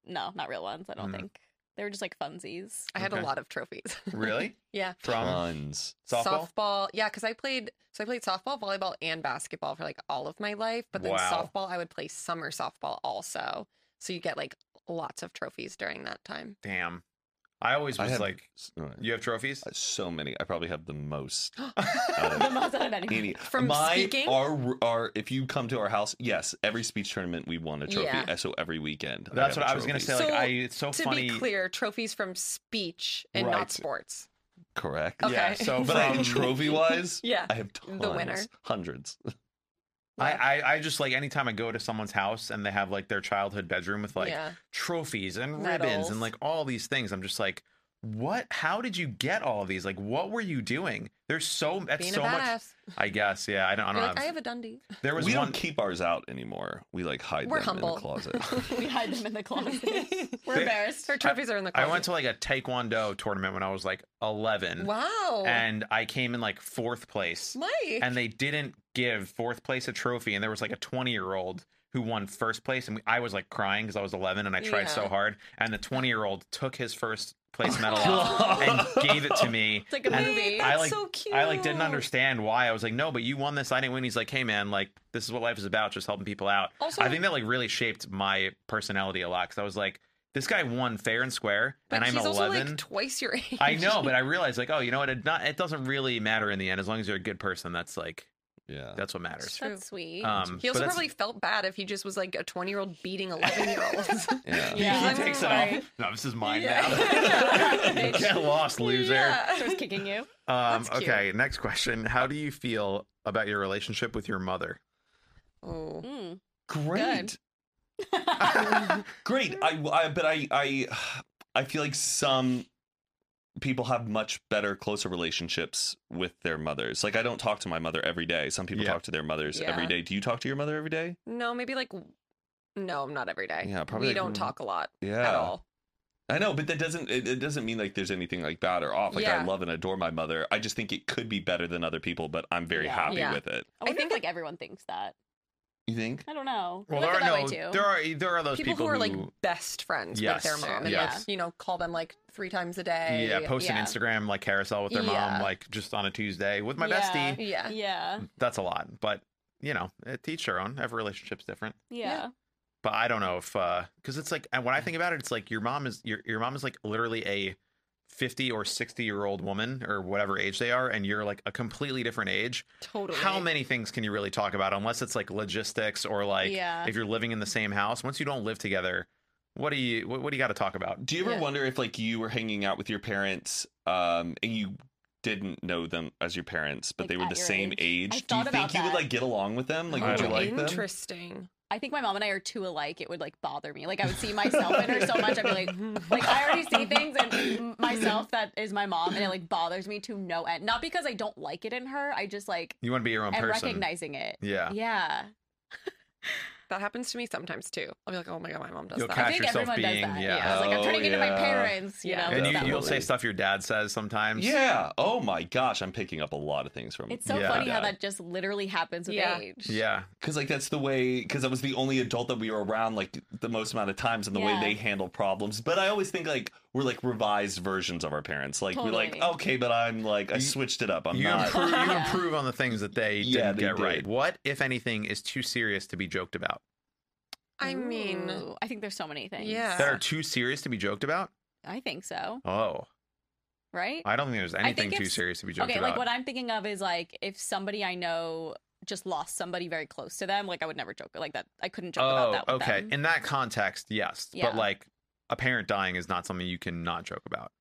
Speaker 2: no, not real ones. I don't
Speaker 4: Mm.
Speaker 2: think they were just like funsies.
Speaker 3: I had
Speaker 4: Okay.
Speaker 3: a lot of trophies.
Speaker 4: really
Speaker 3: yeah.
Speaker 4: from
Speaker 1: Tons.
Speaker 4: softball
Speaker 3: Yeah, cuz I played so I played softball, volleyball and basketball for like all of my life, but then
Speaker 4: Wow.
Speaker 3: softball I would play summer softball also. So you get like lots of trophies during that time.
Speaker 4: damn i always
Speaker 1: I
Speaker 4: was
Speaker 1: had-
Speaker 4: like
Speaker 1: Uh,
Speaker 4: you have trophies
Speaker 1: So many. I probably have the most.
Speaker 2: the most out of anything.
Speaker 1: Any,
Speaker 3: From
Speaker 1: my
Speaker 3: speaking?
Speaker 1: our our if you come to our house, yes, every speech tournament we won a trophy.
Speaker 3: Yeah.
Speaker 1: So every weekend,
Speaker 4: that's
Speaker 1: have
Speaker 4: what
Speaker 1: a
Speaker 4: i was gonna
Speaker 1: trophy.
Speaker 4: say like
Speaker 3: So,
Speaker 4: i it's so
Speaker 3: to
Speaker 4: funny
Speaker 3: be clear, trophies from speech and
Speaker 4: Right.
Speaker 3: not sports.
Speaker 1: Correct.
Speaker 3: Okay.
Speaker 4: yeah so um,
Speaker 1: But I,
Speaker 4: from
Speaker 1: trophy wise,
Speaker 3: Oh, Yeah.
Speaker 1: I have tons,
Speaker 3: The winner.
Speaker 1: hundreds.
Speaker 4: I, I I just like anytime I go to someone's house and they have like their childhood bedroom with like
Speaker 3: yeah.
Speaker 4: trophies and ribbons
Speaker 3: Medals.
Speaker 4: and like all these things, I'm just like, what how did you get all of these? Like what were you doing? There's so that's
Speaker 3: Being
Speaker 4: so
Speaker 3: a
Speaker 4: much
Speaker 3: badass.
Speaker 4: I guess. Yeah, I don't I don't
Speaker 3: You're like,
Speaker 4: have,
Speaker 3: I have a Dundee.
Speaker 4: there was
Speaker 1: we
Speaker 4: one
Speaker 1: don't keep ours out anymore. We like hide
Speaker 3: We're
Speaker 1: them in
Speaker 3: humble.
Speaker 1: the closet.
Speaker 2: we hide them in the closet. We're
Speaker 4: They-
Speaker 2: embarrassed.
Speaker 3: Her trophies are in the
Speaker 4: I
Speaker 3: closet.
Speaker 4: went to like a taekwondo tournament when I was like 11
Speaker 3: Wow.
Speaker 4: and I came in like fourth place
Speaker 3: Uh-huh. Mike.
Speaker 4: and they didn't give fourth place a trophy and there was like a 20 year old who won first place and we, I was like crying because I was 11 and I tried so
Speaker 3: Yeah.
Speaker 4: hard and the 20 year old took his first place medal off and gave it to me
Speaker 2: It's like a
Speaker 4: and
Speaker 2: movie.
Speaker 4: I
Speaker 3: That's
Speaker 4: like
Speaker 3: so cute.
Speaker 4: I like didn't understand why I was like no but you won this I didn't win he's like hey man like this is what life is about just helping people out
Speaker 3: Also-
Speaker 4: I think that like really shaped my personality a lot because I was like this guy won fair and square
Speaker 3: But
Speaker 4: and I'm
Speaker 3: he's
Speaker 4: 11
Speaker 3: also like twice your age.
Speaker 4: I know, but I realized like, oh, you know what? It not it doesn't really matter in the end. As long as you're a good person, that's like
Speaker 1: yeah.
Speaker 4: that's what matters.
Speaker 3: true.
Speaker 2: That's sweet.
Speaker 4: Um, but
Speaker 3: He also
Speaker 4: that's-
Speaker 3: probably felt bad if he just was like a 20 year old beating 11 year olds.
Speaker 1: yeah.
Speaker 2: Yeah.
Speaker 4: he
Speaker 2: I'm
Speaker 4: takes it
Speaker 2: sorry.
Speaker 4: off. No, this is mine now.
Speaker 2: Bitch.
Speaker 4: Get lost, loser.
Speaker 2: So he's kicking you.
Speaker 4: Um,
Speaker 3: That's cute.
Speaker 4: okay, next question. How do you feel about your relationship with your mother?
Speaker 3: Oh.
Speaker 2: Mm.
Speaker 1: Great. Great. I, I but I I I feel like some people have much better closer relationships with their mothers. Like I don't talk to my mother every day. Some people
Speaker 4: Yeah.
Speaker 1: talk to their mothers
Speaker 3: Yeah.
Speaker 1: every day. Do you talk to your mother every day?
Speaker 3: No, maybe like, no, not every day.
Speaker 1: Yeah, probably
Speaker 3: We
Speaker 1: like- uh,
Speaker 3: don't talk a lot
Speaker 1: Yeah.
Speaker 3: at all.
Speaker 1: I know, but that doesn't it, it doesn't mean like there's anything like bad or off. Like I
Speaker 3: Yeah.
Speaker 1: love and adore my mother. I just think it could be better than other people, but I'm very
Speaker 2: Yeah.
Speaker 1: happy
Speaker 3: Yeah.
Speaker 1: with it.
Speaker 2: I wonder
Speaker 3: think
Speaker 2: if like everyone thinks that.
Speaker 1: You think?
Speaker 2: I don't know.
Speaker 4: Well,
Speaker 2: I
Speaker 4: there
Speaker 2: feel
Speaker 4: are
Speaker 2: that
Speaker 4: no,
Speaker 2: way too.
Speaker 4: there are there are those
Speaker 3: People,
Speaker 4: people,
Speaker 3: who are like best friends
Speaker 4: Yes.
Speaker 3: with their mom and
Speaker 2: Yes.
Speaker 3: like, you know, call them like three times a day.
Speaker 4: yeah post
Speaker 2: yeah.
Speaker 4: an Instagram like carousel with their
Speaker 3: Yeah.
Speaker 4: mom like just on a Tuesday with my
Speaker 2: Yeah.
Speaker 4: bestie.
Speaker 3: Yeah.
Speaker 2: yeah.
Speaker 4: That's a lot, but you know, to each their own. Every relationship's different.
Speaker 2: Yeah.
Speaker 4: but I don't know if because it's like and when I think about it, it's like your mom is your your mom is like literally a fifty or sixty year old woman or whatever age they are, and you're like a completely different age.
Speaker 3: Totally.
Speaker 4: How many things can you really talk about unless it's like logistics or like
Speaker 2: Yeah.
Speaker 4: if you're living in the same house? Once you don't live together, what do you what, what do you got to talk about?
Speaker 1: Do you ever
Speaker 3: Yeah.
Speaker 1: wonder if like you were hanging out with your parents um and you didn't know them as your parents, but
Speaker 2: Like,
Speaker 1: they were
Speaker 2: at
Speaker 1: the
Speaker 2: your
Speaker 1: same age?
Speaker 2: age.
Speaker 1: Do
Speaker 2: I
Speaker 1: you
Speaker 2: thought
Speaker 1: think
Speaker 2: about
Speaker 1: you would
Speaker 2: that.
Speaker 1: like get along with them? Like
Speaker 4: I
Speaker 1: would you
Speaker 4: don't
Speaker 1: like them?
Speaker 3: Interesting.
Speaker 2: I think my mom and I are too alike. It would like bother me. Like I would see myself in her so much. I'd be like, like I already see things in myself that is my mom, and it like bothers me to no end. Not because I don't like it in her. I just like
Speaker 4: You want to be your own
Speaker 2: am
Speaker 4: person.
Speaker 2: recognizing it.
Speaker 4: yeah.
Speaker 2: Yeah.
Speaker 3: That happens to me sometimes too. I'll be like, oh my God, my mom does
Speaker 4: You'll
Speaker 3: that.
Speaker 4: catch
Speaker 2: I think
Speaker 4: yourself
Speaker 2: everyone
Speaker 4: being-
Speaker 2: does that.
Speaker 4: yeah.
Speaker 2: Yeah. It's like
Speaker 1: Oh,
Speaker 2: I'm turning into my
Speaker 1: yeah.
Speaker 2: parents. You
Speaker 3: Yeah.
Speaker 2: know.
Speaker 4: And you,
Speaker 2: stuff.
Speaker 4: you'll say
Speaker 1: Absolutely.
Speaker 4: stuff your dad says sometimes.
Speaker 1: Yeah. Oh my gosh, I'm picking up a lot of things from
Speaker 2: It's so
Speaker 4: Yeah.
Speaker 2: funny how that just literally happens with
Speaker 3: Yeah.
Speaker 2: age.
Speaker 4: Yeah.
Speaker 1: because like that's the way because I was the only adult that we were around like the most amount of times and the way
Speaker 2: Yeah.
Speaker 1: they handle problems. But I always think like we're like revised versions of our parents. Like we're
Speaker 2: Totally.
Speaker 1: like okay, but I'm like I
Speaker 4: You-
Speaker 1: switched it up. I'm
Speaker 4: you
Speaker 1: not.
Speaker 4: improve, you
Speaker 2: Yeah.
Speaker 4: improve on the things that they
Speaker 1: Yeah,
Speaker 4: didn't
Speaker 1: they
Speaker 4: get right.
Speaker 1: did.
Speaker 4: What, if anything, is too serious to be joked about?
Speaker 3: I mean,
Speaker 2: Ooh, I think there's so many things.
Speaker 3: Yeah.
Speaker 4: that are too serious to be joked about?
Speaker 2: I think so.
Speaker 4: Oh,
Speaker 2: Right.
Speaker 4: I don't think there's
Speaker 2: think
Speaker 4: anything too
Speaker 2: it's-
Speaker 4: serious to be joked
Speaker 2: Okay,
Speaker 4: about.
Speaker 2: like what I'm thinking of is like if somebody I know just lost somebody very close to them, like I would never joke like that. I couldn't joke about that.
Speaker 4: oh,
Speaker 2: With
Speaker 4: okay.
Speaker 2: them.
Speaker 4: In that context, yes,
Speaker 2: Yeah.
Speaker 4: but like a parent dying is not something you can not joke about.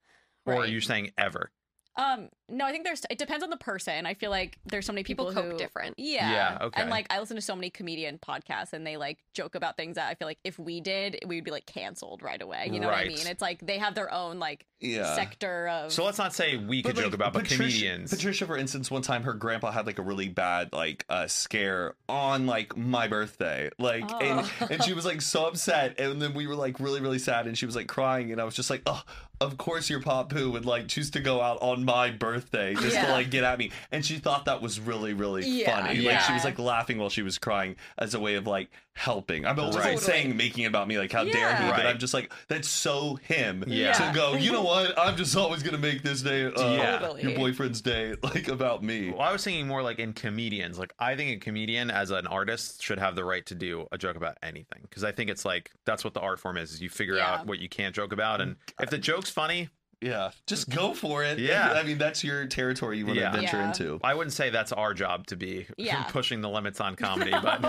Speaker 4: Or
Speaker 2: Right.
Speaker 4: you're saying ever?
Speaker 2: Um, no, I think there's. It depends on the person. I feel like there's so many people,
Speaker 3: people cope
Speaker 2: who,
Speaker 3: different.
Speaker 2: Yeah.
Speaker 4: Yeah, okay.
Speaker 2: And like I listen to so many comedian podcasts, and they like joke about things that I feel like if we did, we would be like canceled right away. You know what I
Speaker 4: Right.
Speaker 2: mean? It's like they have their own like
Speaker 1: yeah.
Speaker 2: sector of.
Speaker 4: So let's not say we could joke
Speaker 1: like,
Speaker 4: about, but
Speaker 1: Patricia-
Speaker 4: comedians.
Speaker 1: Patricia, for instance, one time her grandpa had like a really bad like uh, scare on like my birthday, like,
Speaker 2: Oh.
Speaker 1: and and she was like so upset, and then we were like really really sad, and she was like crying, and I was just like, oh, of course your papu would like choose to go out on my birthday just to
Speaker 2: Yeah.
Speaker 1: like get at me, and she thought that was really really
Speaker 3: Yeah,
Speaker 1: funny, like she
Speaker 2: yeah.
Speaker 1: was like laughing while she was crying as a way of like helping. I'm not just, like,
Speaker 4: Right.
Speaker 1: saying making it about me, like how dare he,
Speaker 3: Yeah.
Speaker 1: but
Speaker 4: Right.
Speaker 1: I'm just like that's so him
Speaker 4: Yeah.
Speaker 1: to go. You know what? I'm just always gonna make this day. Uh,
Speaker 4: Yeah.
Speaker 3: Totally.
Speaker 1: your boyfriend's day like about me.
Speaker 4: well, I was thinking more like in comedians. Like I think a comedian as an artist should have the right to do a joke about anything because I think it's like that's what the art form is. is you figure
Speaker 2: Yeah.
Speaker 4: out what you can't joke about, and if the joke's funny,
Speaker 1: Yeah, just go for it.
Speaker 4: Yeah.
Speaker 1: I mean that's your territory you want to
Speaker 4: Yeah.
Speaker 1: venture
Speaker 2: Yeah.
Speaker 1: into.
Speaker 4: I wouldn't say that's our job to be
Speaker 2: Yeah.
Speaker 4: pushing the limits on comedy, but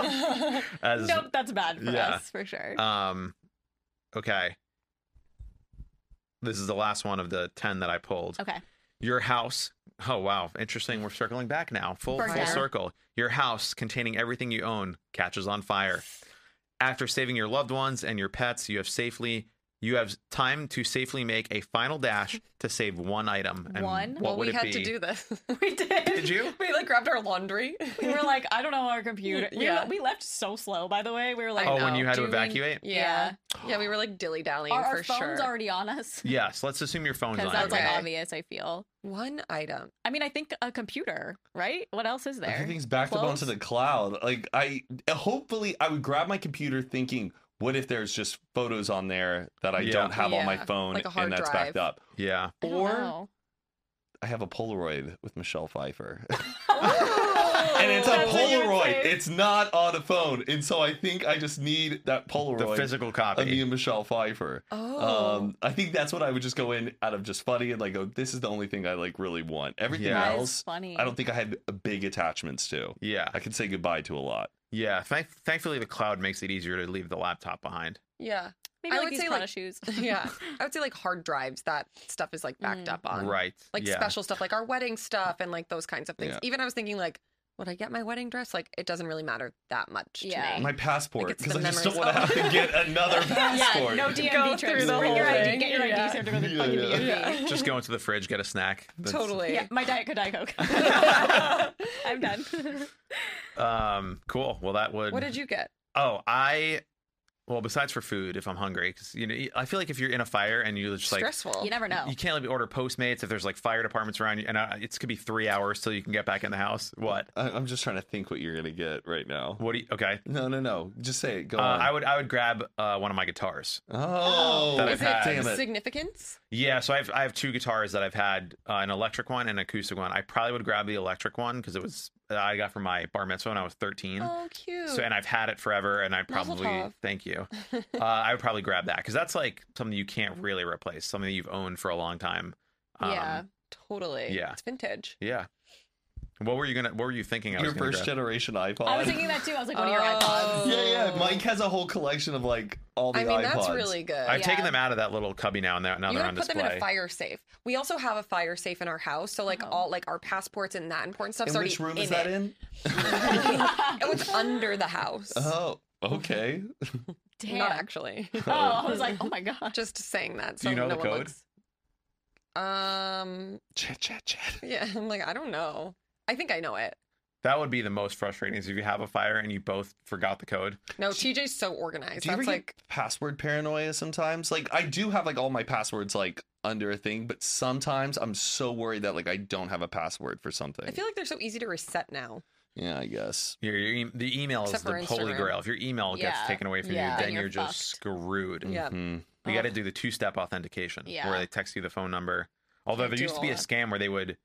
Speaker 4: as
Speaker 2: nope, that's bad for
Speaker 4: Yeah.
Speaker 2: us for sure.
Speaker 4: um okay. This is the last one of the 10 that I pulled.
Speaker 2: okay.
Speaker 4: Your house. Oh wow, interesting. We're circling back now. Full
Speaker 2: Burn
Speaker 4: full
Speaker 2: down.
Speaker 4: circle. Your house containing everything you own catches on fire. After saving your loved ones and your pets, you have safely You have time to safely make a final dash to save one item. And
Speaker 2: One?
Speaker 4: What
Speaker 3: well,
Speaker 4: would
Speaker 3: we
Speaker 4: it
Speaker 3: had
Speaker 4: be?
Speaker 3: to do this.
Speaker 2: We did.
Speaker 4: Did you?
Speaker 3: we like grabbed our laundry.
Speaker 2: We were like, I don't know our computer. We,
Speaker 3: Yeah.
Speaker 2: we left so slow, by the way. We were like,
Speaker 3: I
Speaker 4: Oh, when
Speaker 3: know.
Speaker 4: you had to
Speaker 3: Do we-
Speaker 4: evacuate?
Speaker 3: yeah. Yeah, we were like dilly dallying
Speaker 2: are
Speaker 3: for
Speaker 2: our phones
Speaker 3: sure.
Speaker 2: already on us?
Speaker 4: Yes. Let's assume your phone's
Speaker 2: Because
Speaker 4: on.
Speaker 2: that's like
Speaker 3: Okay.
Speaker 2: obvious, I feel.
Speaker 3: One item.
Speaker 2: I mean, I think a computer, right? What else is there?
Speaker 1: Everything's backed up
Speaker 2: Close?
Speaker 1: onto the cloud. Like I hopefully I would grab my computer thinking, what if there's just photos on there that I
Speaker 4: Yeah.
Speaker 1: don't have on my
Speaker 3: Yeah,
Speaker 1: phone
Speaker 3: like a hard
Speaker 1: and that's backed
Speaker 3: drive.
Speaker 1: up?
Speaker 4: yeah.
Speaker 2: I don't
Speaker 1: or-
Speaker 2: know.
Speaker 1: I have a Polaroid with Michelle Pfeiffer. and
Speaker 3: Oh,
Speaker 2: And
Speaker 1: it's a
Speaker 2: That's what you would
Speaker 1: Polaroid.
Speaker 2: say.
Speaker 1: It's not on a phone. And so I think I just need that
Speaker 4: The
Speaker 1: Polaroid
Speaker 4: physical copy.
Speaker 1: of me and Michelle Pfeiffer.
Speaker 3: Oh.
Speaker 1: Um, I think that's what I would just go in out of just funny and like, go, this is the only thing I like really want. Everything
Speaker 4: Yeah.
Speaker 2: That is
Speaker 1: else,
Speaker 2: funny.
Speaker 1: I don't think I had big attachments to.
Speaker 4: yeah.
Speaker 1: I can say goodbye to a lot.
Speaker 4: Yeah. Thank- thankfully, the cloud makes it easier to leave the laptop behind.
Speaker 3: yeah.
Speaker 2: Maybe
Speaker 3: I
Speaker 2: like
Speaker 3: would
Speaker 2: these
Speaker 3: say,
Speaker 2: Prada
Speaker 3: like-
Speaker 2: shoes.
Speaker 3: Yeah. I would say like hard drives, that stuff is like backed
Speaker 2: Mm.
Speaker 3: up on.
Speaker 4: Right.
Speaker 3: Like
Speaker 4: yeah.
Speaker 3: special stuff, like our wedding stuff and like those kinds of things.
Speaker 1: Yeah.
Speaker 3: Even I was thinking like, would I get my wedding dress? Like it doesn't really matter that much
Speaker 2: Yeah.
Speaker 3: to me.
Speaker 1: My passport,
Speaker 3: it's
Speaker 1: because
Speaker 3: the
Speaker 1: I just don't want
Speaker 3: memories.
Speaker 1: to have to get another
Speaker 2: yeah,
Speaker 1: passport.
Speaker 2: no
Speaker 3: Go
Speaker 2: DMV
Speaker 3: through
Speaker 2: trips.
Speaker 3: the
Speaker 2: Bring your
Speaker 3: whole
Speaker 2: ID.
Speaker 3: thing.
Speaker 2: Get your ID
Speaker 3: Yeah.
Speaker 2: certificate to the
Speaker 1: Yeah,
Speaker 2: fucking
Speaker 1: yeah.
Speaker 2: DMV.
Speaker 4: Just go into the fridge, get a snack. That's-
Speaker 3: Totally.
Speaker 2: Yeah, my diet could Diet Coke. I'm done.
Speaker 4: Um, cool. Well, that would.
Speaker 3: What did you get?
Speaker 4: Oh, I. Well, besides for food, if I'm hungry, because you know, I feel like if you're in a fire and you're just like
Speaker 3: Stressful.
Speaker 2: You never know.
Speaker 4: You can't like, order Postmates if there's like fire departments around you, and uh, it's could be three hours till you can get back in the house. What?
Speaker 1: I, I'm just trying to think what you're going to get right now.
Speaker 4: What do you? Okay.
Speaker 1: No, no, no. Just say it. Go
Speaker 4: Uh,
Speaker 1: on.
Speaker 4: I would I would grab uh, one of my guitars.
Speaker 1: oh,
Speaker 4: That I've
Speaker 3: Is it
Speaker 1: damn it.
Speaker 3: significance?
Speaker 4: Yeah, so I have I have two guitars that I've had, uh, an electric one and an acoustic one. I probably would grab the electric one because it was uh, I got from my bar mitzvah when I was thirteen.
Speaker 3: Oh, cute.
Speaker 4: So and I've had it forever, and I
Speaker 3: Mazel
Speaker 4: probably
Speaker 3: tov.
Speaker 4: thank you. Uh, I would probably grab that because that's like something you can't really replace, something that you've owned for a long time.
Speaker 2: yeah.
Speaker 3: totally.
Speaker 4: Yeah.
Speaker 3: It's vintage.
Speaker 4: yeah. What were you gonna? What were you thinking? I
Speaker 1: Your
Speaker 4: was gonna
Speaker 1: first
Speaker 4: grab?
Speaker 1: generation iPod.
Speaker 2: I was thinking that too. I was like, what are your
Speaker 3: Oh.
Speaker 2: iPods?
Speaker 1: yeah, yeah. Mike has a whole collection of like all the
Speaker 3: I mean,
Speaker 1: iPods.
Speaker 3: that's really good.
Speaker 4: I've taken
Speaker 2: Yeah.
Speaker 4: them out of that little cubby now and now, now
Speaker 3: you
Speaker 4: they're
Speaker 3: gotta
Speaker 4: on
Speaker 3: put
Speaker 4: display.
Speaker 3: them in a fire safe. We also have a fire safe in our house, so like
Speaker 2: Oh.
Speaker 3: all like our passports and that important stuff.
Speaker 1: And which room is that in?
Speaker 3: Oh, it's under the house.
Speaker 1: Oh, okay.
Speaker 2: Damn.
Speaker 3: Not actually.
Speaker 2: Oh, I was like, oh my god.
Speaker 3: Just saying that.
Speaker 4: Do
Speaker 3: So
Speaker 4: you know
Speaker 3: no
Speaker 4: the
Speaker 3: one
Speaker 4: code?
Speaker 3: Looks. Um.
Speaker 1: Chat, chat, chat.
Speaker 3: Yeah. I'm like I don't know. I think I know it.
Speaker 4: That would be the most frustrating is if you have a fire and you both forgot the code.
Speaker 3: No, TJ's so organized.
Speaker 1: Do you ever
Speaker 3: That's like
Speaker 1: get password paranoia sometimes? Like, I do have like all my passwords like under a thing, but sometimes I'm so worried that like I don't have a password for something.
Speaker 3: I feel like they're so easy to reset now.
Speaker 1: yeah, I guess.
Speaker 4: Your, your e- the email
Speaker 3: Except
Speaker 4: is the
Speaker 3: for
Speaker 4: holy
Speaker 3: Instagram.
Speaker 4: grail. If your email gets
Speaker 2: Yeah.
Speaker 4: taken away from
Speaker 2: Yeah.
Speaker 4: you, then
Speaker 2: Then
Speaker 4: you're,
Speaker 2: you're
Speaker 4: just
Speaker 2: fucked.
Speaker 4: screwed.
Speaker 3: Yeah.
Speaker 1: Mhm.
Speaker 4: We got to
Speaker 2: Ugh.
Speaker 4: do the two-step authentication
Speaker 2: Yeah.
Speaker 4: where they text you the phone number. Although
Speaker 3: Can't
Speaker 4: there
Speaker 3: do
Speaker 4: used to be a
Speaker 3: all
Speaker 4: scam where they would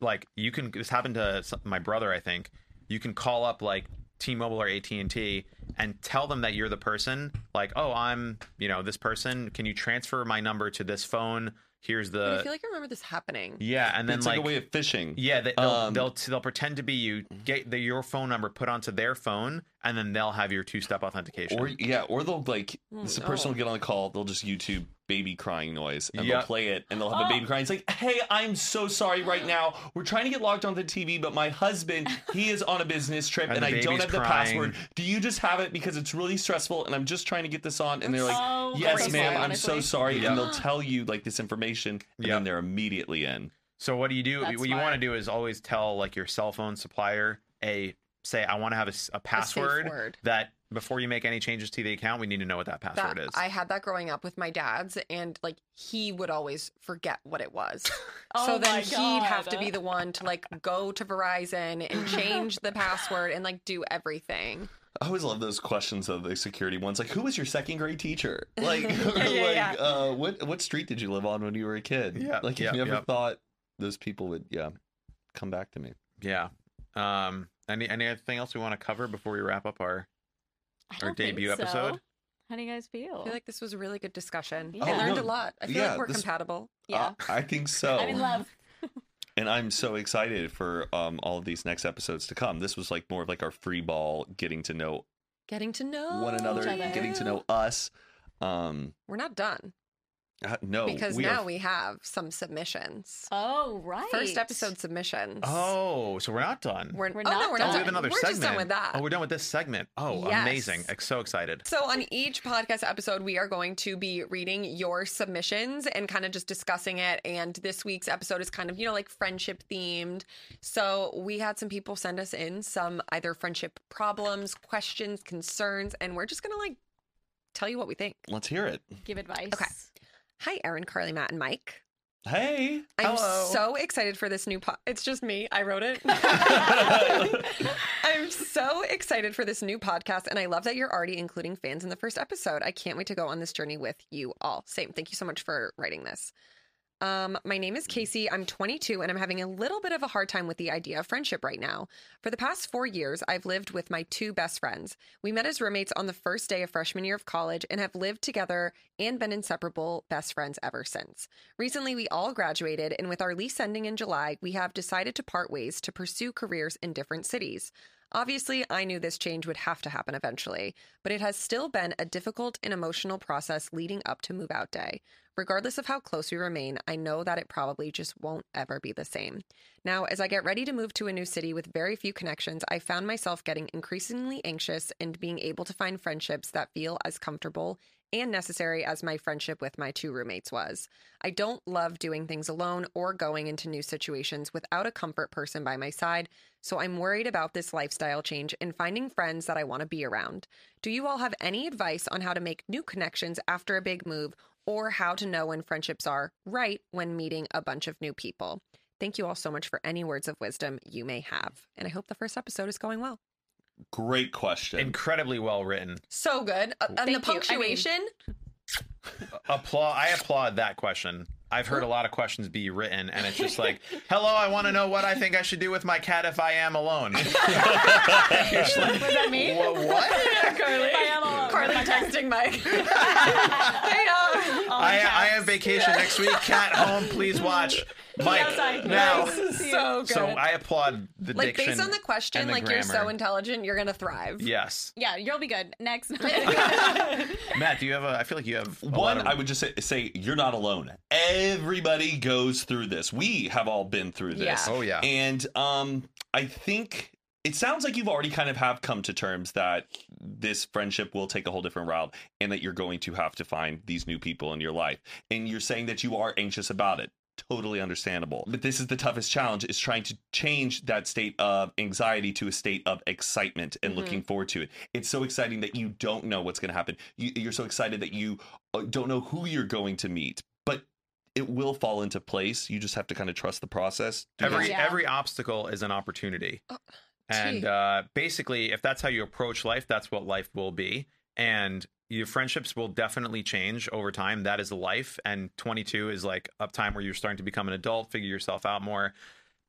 Speaker 4: like you can this happened to s- my brother I think. You can call up like T-Mobile or AT&T and tell them that you're the person like, "Oh, I'm, you know, this person. Can you transfer my number to this phone? Here's
Speaker 3: But
Speaker 4: the
Speaker 3: I feel like I remember this happening.
Speaker 4: Yeah, and then
Speaker 1: it's like, a way of fishing.
Speaker 4: yeah, they, they'll,
Speaker 1: Um,
Speaker 4: they'll they'll pretend to be you, get the, your phone number put onto their phone, and then they'll have your two-step authentication.
Speaker 1: Or yeah, or they'll like
Speaker 2: Hmm,
Speaker 1: this
Speaker 3: Mm,
Speaker 1: person
Speaker 3: oh.
Speaker 1: will get on the call. They'll just YouTube baby crying noise and
Speaker 4: Yeah.
Speaker 1: they'll play it and they'll have a
Speaker 2: Oh.
Speaker 1: baby crying. It's like, hey, I'm so sorry right now. We're trying to get logged onto the TV, but my husband he is on a business trip
Speaker 4: And
Speaker 1: and,
Speaker 4: the
Speaker 1: I don't
Speaker 4: baby's
Speaker 1: have the
Speaker 4: crying.
Speaker 1: password. Do you just have it because it's really stressful and I'm just trying to get this on? And they're like,
Speaker 2: so
Speaker 1: yes,
Speaker 2: crazy,
Speaker 1: ma'am, I'm so
Speaker 2: honestly.
Speaker 1: sorry.
Speaker 4: Yeah.
Speaker 1: And they'll tell you like this information and
Speaker 4: Yeah.
Speaker 1: then they're immediately in.
Speaker 4: so what do you do?
Speaker 2: That's
Speaker 4: what you want
Speaker 2: smart.
Speaker 4: to do is always tell like your cell phone supplier a say I want to have a s- a,
Speaker 3: A safe
Speaker 4: password
Speaker 3: word.
Speaker 4: that before you make any changes to the account, we need to know what that
Speaker 3: That,
Speaker 4: password is.
Speaker 3: I had that growing up with my dad's, and like he would always forget what it was. so
Speaker 2: Oh
Speaker 3: then
Speaker 2: my
Speaker 3: he'd have to
Speaker 2: God.
Speaker 3: be the one to like go to Verizon and change the password and like do everything.
Speaker 1: I always love those questions of the security ones. Like, who was your second grade teacher? Like, or
Speaker 3: yeah,
Speaker 1: like
Speaker 3: yeah.
Speaker 1: Uh, what what street did you live on when you were a kid?
Speaker 4: Yeah,
Speaker 1: like
Speaker 4: yeah,
Speaker 1: you never
Speaker 4: yeah.
Speaker 1: thought those people would, yeah, come back to me.
Speaker 4: yeah. Um. Any anything else we want to cover before we wrap up our?
Speaker 2: I
Speaker 4: our
Speaker 2: don't think
Speaker 4: debut episode?
Speaker 2: How do you guys feel?
Speaker 3: I feel like this was a really good discussion.
Speaker 2: Yeah.
Speaker 3: I
Speaker 2: Oh,
Speaker 3: learned
Speaker 1: no.
Speaker 3: a lot. I feel
Speaker 1: Yeah,
Speaker 3: like we're
Speaker 1: this-
Speaker 3: compatible.
Speaker 2: yeah.
Speaker 1: Uh, I think so.
Speaker 2: I'm in love.
Speaker 1: And I'm so excited for um all of these next episodes to come. This was like more of like our free ball, getting to know
Speaker 3: Getting to know
Speaker 1: one another,
Speaker 2: Each other.
Speaker 1: getting to know us. Um,
Speaker 3: We're not done.
Speaker 1: Uh, no,
Speaker 3: because
Speaker 1: we are-
Speaker 3: now we have some submissions.
Speaker 2: Oh, right.
Speaker 3: First episode submissions.
Speaker 4: Oh, so we're not done.
Speaker 3: We're,
Speaker 2: We're
Speaker 3: oh,
Speaker 2: not
Speaker 3: no, we're
Speaker 2: done.
Speaker 3: not
Speaker 4: oh, we
Speaker 3: done.
Speaker 4: have another
Speaker 3: we're
Speaker 4: segment.
Speaker 3: just done with that.
Speaker 4: Oh, we're done with this segment. Oh,
Speaker 3: Yes.
Speaker 4: amazing! Ex- So excited.
Speaker 3: So, on each podcast episode, we are going to be reading your submissions and kind of just discussing it. And this week's episode is kind of, you know, like friendship themed. So, we had some people send us in some either friendship problems, questions, concerns, and we're just going to like tell you what we think.
Speaker 1: Let's hear it.
Speaker 2: Give advice.
Speaker 3: Okay. Hi, Erin, Carly, Matt, and Mike.
Speaker 1: Hey,
Speaker 3: I'm
Speaker 4: Hello.
Speaker 3: so excited for this new pod. It's just me. I wrote it. I'm so excited for this new podcast, and I love that you're already including fans in the first episode. I can't wait to go on this journey with you all. Same. Thank you so much for writing this. Um, my name is Casey. I'm 22, and I'm having a little bit of a hard time with the idea of friendship right now. For the past four years, I've lived with my two best friends. We met as roommates on the first day of freshman year of college and have lived together and been inseparable best friends ever since. Recently, we all graduated, and with our lease ending in July, we have decided to part ways to pursue careers in different cities. Obviously, I knew this change would have to happen eventually, but it has still been a difficult and emotional process leading up to move out day. Regardless of how close we remain, I know that it probably just won't ever be the same. Now, as I get ready to move to a new city with very few connections, I found myself getting increasingly anxious and being able to find friendships that feel as comfortable and necessary as my friendship with my two roommates was. I don't love doing things alone or going into new situations without a comfort person by my side, so I'm worried about this lifestyle change and finding friends that I want to be around. Do you all have any advice on how to make new connections after a big move or how to know when friendships are right when meeting a bunch of new people? Thank you all so much for any words of wisdom you may have. And I hope the first episode is going well.
Speaker 1: great question.
Speaker 4: Incredibly well written.
Speaker 3: So good. Uh,
Speaker 2: Thank
Speaker 3: and the
Speaker 2: you. I mean-
Speaker 3: punctuation.
Speaker 4: Applaud. I applaud that question. I've heard a lot of questions be written, and it's just like, "Hello, I want to know what I think I should do with my cat if I am alone." It's like,
Speaker 2: Was that me?
Speaker 4: "Wha- what?
Speaker 2: Carly. I am alone.
Speaker 3: Carly texting Mike. hey, uh,
Speaker 2: All
Speaker 4: I,
Speaker 2: in caps.
Speaker 4: I have vacation next week. Cat home, please watch. Mike,
Speaker 2: outside.
Speaker 4: now.
Speaker 2: Nice. See you.
Speaker 3: so good.
Speaker 4: So I applaud the
Speaker 3: like
Speaker 4: diction
Speaker 3: based on the question,
Speaker 4: and the
Speaker 3: like you're so
Speaker 4: grammar.
Speaker 3: intelligent, you're gonna thrive.
Speaker 4: Yes,
Speaker 2: Yeah, you'll be good. Next.
Speaker 4: Matt. Do you have a? I feel like you have a lot
Speaker 1: One,
Speaker 4: of-
Speaker 1: I would just say, say you're not alone. Everybody goes through this. We have all been through this.
Speaker 3: Yeah.
Speaker 4: Oh yeah.
Speaker 1: And um, I think it sounds like you've already kind of have come to terms that this friendship will take a whole different route and that you're going to have to find these new people in your life. And you're saying that you are anxious about it. Totally understandable. But this is the toughest challenge is trying to change that state of anxiety to a state of excitement and
Speaker 4: Mm-hmm.
Speaker 3: Mhm.
Speaker 1: looking forward to it. It's so exciting that you don't know what's going to happen. You, you're so excited that you uh, don't know who you're going to meet, but it will fall into place. You just have to kind of trust the process. Do
Speaker 4: every
Speaker 2: Yeah.
Speaker 4: every obstacle is an opportunity
Speaker 3: Oh,
Speaker 4: and
Speaker 3: gee.
Speaker 4: uh, basically if that's how you approach life that's what life will be and your friendships will definitely change over time that is life and 22 is like a time where you're starting to become an adult figure yourself out more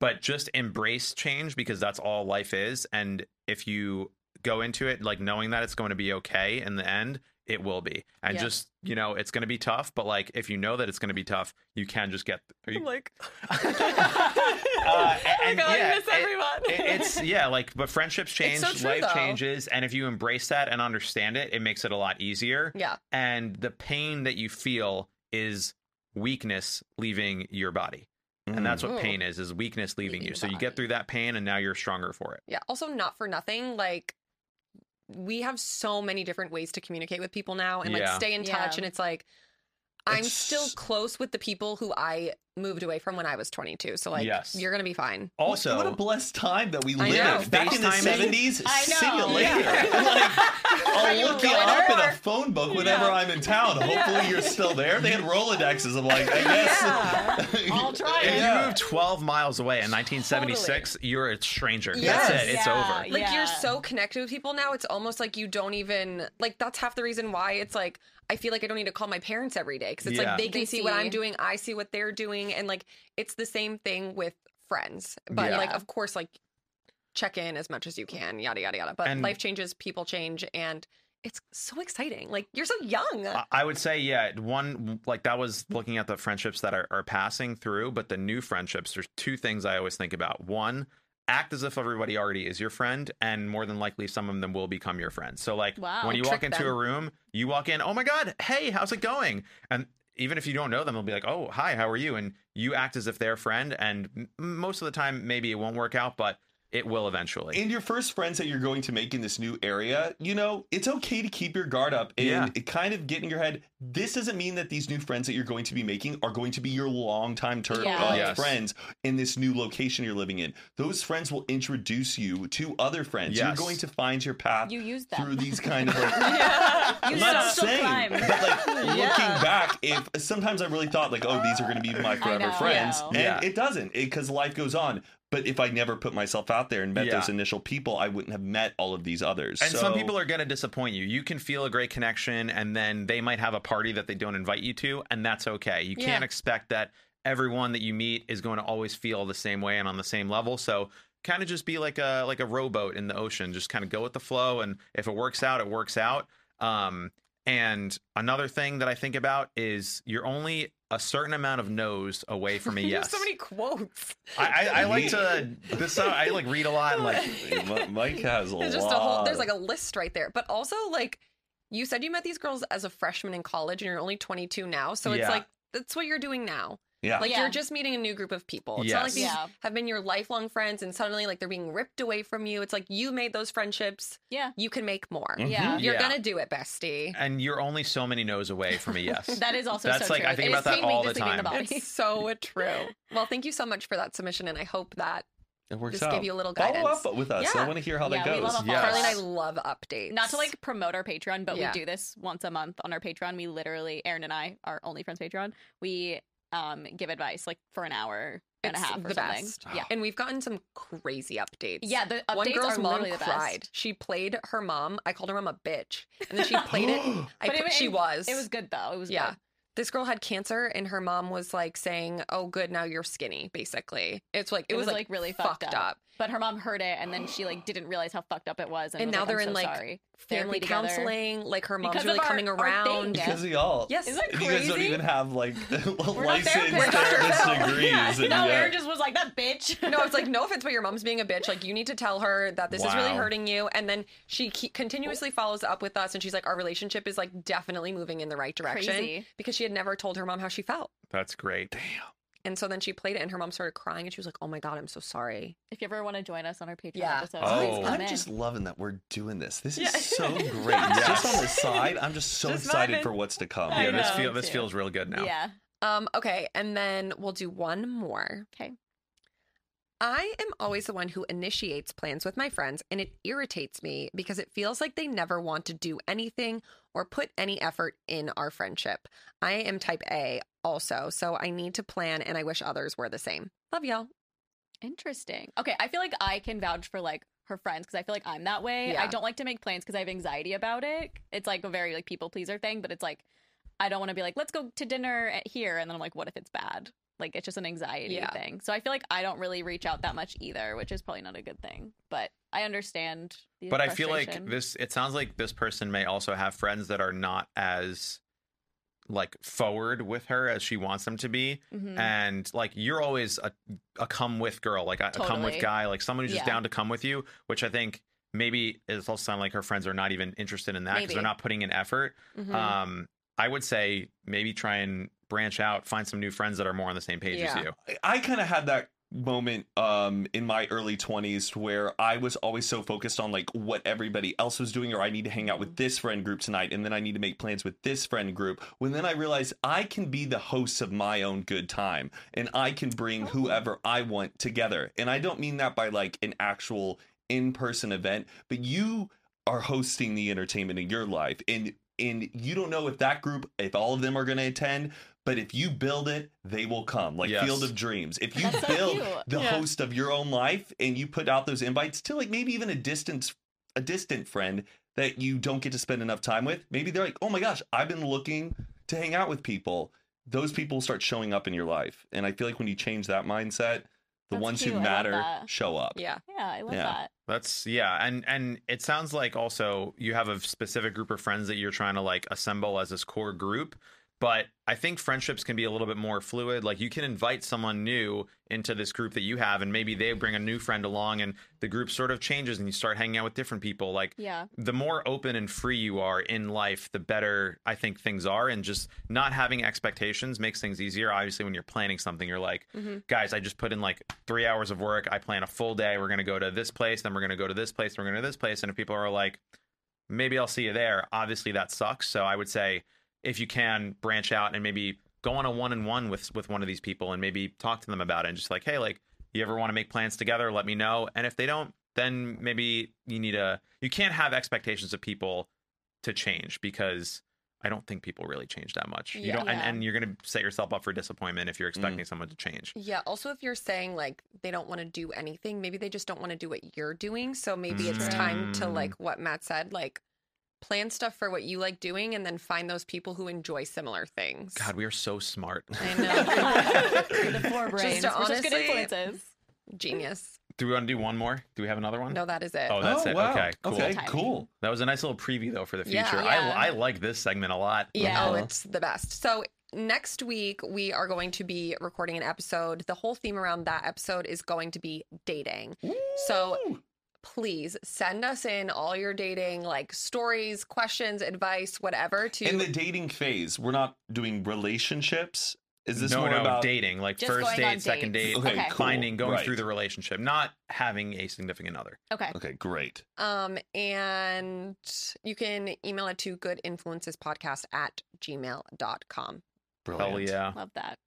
Speaker 4: but just embrace change because that's all life is and if you go into it like knowing that it's going to be okay in the end it will be and
Speaker 3: Yeah.
Speaker 4: just you know it's going to be tough but like if you know that it's going to be tough you can just get are you-
Speaker 3: I'm like,
Speaker 4: uh,
Speaker 3: oh my
Speaker 4: and
Speaker 3: god,
Speaker 4: yeah,
Speaker 3: I miss
Speaker 4: it-
Speaker 3: everyone.
Speaker 4: it- it's yeah, like but friendships change,
Speaker 3: so true,
Speaker 4: life
Speaker 3: though.
Speaker 4: changes, and if you embrace that and understand it, it makes it a lot easier.
Speaker 3: yeah,
Speaker 4: And the pain that you feel is weakness leaving your body. And
Speaker 1: Mm.
Speaker 4: that's what
Speaker 3: Ooh.
Speaker 4: pain is, is weakness leaving
Speaker 3: Mm. Leaving
Speaker 4: you.
Speaker 3: the
Speaker 4: So you
Speaker 3: body.
Speaker 4: get through that pain and now you're stronger for it.
Speaker 3: yeah. Also, not for nothing. Like we have so many different ways to communicate with people now, and like
Speaker 4: Yeah.
Speaker 3: stay in touch.
Speaker 2: Yeah.
Speaker 3: And it's like. I'm
Speaker 1: It's-
Speaker 3: still close with the people who I moved away from when I was 22. So like,
Speaker 4: Yes.
Speaker 3: you're gonna be fine.
Speaker 4: Also,
Speaker 1: what a blessed time that we
Speaker 3: I
Speaker 1: live.
Speaker 3: know.
Speaker 1: Back in the
Speaker 4: FaceTiming.
Speaker 1: seventies,
Speaker 2: I know.
Speaker 1: see you later.
Speaker 4: Yeah.
Speaker 1: Like, I'll
Speaker 3: you
Speaker 1: look
Speaker 3: go
Speaker 1: you up in
Speaker 3: anywhere.
Speaker 1: a phone book whenever
Speaker 2: Yeah.
Speaker 1: I'm in town. Hopefully, you're still there. They had Rolodexes. I'm like, I guess.
Speaker 2: I'll try
Speaker 4: if
Speaker 2: it.
Speaker 4: you
Speaker 1: Yeah.
Speaker 4: move 12 miles away in 1976, you're a stranger. That's
Speaker 3: Yes.
Speaker 4: it. It's
Speaker 2: Yeah.
Speaker 4: over.
Speaker 3: Like
Speaker 2: Yeah.
Speaker 3: you're so connected with people now, it's almost like you don't even like. That's half the reason why it's like I feel like I don't need to call my parents every day because it's
Speaker 4: Yeah.
Speaker 3: like they can
Speaker 2: They
Speaker 3: see, what
Speaker 2: see.
Speaker 3: I'm doing, I see what they're doing, and like it's the same thing with friends. But
Speaker 4: Yeah.
Speaker 3: like, of course, like check in as much as you can, yada yada yada. But
Speaker 4: And-
Speaker 3: life changes, people change, and it's so exciting. Like you're so young.
Speaker 4: I- I would say, yeah, one like that was looking at the friendships that are, are passing through, but the new friendships. There's two things I always think about. One, act as if everybody already is your friend, and more than likely, some of them will become your friend. So, like
Speaker 2: Wow.
Speaker 4: when you walk
Speaker 3: Trick
Speaker 4: into a
Speaker 3: them.
Speaker 4: room, you walk in, oh my god, hey, how's it going? And even if you don't know them, they'll be like, "Oh, hi, how are you?" And you act as if they're a friend. And m- most of the time, maybe it won't work out, but it will eventually.
Speaker 1: And your first friends that you're going to make in this new area, you know, it's okay to keep your guard up and
Speaker 4: Yeah.
Speaker 1: it kind of get in your head. This doesn't mean that these new friends that you're going to be making are going to be your longtime term
Speaker 2: Yeah.
Speaker 1: uh,
Speaker 4: Yes.
Speaker 1: friends in this new location you're living in. Those friends will introduce you to other friends.
Speaker 4: Yes.
Speaker 1: You're going to find your path
Speaker 2: You use them.
Speaker 1: through these kind of like
Speaker 2: You
Speaker 1: I'm not
Speaker 2: social
Speaker 1: saying,
Speaker 2: climb.
Speaker 1: but like looking
Speaker 3: Yeah.
Speaker 1: back, if sometimes I really thought like, oh, these are going to be my forever
Speaker 2: know.
Speaker 1: friends,
Speaker 2: Yeah.
Speaker 1: and
Speaker 4: Yeah.
Speaker 1: it doesn't because life goes on. But if I never put myself out there and met
Speaker 4: Yeah.
Speaker 1: those initial people, I wouldn't have met all of these others.
Speaker 4: And some people are going to disappoint you. You can feel a great connection, and then they might have a party that they don't invite you to, and that's okay. You
Speaker 3: Yeah.
Speaker 4: can't expect that everyone that you meet is going to always feel the same way and on the same level. So kind of just be like a like a rowboat in the ocean. Just kind of go with the flow, and if it works out, it works out. Um, and another thing that I think about is you're only a certain amount of no's away from a
Speaker 3: You have
Speaker 4: yes.
Speaker 3: so many quotes.
Speaker 4: I, I, I like to this. I like read a lot and like
Speaker 1: M- Mike has a
Speaker 3: There's
Speaker 1: lot.
Speaker 3: just a whole there's like a list right there. But also like you said you met these girls as a freshman in college and you're only 22 now, so it's
Speaker 4: Yeah.
Speaker 3: like that's what you're doing now.
Speaker 1: yeah.
Speaker 3: Like
Speaker 2: Yeah.
Speaker 3: you're just meeting a new group of people. It's not like
Speaker 4: Yes.
Speaker 3: these
Speaker 2: Yeah.
Speaker 3: have been your lifelong friends and suddenly like they're being ripped away from you. It's like you made those friendships.
Speaker 2: Yeah.
Speaker 3: You can make more.
Speaker 1: Mhm.
Speaker 2: Yeah.
Speaker 3: You're
Speaker 4: Yeah.
Speaker 3: gonna do it, bestie.
Speaker 4: and you're only so many no's away from a yes.
Speaker 2: That is also
Speaker 4: That's
Speaker 2: so
Speaker 4: like-
Speaker 2: true.
Speaker 4: I think
Speaker 2: It
Speaker 4: about
Speaker 2: is
Speaker 4: that
Speaker 2: painfully
Speaker 4: all the
Speaker 2: misleading
Speaker 4: time.
Speaker 2: body.
Speaker 3: It's so true. Well, thank you so much for that submission, and I hope that
Speaker 1: it works
Speaker 3: just
Speaker 1: out.
Speaker 3: gave you a little
Speaker 1: Follow
Speaker 3: guidance.
Speaker 1: up with us. I
Speaker 3: Yeah.
Speaker 1: want to hear how that
Speaker 2: Yeah, we
Speaker 1: goes.
Speaker 2: love a
Speaker 4: Yes.
Speaker 2: follow-up.
Speaker 3: Carly and I love updates.
Speaker 2: not to like promote our Patreon, but
Speaker 3: Yeah.
Speaker 2: we do this once a month on our Patreon. We literally, Aaron and I, our only friends Patreon, we um give advice like for an hour and a
Speaker 3: It's
Speaker 2: half or
Speaker 3: the
Speaker 2: something.
Speaker 3: best.
Speaker 2: Yeah,
Speaker 3: and we've gotten some crazy updates.
Speaker 2: yeah. The updates
Speaker 3: One girl's
Speaker 2: are
Speaker 3: mom
Speaker 2: literally the
Speaker 3: cried.
Speaker 2: best.
Speaker 3: She played her mom. I called her mom a bitch, and then she played it. I
Speaker 2: But
Speaker 3: put,
Speaker 2: it-
Speaker 3: she was.
Speaker 2: It was good though. It was
Speaker 3: yeah.
Speaker 2: Good.
Speaker 3: This girl had cancer, and her mom was like saying, "Oh, good, now you're skinny." Basically, it's like it, was, like,
Speaker 2: really fucked
Speaker 3: fucked up.
Speaker 2: up. But her mom heard it, and then she like didn't realize how fucked up it was. And,
Speaker 3: And
Speaker 2: was
Speaker 3: now they're
Speaker 2: I'm
Speaker 3: in,
Speaker 2: so
Speaker 3: like,
Speaker 2: sorry.
Speaker 3: Family
Speaker 2: Therapy together.
Speaker 3: counseling, like her mom's
Speaker 2: Because of
Speaker 3: really
Speaker 2: our-
Speaker 3: coming
Speaker 2: our thing,
Speaker 3: around.
Speaker 2: yeah.
Speaker 1: because of y'all.
Speaker 3: Yes,
Speaker 2: Isn't that
Speaker 1: And you guys don't
Speaker 2: crazy?
Speaker 1: even have like licensed
Speaker 2: therapists.
Speaker 1: therapist
Speaker 3: Yeah.
Speaker 1: degrees. and
Speaker 2: No,
Speaker 1: yet-
Speaker 2: Aaron just was like that bitch.
Speaker 3: No, it's like no offense, but your mom's being a bitch. Like you need to tell her that this is really
Speaker 4: Wow.
Speaker 3: hurting you, and then she ke- continuously follows up with us, and she's like, our relationship is like definitely moving in the right direction
Speaker 2: Crazy.
Speaker 3: because she had never told her mom how she felt,
Speaker 4: That's great.
Speaker 3: and so then she played it, and her mom started crying, and she was like, oh my god, I'm so sorry.
Speaker 2: If you ever want to join us on our Patreon
Speaker 3: Yeah.
Speaker 2: episode,
Speaker 4: Oh.
Speaker 2: please come
Speaker 1: I'm
Speaker 2: in.
Speaker 1: just loving that we're doing this. This is
Speaker 3: Yeah.
Speaker 1: so great.
Speaker 4: Yes.
Speaker 1: Just on the side, I'm just so
Speaker 3: Just
Speaker 1: excited
Speaker 3: vibing.
Speaker 1: for what's to come.
Speaker 2: I
Speaker 4: Yeah, this
Speaker 2: know,
Speaker 4: feel this
Speaker 2: too.
Speaker 4: feels real good now.
Speaker 2: yeah.
Speaker 3: Um, okay, and then we'll do one more.
Speaker 2: Okay.
Speaker 3: I am always the one who initiates plans with my friends, and it irritates me because it feels like they never want to do anything or put any effort in our friendship. I am type A also, so I need to plan, and I wish others were the same. Love y'all.
Speaker 2: Interesting. Okay, I feel like I can vouch for like her friends because I feel like I'm that way. I
Speaker 3: Yeah.
Speaker 2: don't like to make plans because I have anxiety about it. It's like a very like people pleaser thing, but it's like I don't want to be like, let's go to dinner at here, and then I'm like, what if it's bad? Like it's just an anxiety
Speaker 3: Yeah.
Speaker 2: thing. So I feel like I don't really reach out that much either, which is probably not a good thing. But I understand. The
Speaker 4: But I feel like
Speaker 2: frustration.
Speaker 4: this it sounds like this person may also have friends that are not as like forward with her as she wants them to be.
Speaker 2: Mhm.
Speaker 4: And like you're always a, a come with girl, like a, a come
Speaker 2: Totally.
Speaker 4: with guy, like someone who's just
Speaker 2: Yeah.
Speaker 4: down to come with you, which I think maybe it also sound like her friends are not even interested in that because
Speaker 2: Maybe. Mm.
Speaker 4: they're not putting in effort.
Speaker 3: Mm-hmm.
Speaker 4: Um I would say maybe try and branch out, find some new friends that are more on the same page
Speaker 3: Yeah.
Speaker 4: as you.
Speaker 1: I- I kind of had that moment um in my early 20s where I was always so focused on like what everybody else was doing or I need to hang out with this friend group tonight and then I need to make plans with this friend group when then I realized I can be the host of my own good time and I can bring whoever I want together and I don't mean that by like an actual in-person event but you are hosting the entertainment in your life and and you don't know if that group if all of them are going to attend but if you build it they will come like
Speaker 4: Yes.
Speaker 1: field of dreams if you
Speaker 2: That's so
Speaker 1: build
Speaker 2: cute.
Speaker 1: the
Speaker 3: Yeah.
Speaker 1: host of your own life and you put out those invites to like maybe even a distance a distant friend that you don't get to spend enough time with maybe they're like oh my gosh i've been looking to hang out with people those people start showing up in your life and i feel like when you change that mindset the
Speaker 2: That's
Speaker 1: ones
Speaker 2: cute. I
Speaker 1: who
Speaker 2: love
Speaker 1: matter
Speaker 2: that.
Speaker 1: show up
Speaker 3: Yeah.
Speaker 2: yeah, I love
Speaker 1: Yeah.
Speaker 2: that.
Speaker 4: That's yeah, and and it sounds like also you have a specific group of friends that you're trying to like assemble as this core group, But I think friendships can be a little bit more fluid. Like you can invite someone new into this group that you have, and maybe they bring a new friend along, and the group sort of changes, and you start hanging out with different people. Like
Speaker 2: Yeah.
Speaker 4: the more open and free you are in life, the better I think things are. And just not having expectations makes things easier. Obviously, when you're planning something, you're like, guys, I just put in like three hours of work. I plan a full day. We're going to go to this place, then we're going to go to this place, then we're going to this place. And if people are like, maybe I'll see you there, obviously that sucks. So I would say if you can branch out and maybe go on a one on one with with one of these people and maybe talk to them about it and just like, hey, like you ever want to make plans together, let me know. And if they don't, then maybe you need a you can't have expectations of people to change because I don't think people really change that much. You
Speaker 3: Yeah.
Speaker 4: don't and,
Speaker 2: Yeah.
Speaker 4: and you're gonna set yourself up for disappointment if you're expecting someone to change.
Speaker 3: Yeah. Also, if you're saying like they don't want to do anything, maybe they just don't want to do what you're doing. So maybe it's time to
Speaker 4: Mm.
Speaker 3: like what Matt said, like plan stuff for what you like doing, and then find those people who enjoy similar things.
Speaker 4: God, we are so smart.
Speaker 3: I
Speaker 2: the
Speaker 3: know.
Speaker 2: four brains.
Speaker 3: to
Speaker 2: We're such good
Speaker 3: honestly-
Speaker 2: influences.
Speaker 3: Genius.
Speaker 4: do we want to do one more? Do we have another one?
Speaker 3: No, that is it.
Speaker 4: Oh, that's it.
Speaker 1: wow.
Speaker 4: Okay, cool.
Speaker 1: Okay,
Speaker 2: Timing.
Speaker 1: cool.
Speaker 4: That was a nice little preview though for the future.
Speaker 3: Yeah.
Speaker 2: Yeah.
Speaker 4: I I like this segment a lot.
Speaker 2: Yeah.
Speaker 3: Oh, it's the best. So next week we are going to be recording an episode. The whole theme around that episode is going to be dating. So
Speaker 1: Woo!
Speaker 3: please send us in all your dating like stories, questions, advice, whatever to
Speaker 1: in the dating phase, we're not doing relationships. Is this
Speaker 4: no,
Speaker 1: more
Speaker 4: no,
Speaker 1: about
Speaker 4: dating, like
Speaker 2: Just
Speaker 4: first
Speaker 2: going on
Speaker 4: date, second date,
Speaker 2: dates.
Speaker 4: like
Speaker 2: Okay.
Speaker 4: finding,
Speaker 1: Cool.
Speaker 4: going
Speaker 1: Right.
Speaker 4: through the relationship, not having a significant other.
Speaker 2: Okay.
Speaker 1: Okay, great.
Speaker 3: um and you can email it to goodinfluencespodcast at gmail.com.
Speaker 1: Brilliant.
Speaker 4: Hell yeah!
Speaker 2: Love that.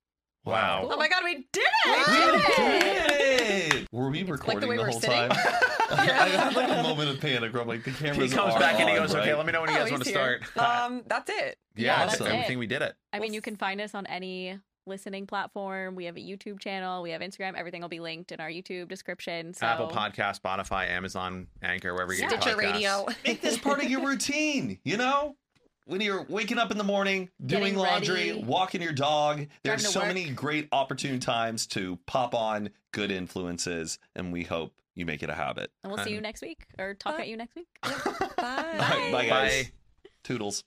Speaker 4: Wow.
Speaker 2: Cool.
Speaker 3: Oh my god, we did
Speaker 1: We
Speaker 3: it!
Speaker 1: did it! Were we recording
Speaker 3: way
Speaker 1: the
Speaker 3: we're
Speaker 1: whole
Speaker 3: sitting.
Speaker 1: time? I had like a moment of panic. Where I'm like, the camera.
Speaker 4: He comes back and he goes, "Okay,
Speaker 1: Right?
Speaker 4: let me know when you
Speaker 3: Oh,
Speaker 4: guys
Speaker 3: he's
Speaker 4: want to
Speaker 3: here.
Speaker 4: start."
Speaker 3: Um that's it.
Speaker 4: yeah,
Speaker 1: yeah,
Speaker 4: that's
Speaker 1: that's
Speaker 4: I
Speaker 2: it.
Speaker 4: think we did it.
Speaker 2: I mean, you can find us on any listening platform. We have a YouTube channel. We have Instagram. Everything will be linked in our YouTube description. So
Speaker 4: Apple Podcast, Spotify, Amazon, Anchor, wherever you get
Speaker 3: Stitcher
Speaker 4: podcasts.
Speaker 3: Radio.
Speaker 1: Make this part of your routine. You know, when you're waking up in the morning, doing
Speaker 2: Getting
Speaker 1: laundry,
Speaker 2: ready.
Speaker 1: walking your dog. There's
Speaker 2: to
Speaker 1: so
Speaker 2: work.
Speaker 1: many great opportune times to pop on good influences, and we hope you make it a habit.
Speaker 2: and we'll see you
Speaker 4: Um,
Speaker 2: next week or talk
Speaker 3: Bye.
Speaker 2: at you next week.
Speaker 3: Bye.
Speaker 1: All right, bye guys.
Speaker 4: Bye.
Speaker 1: Toodles.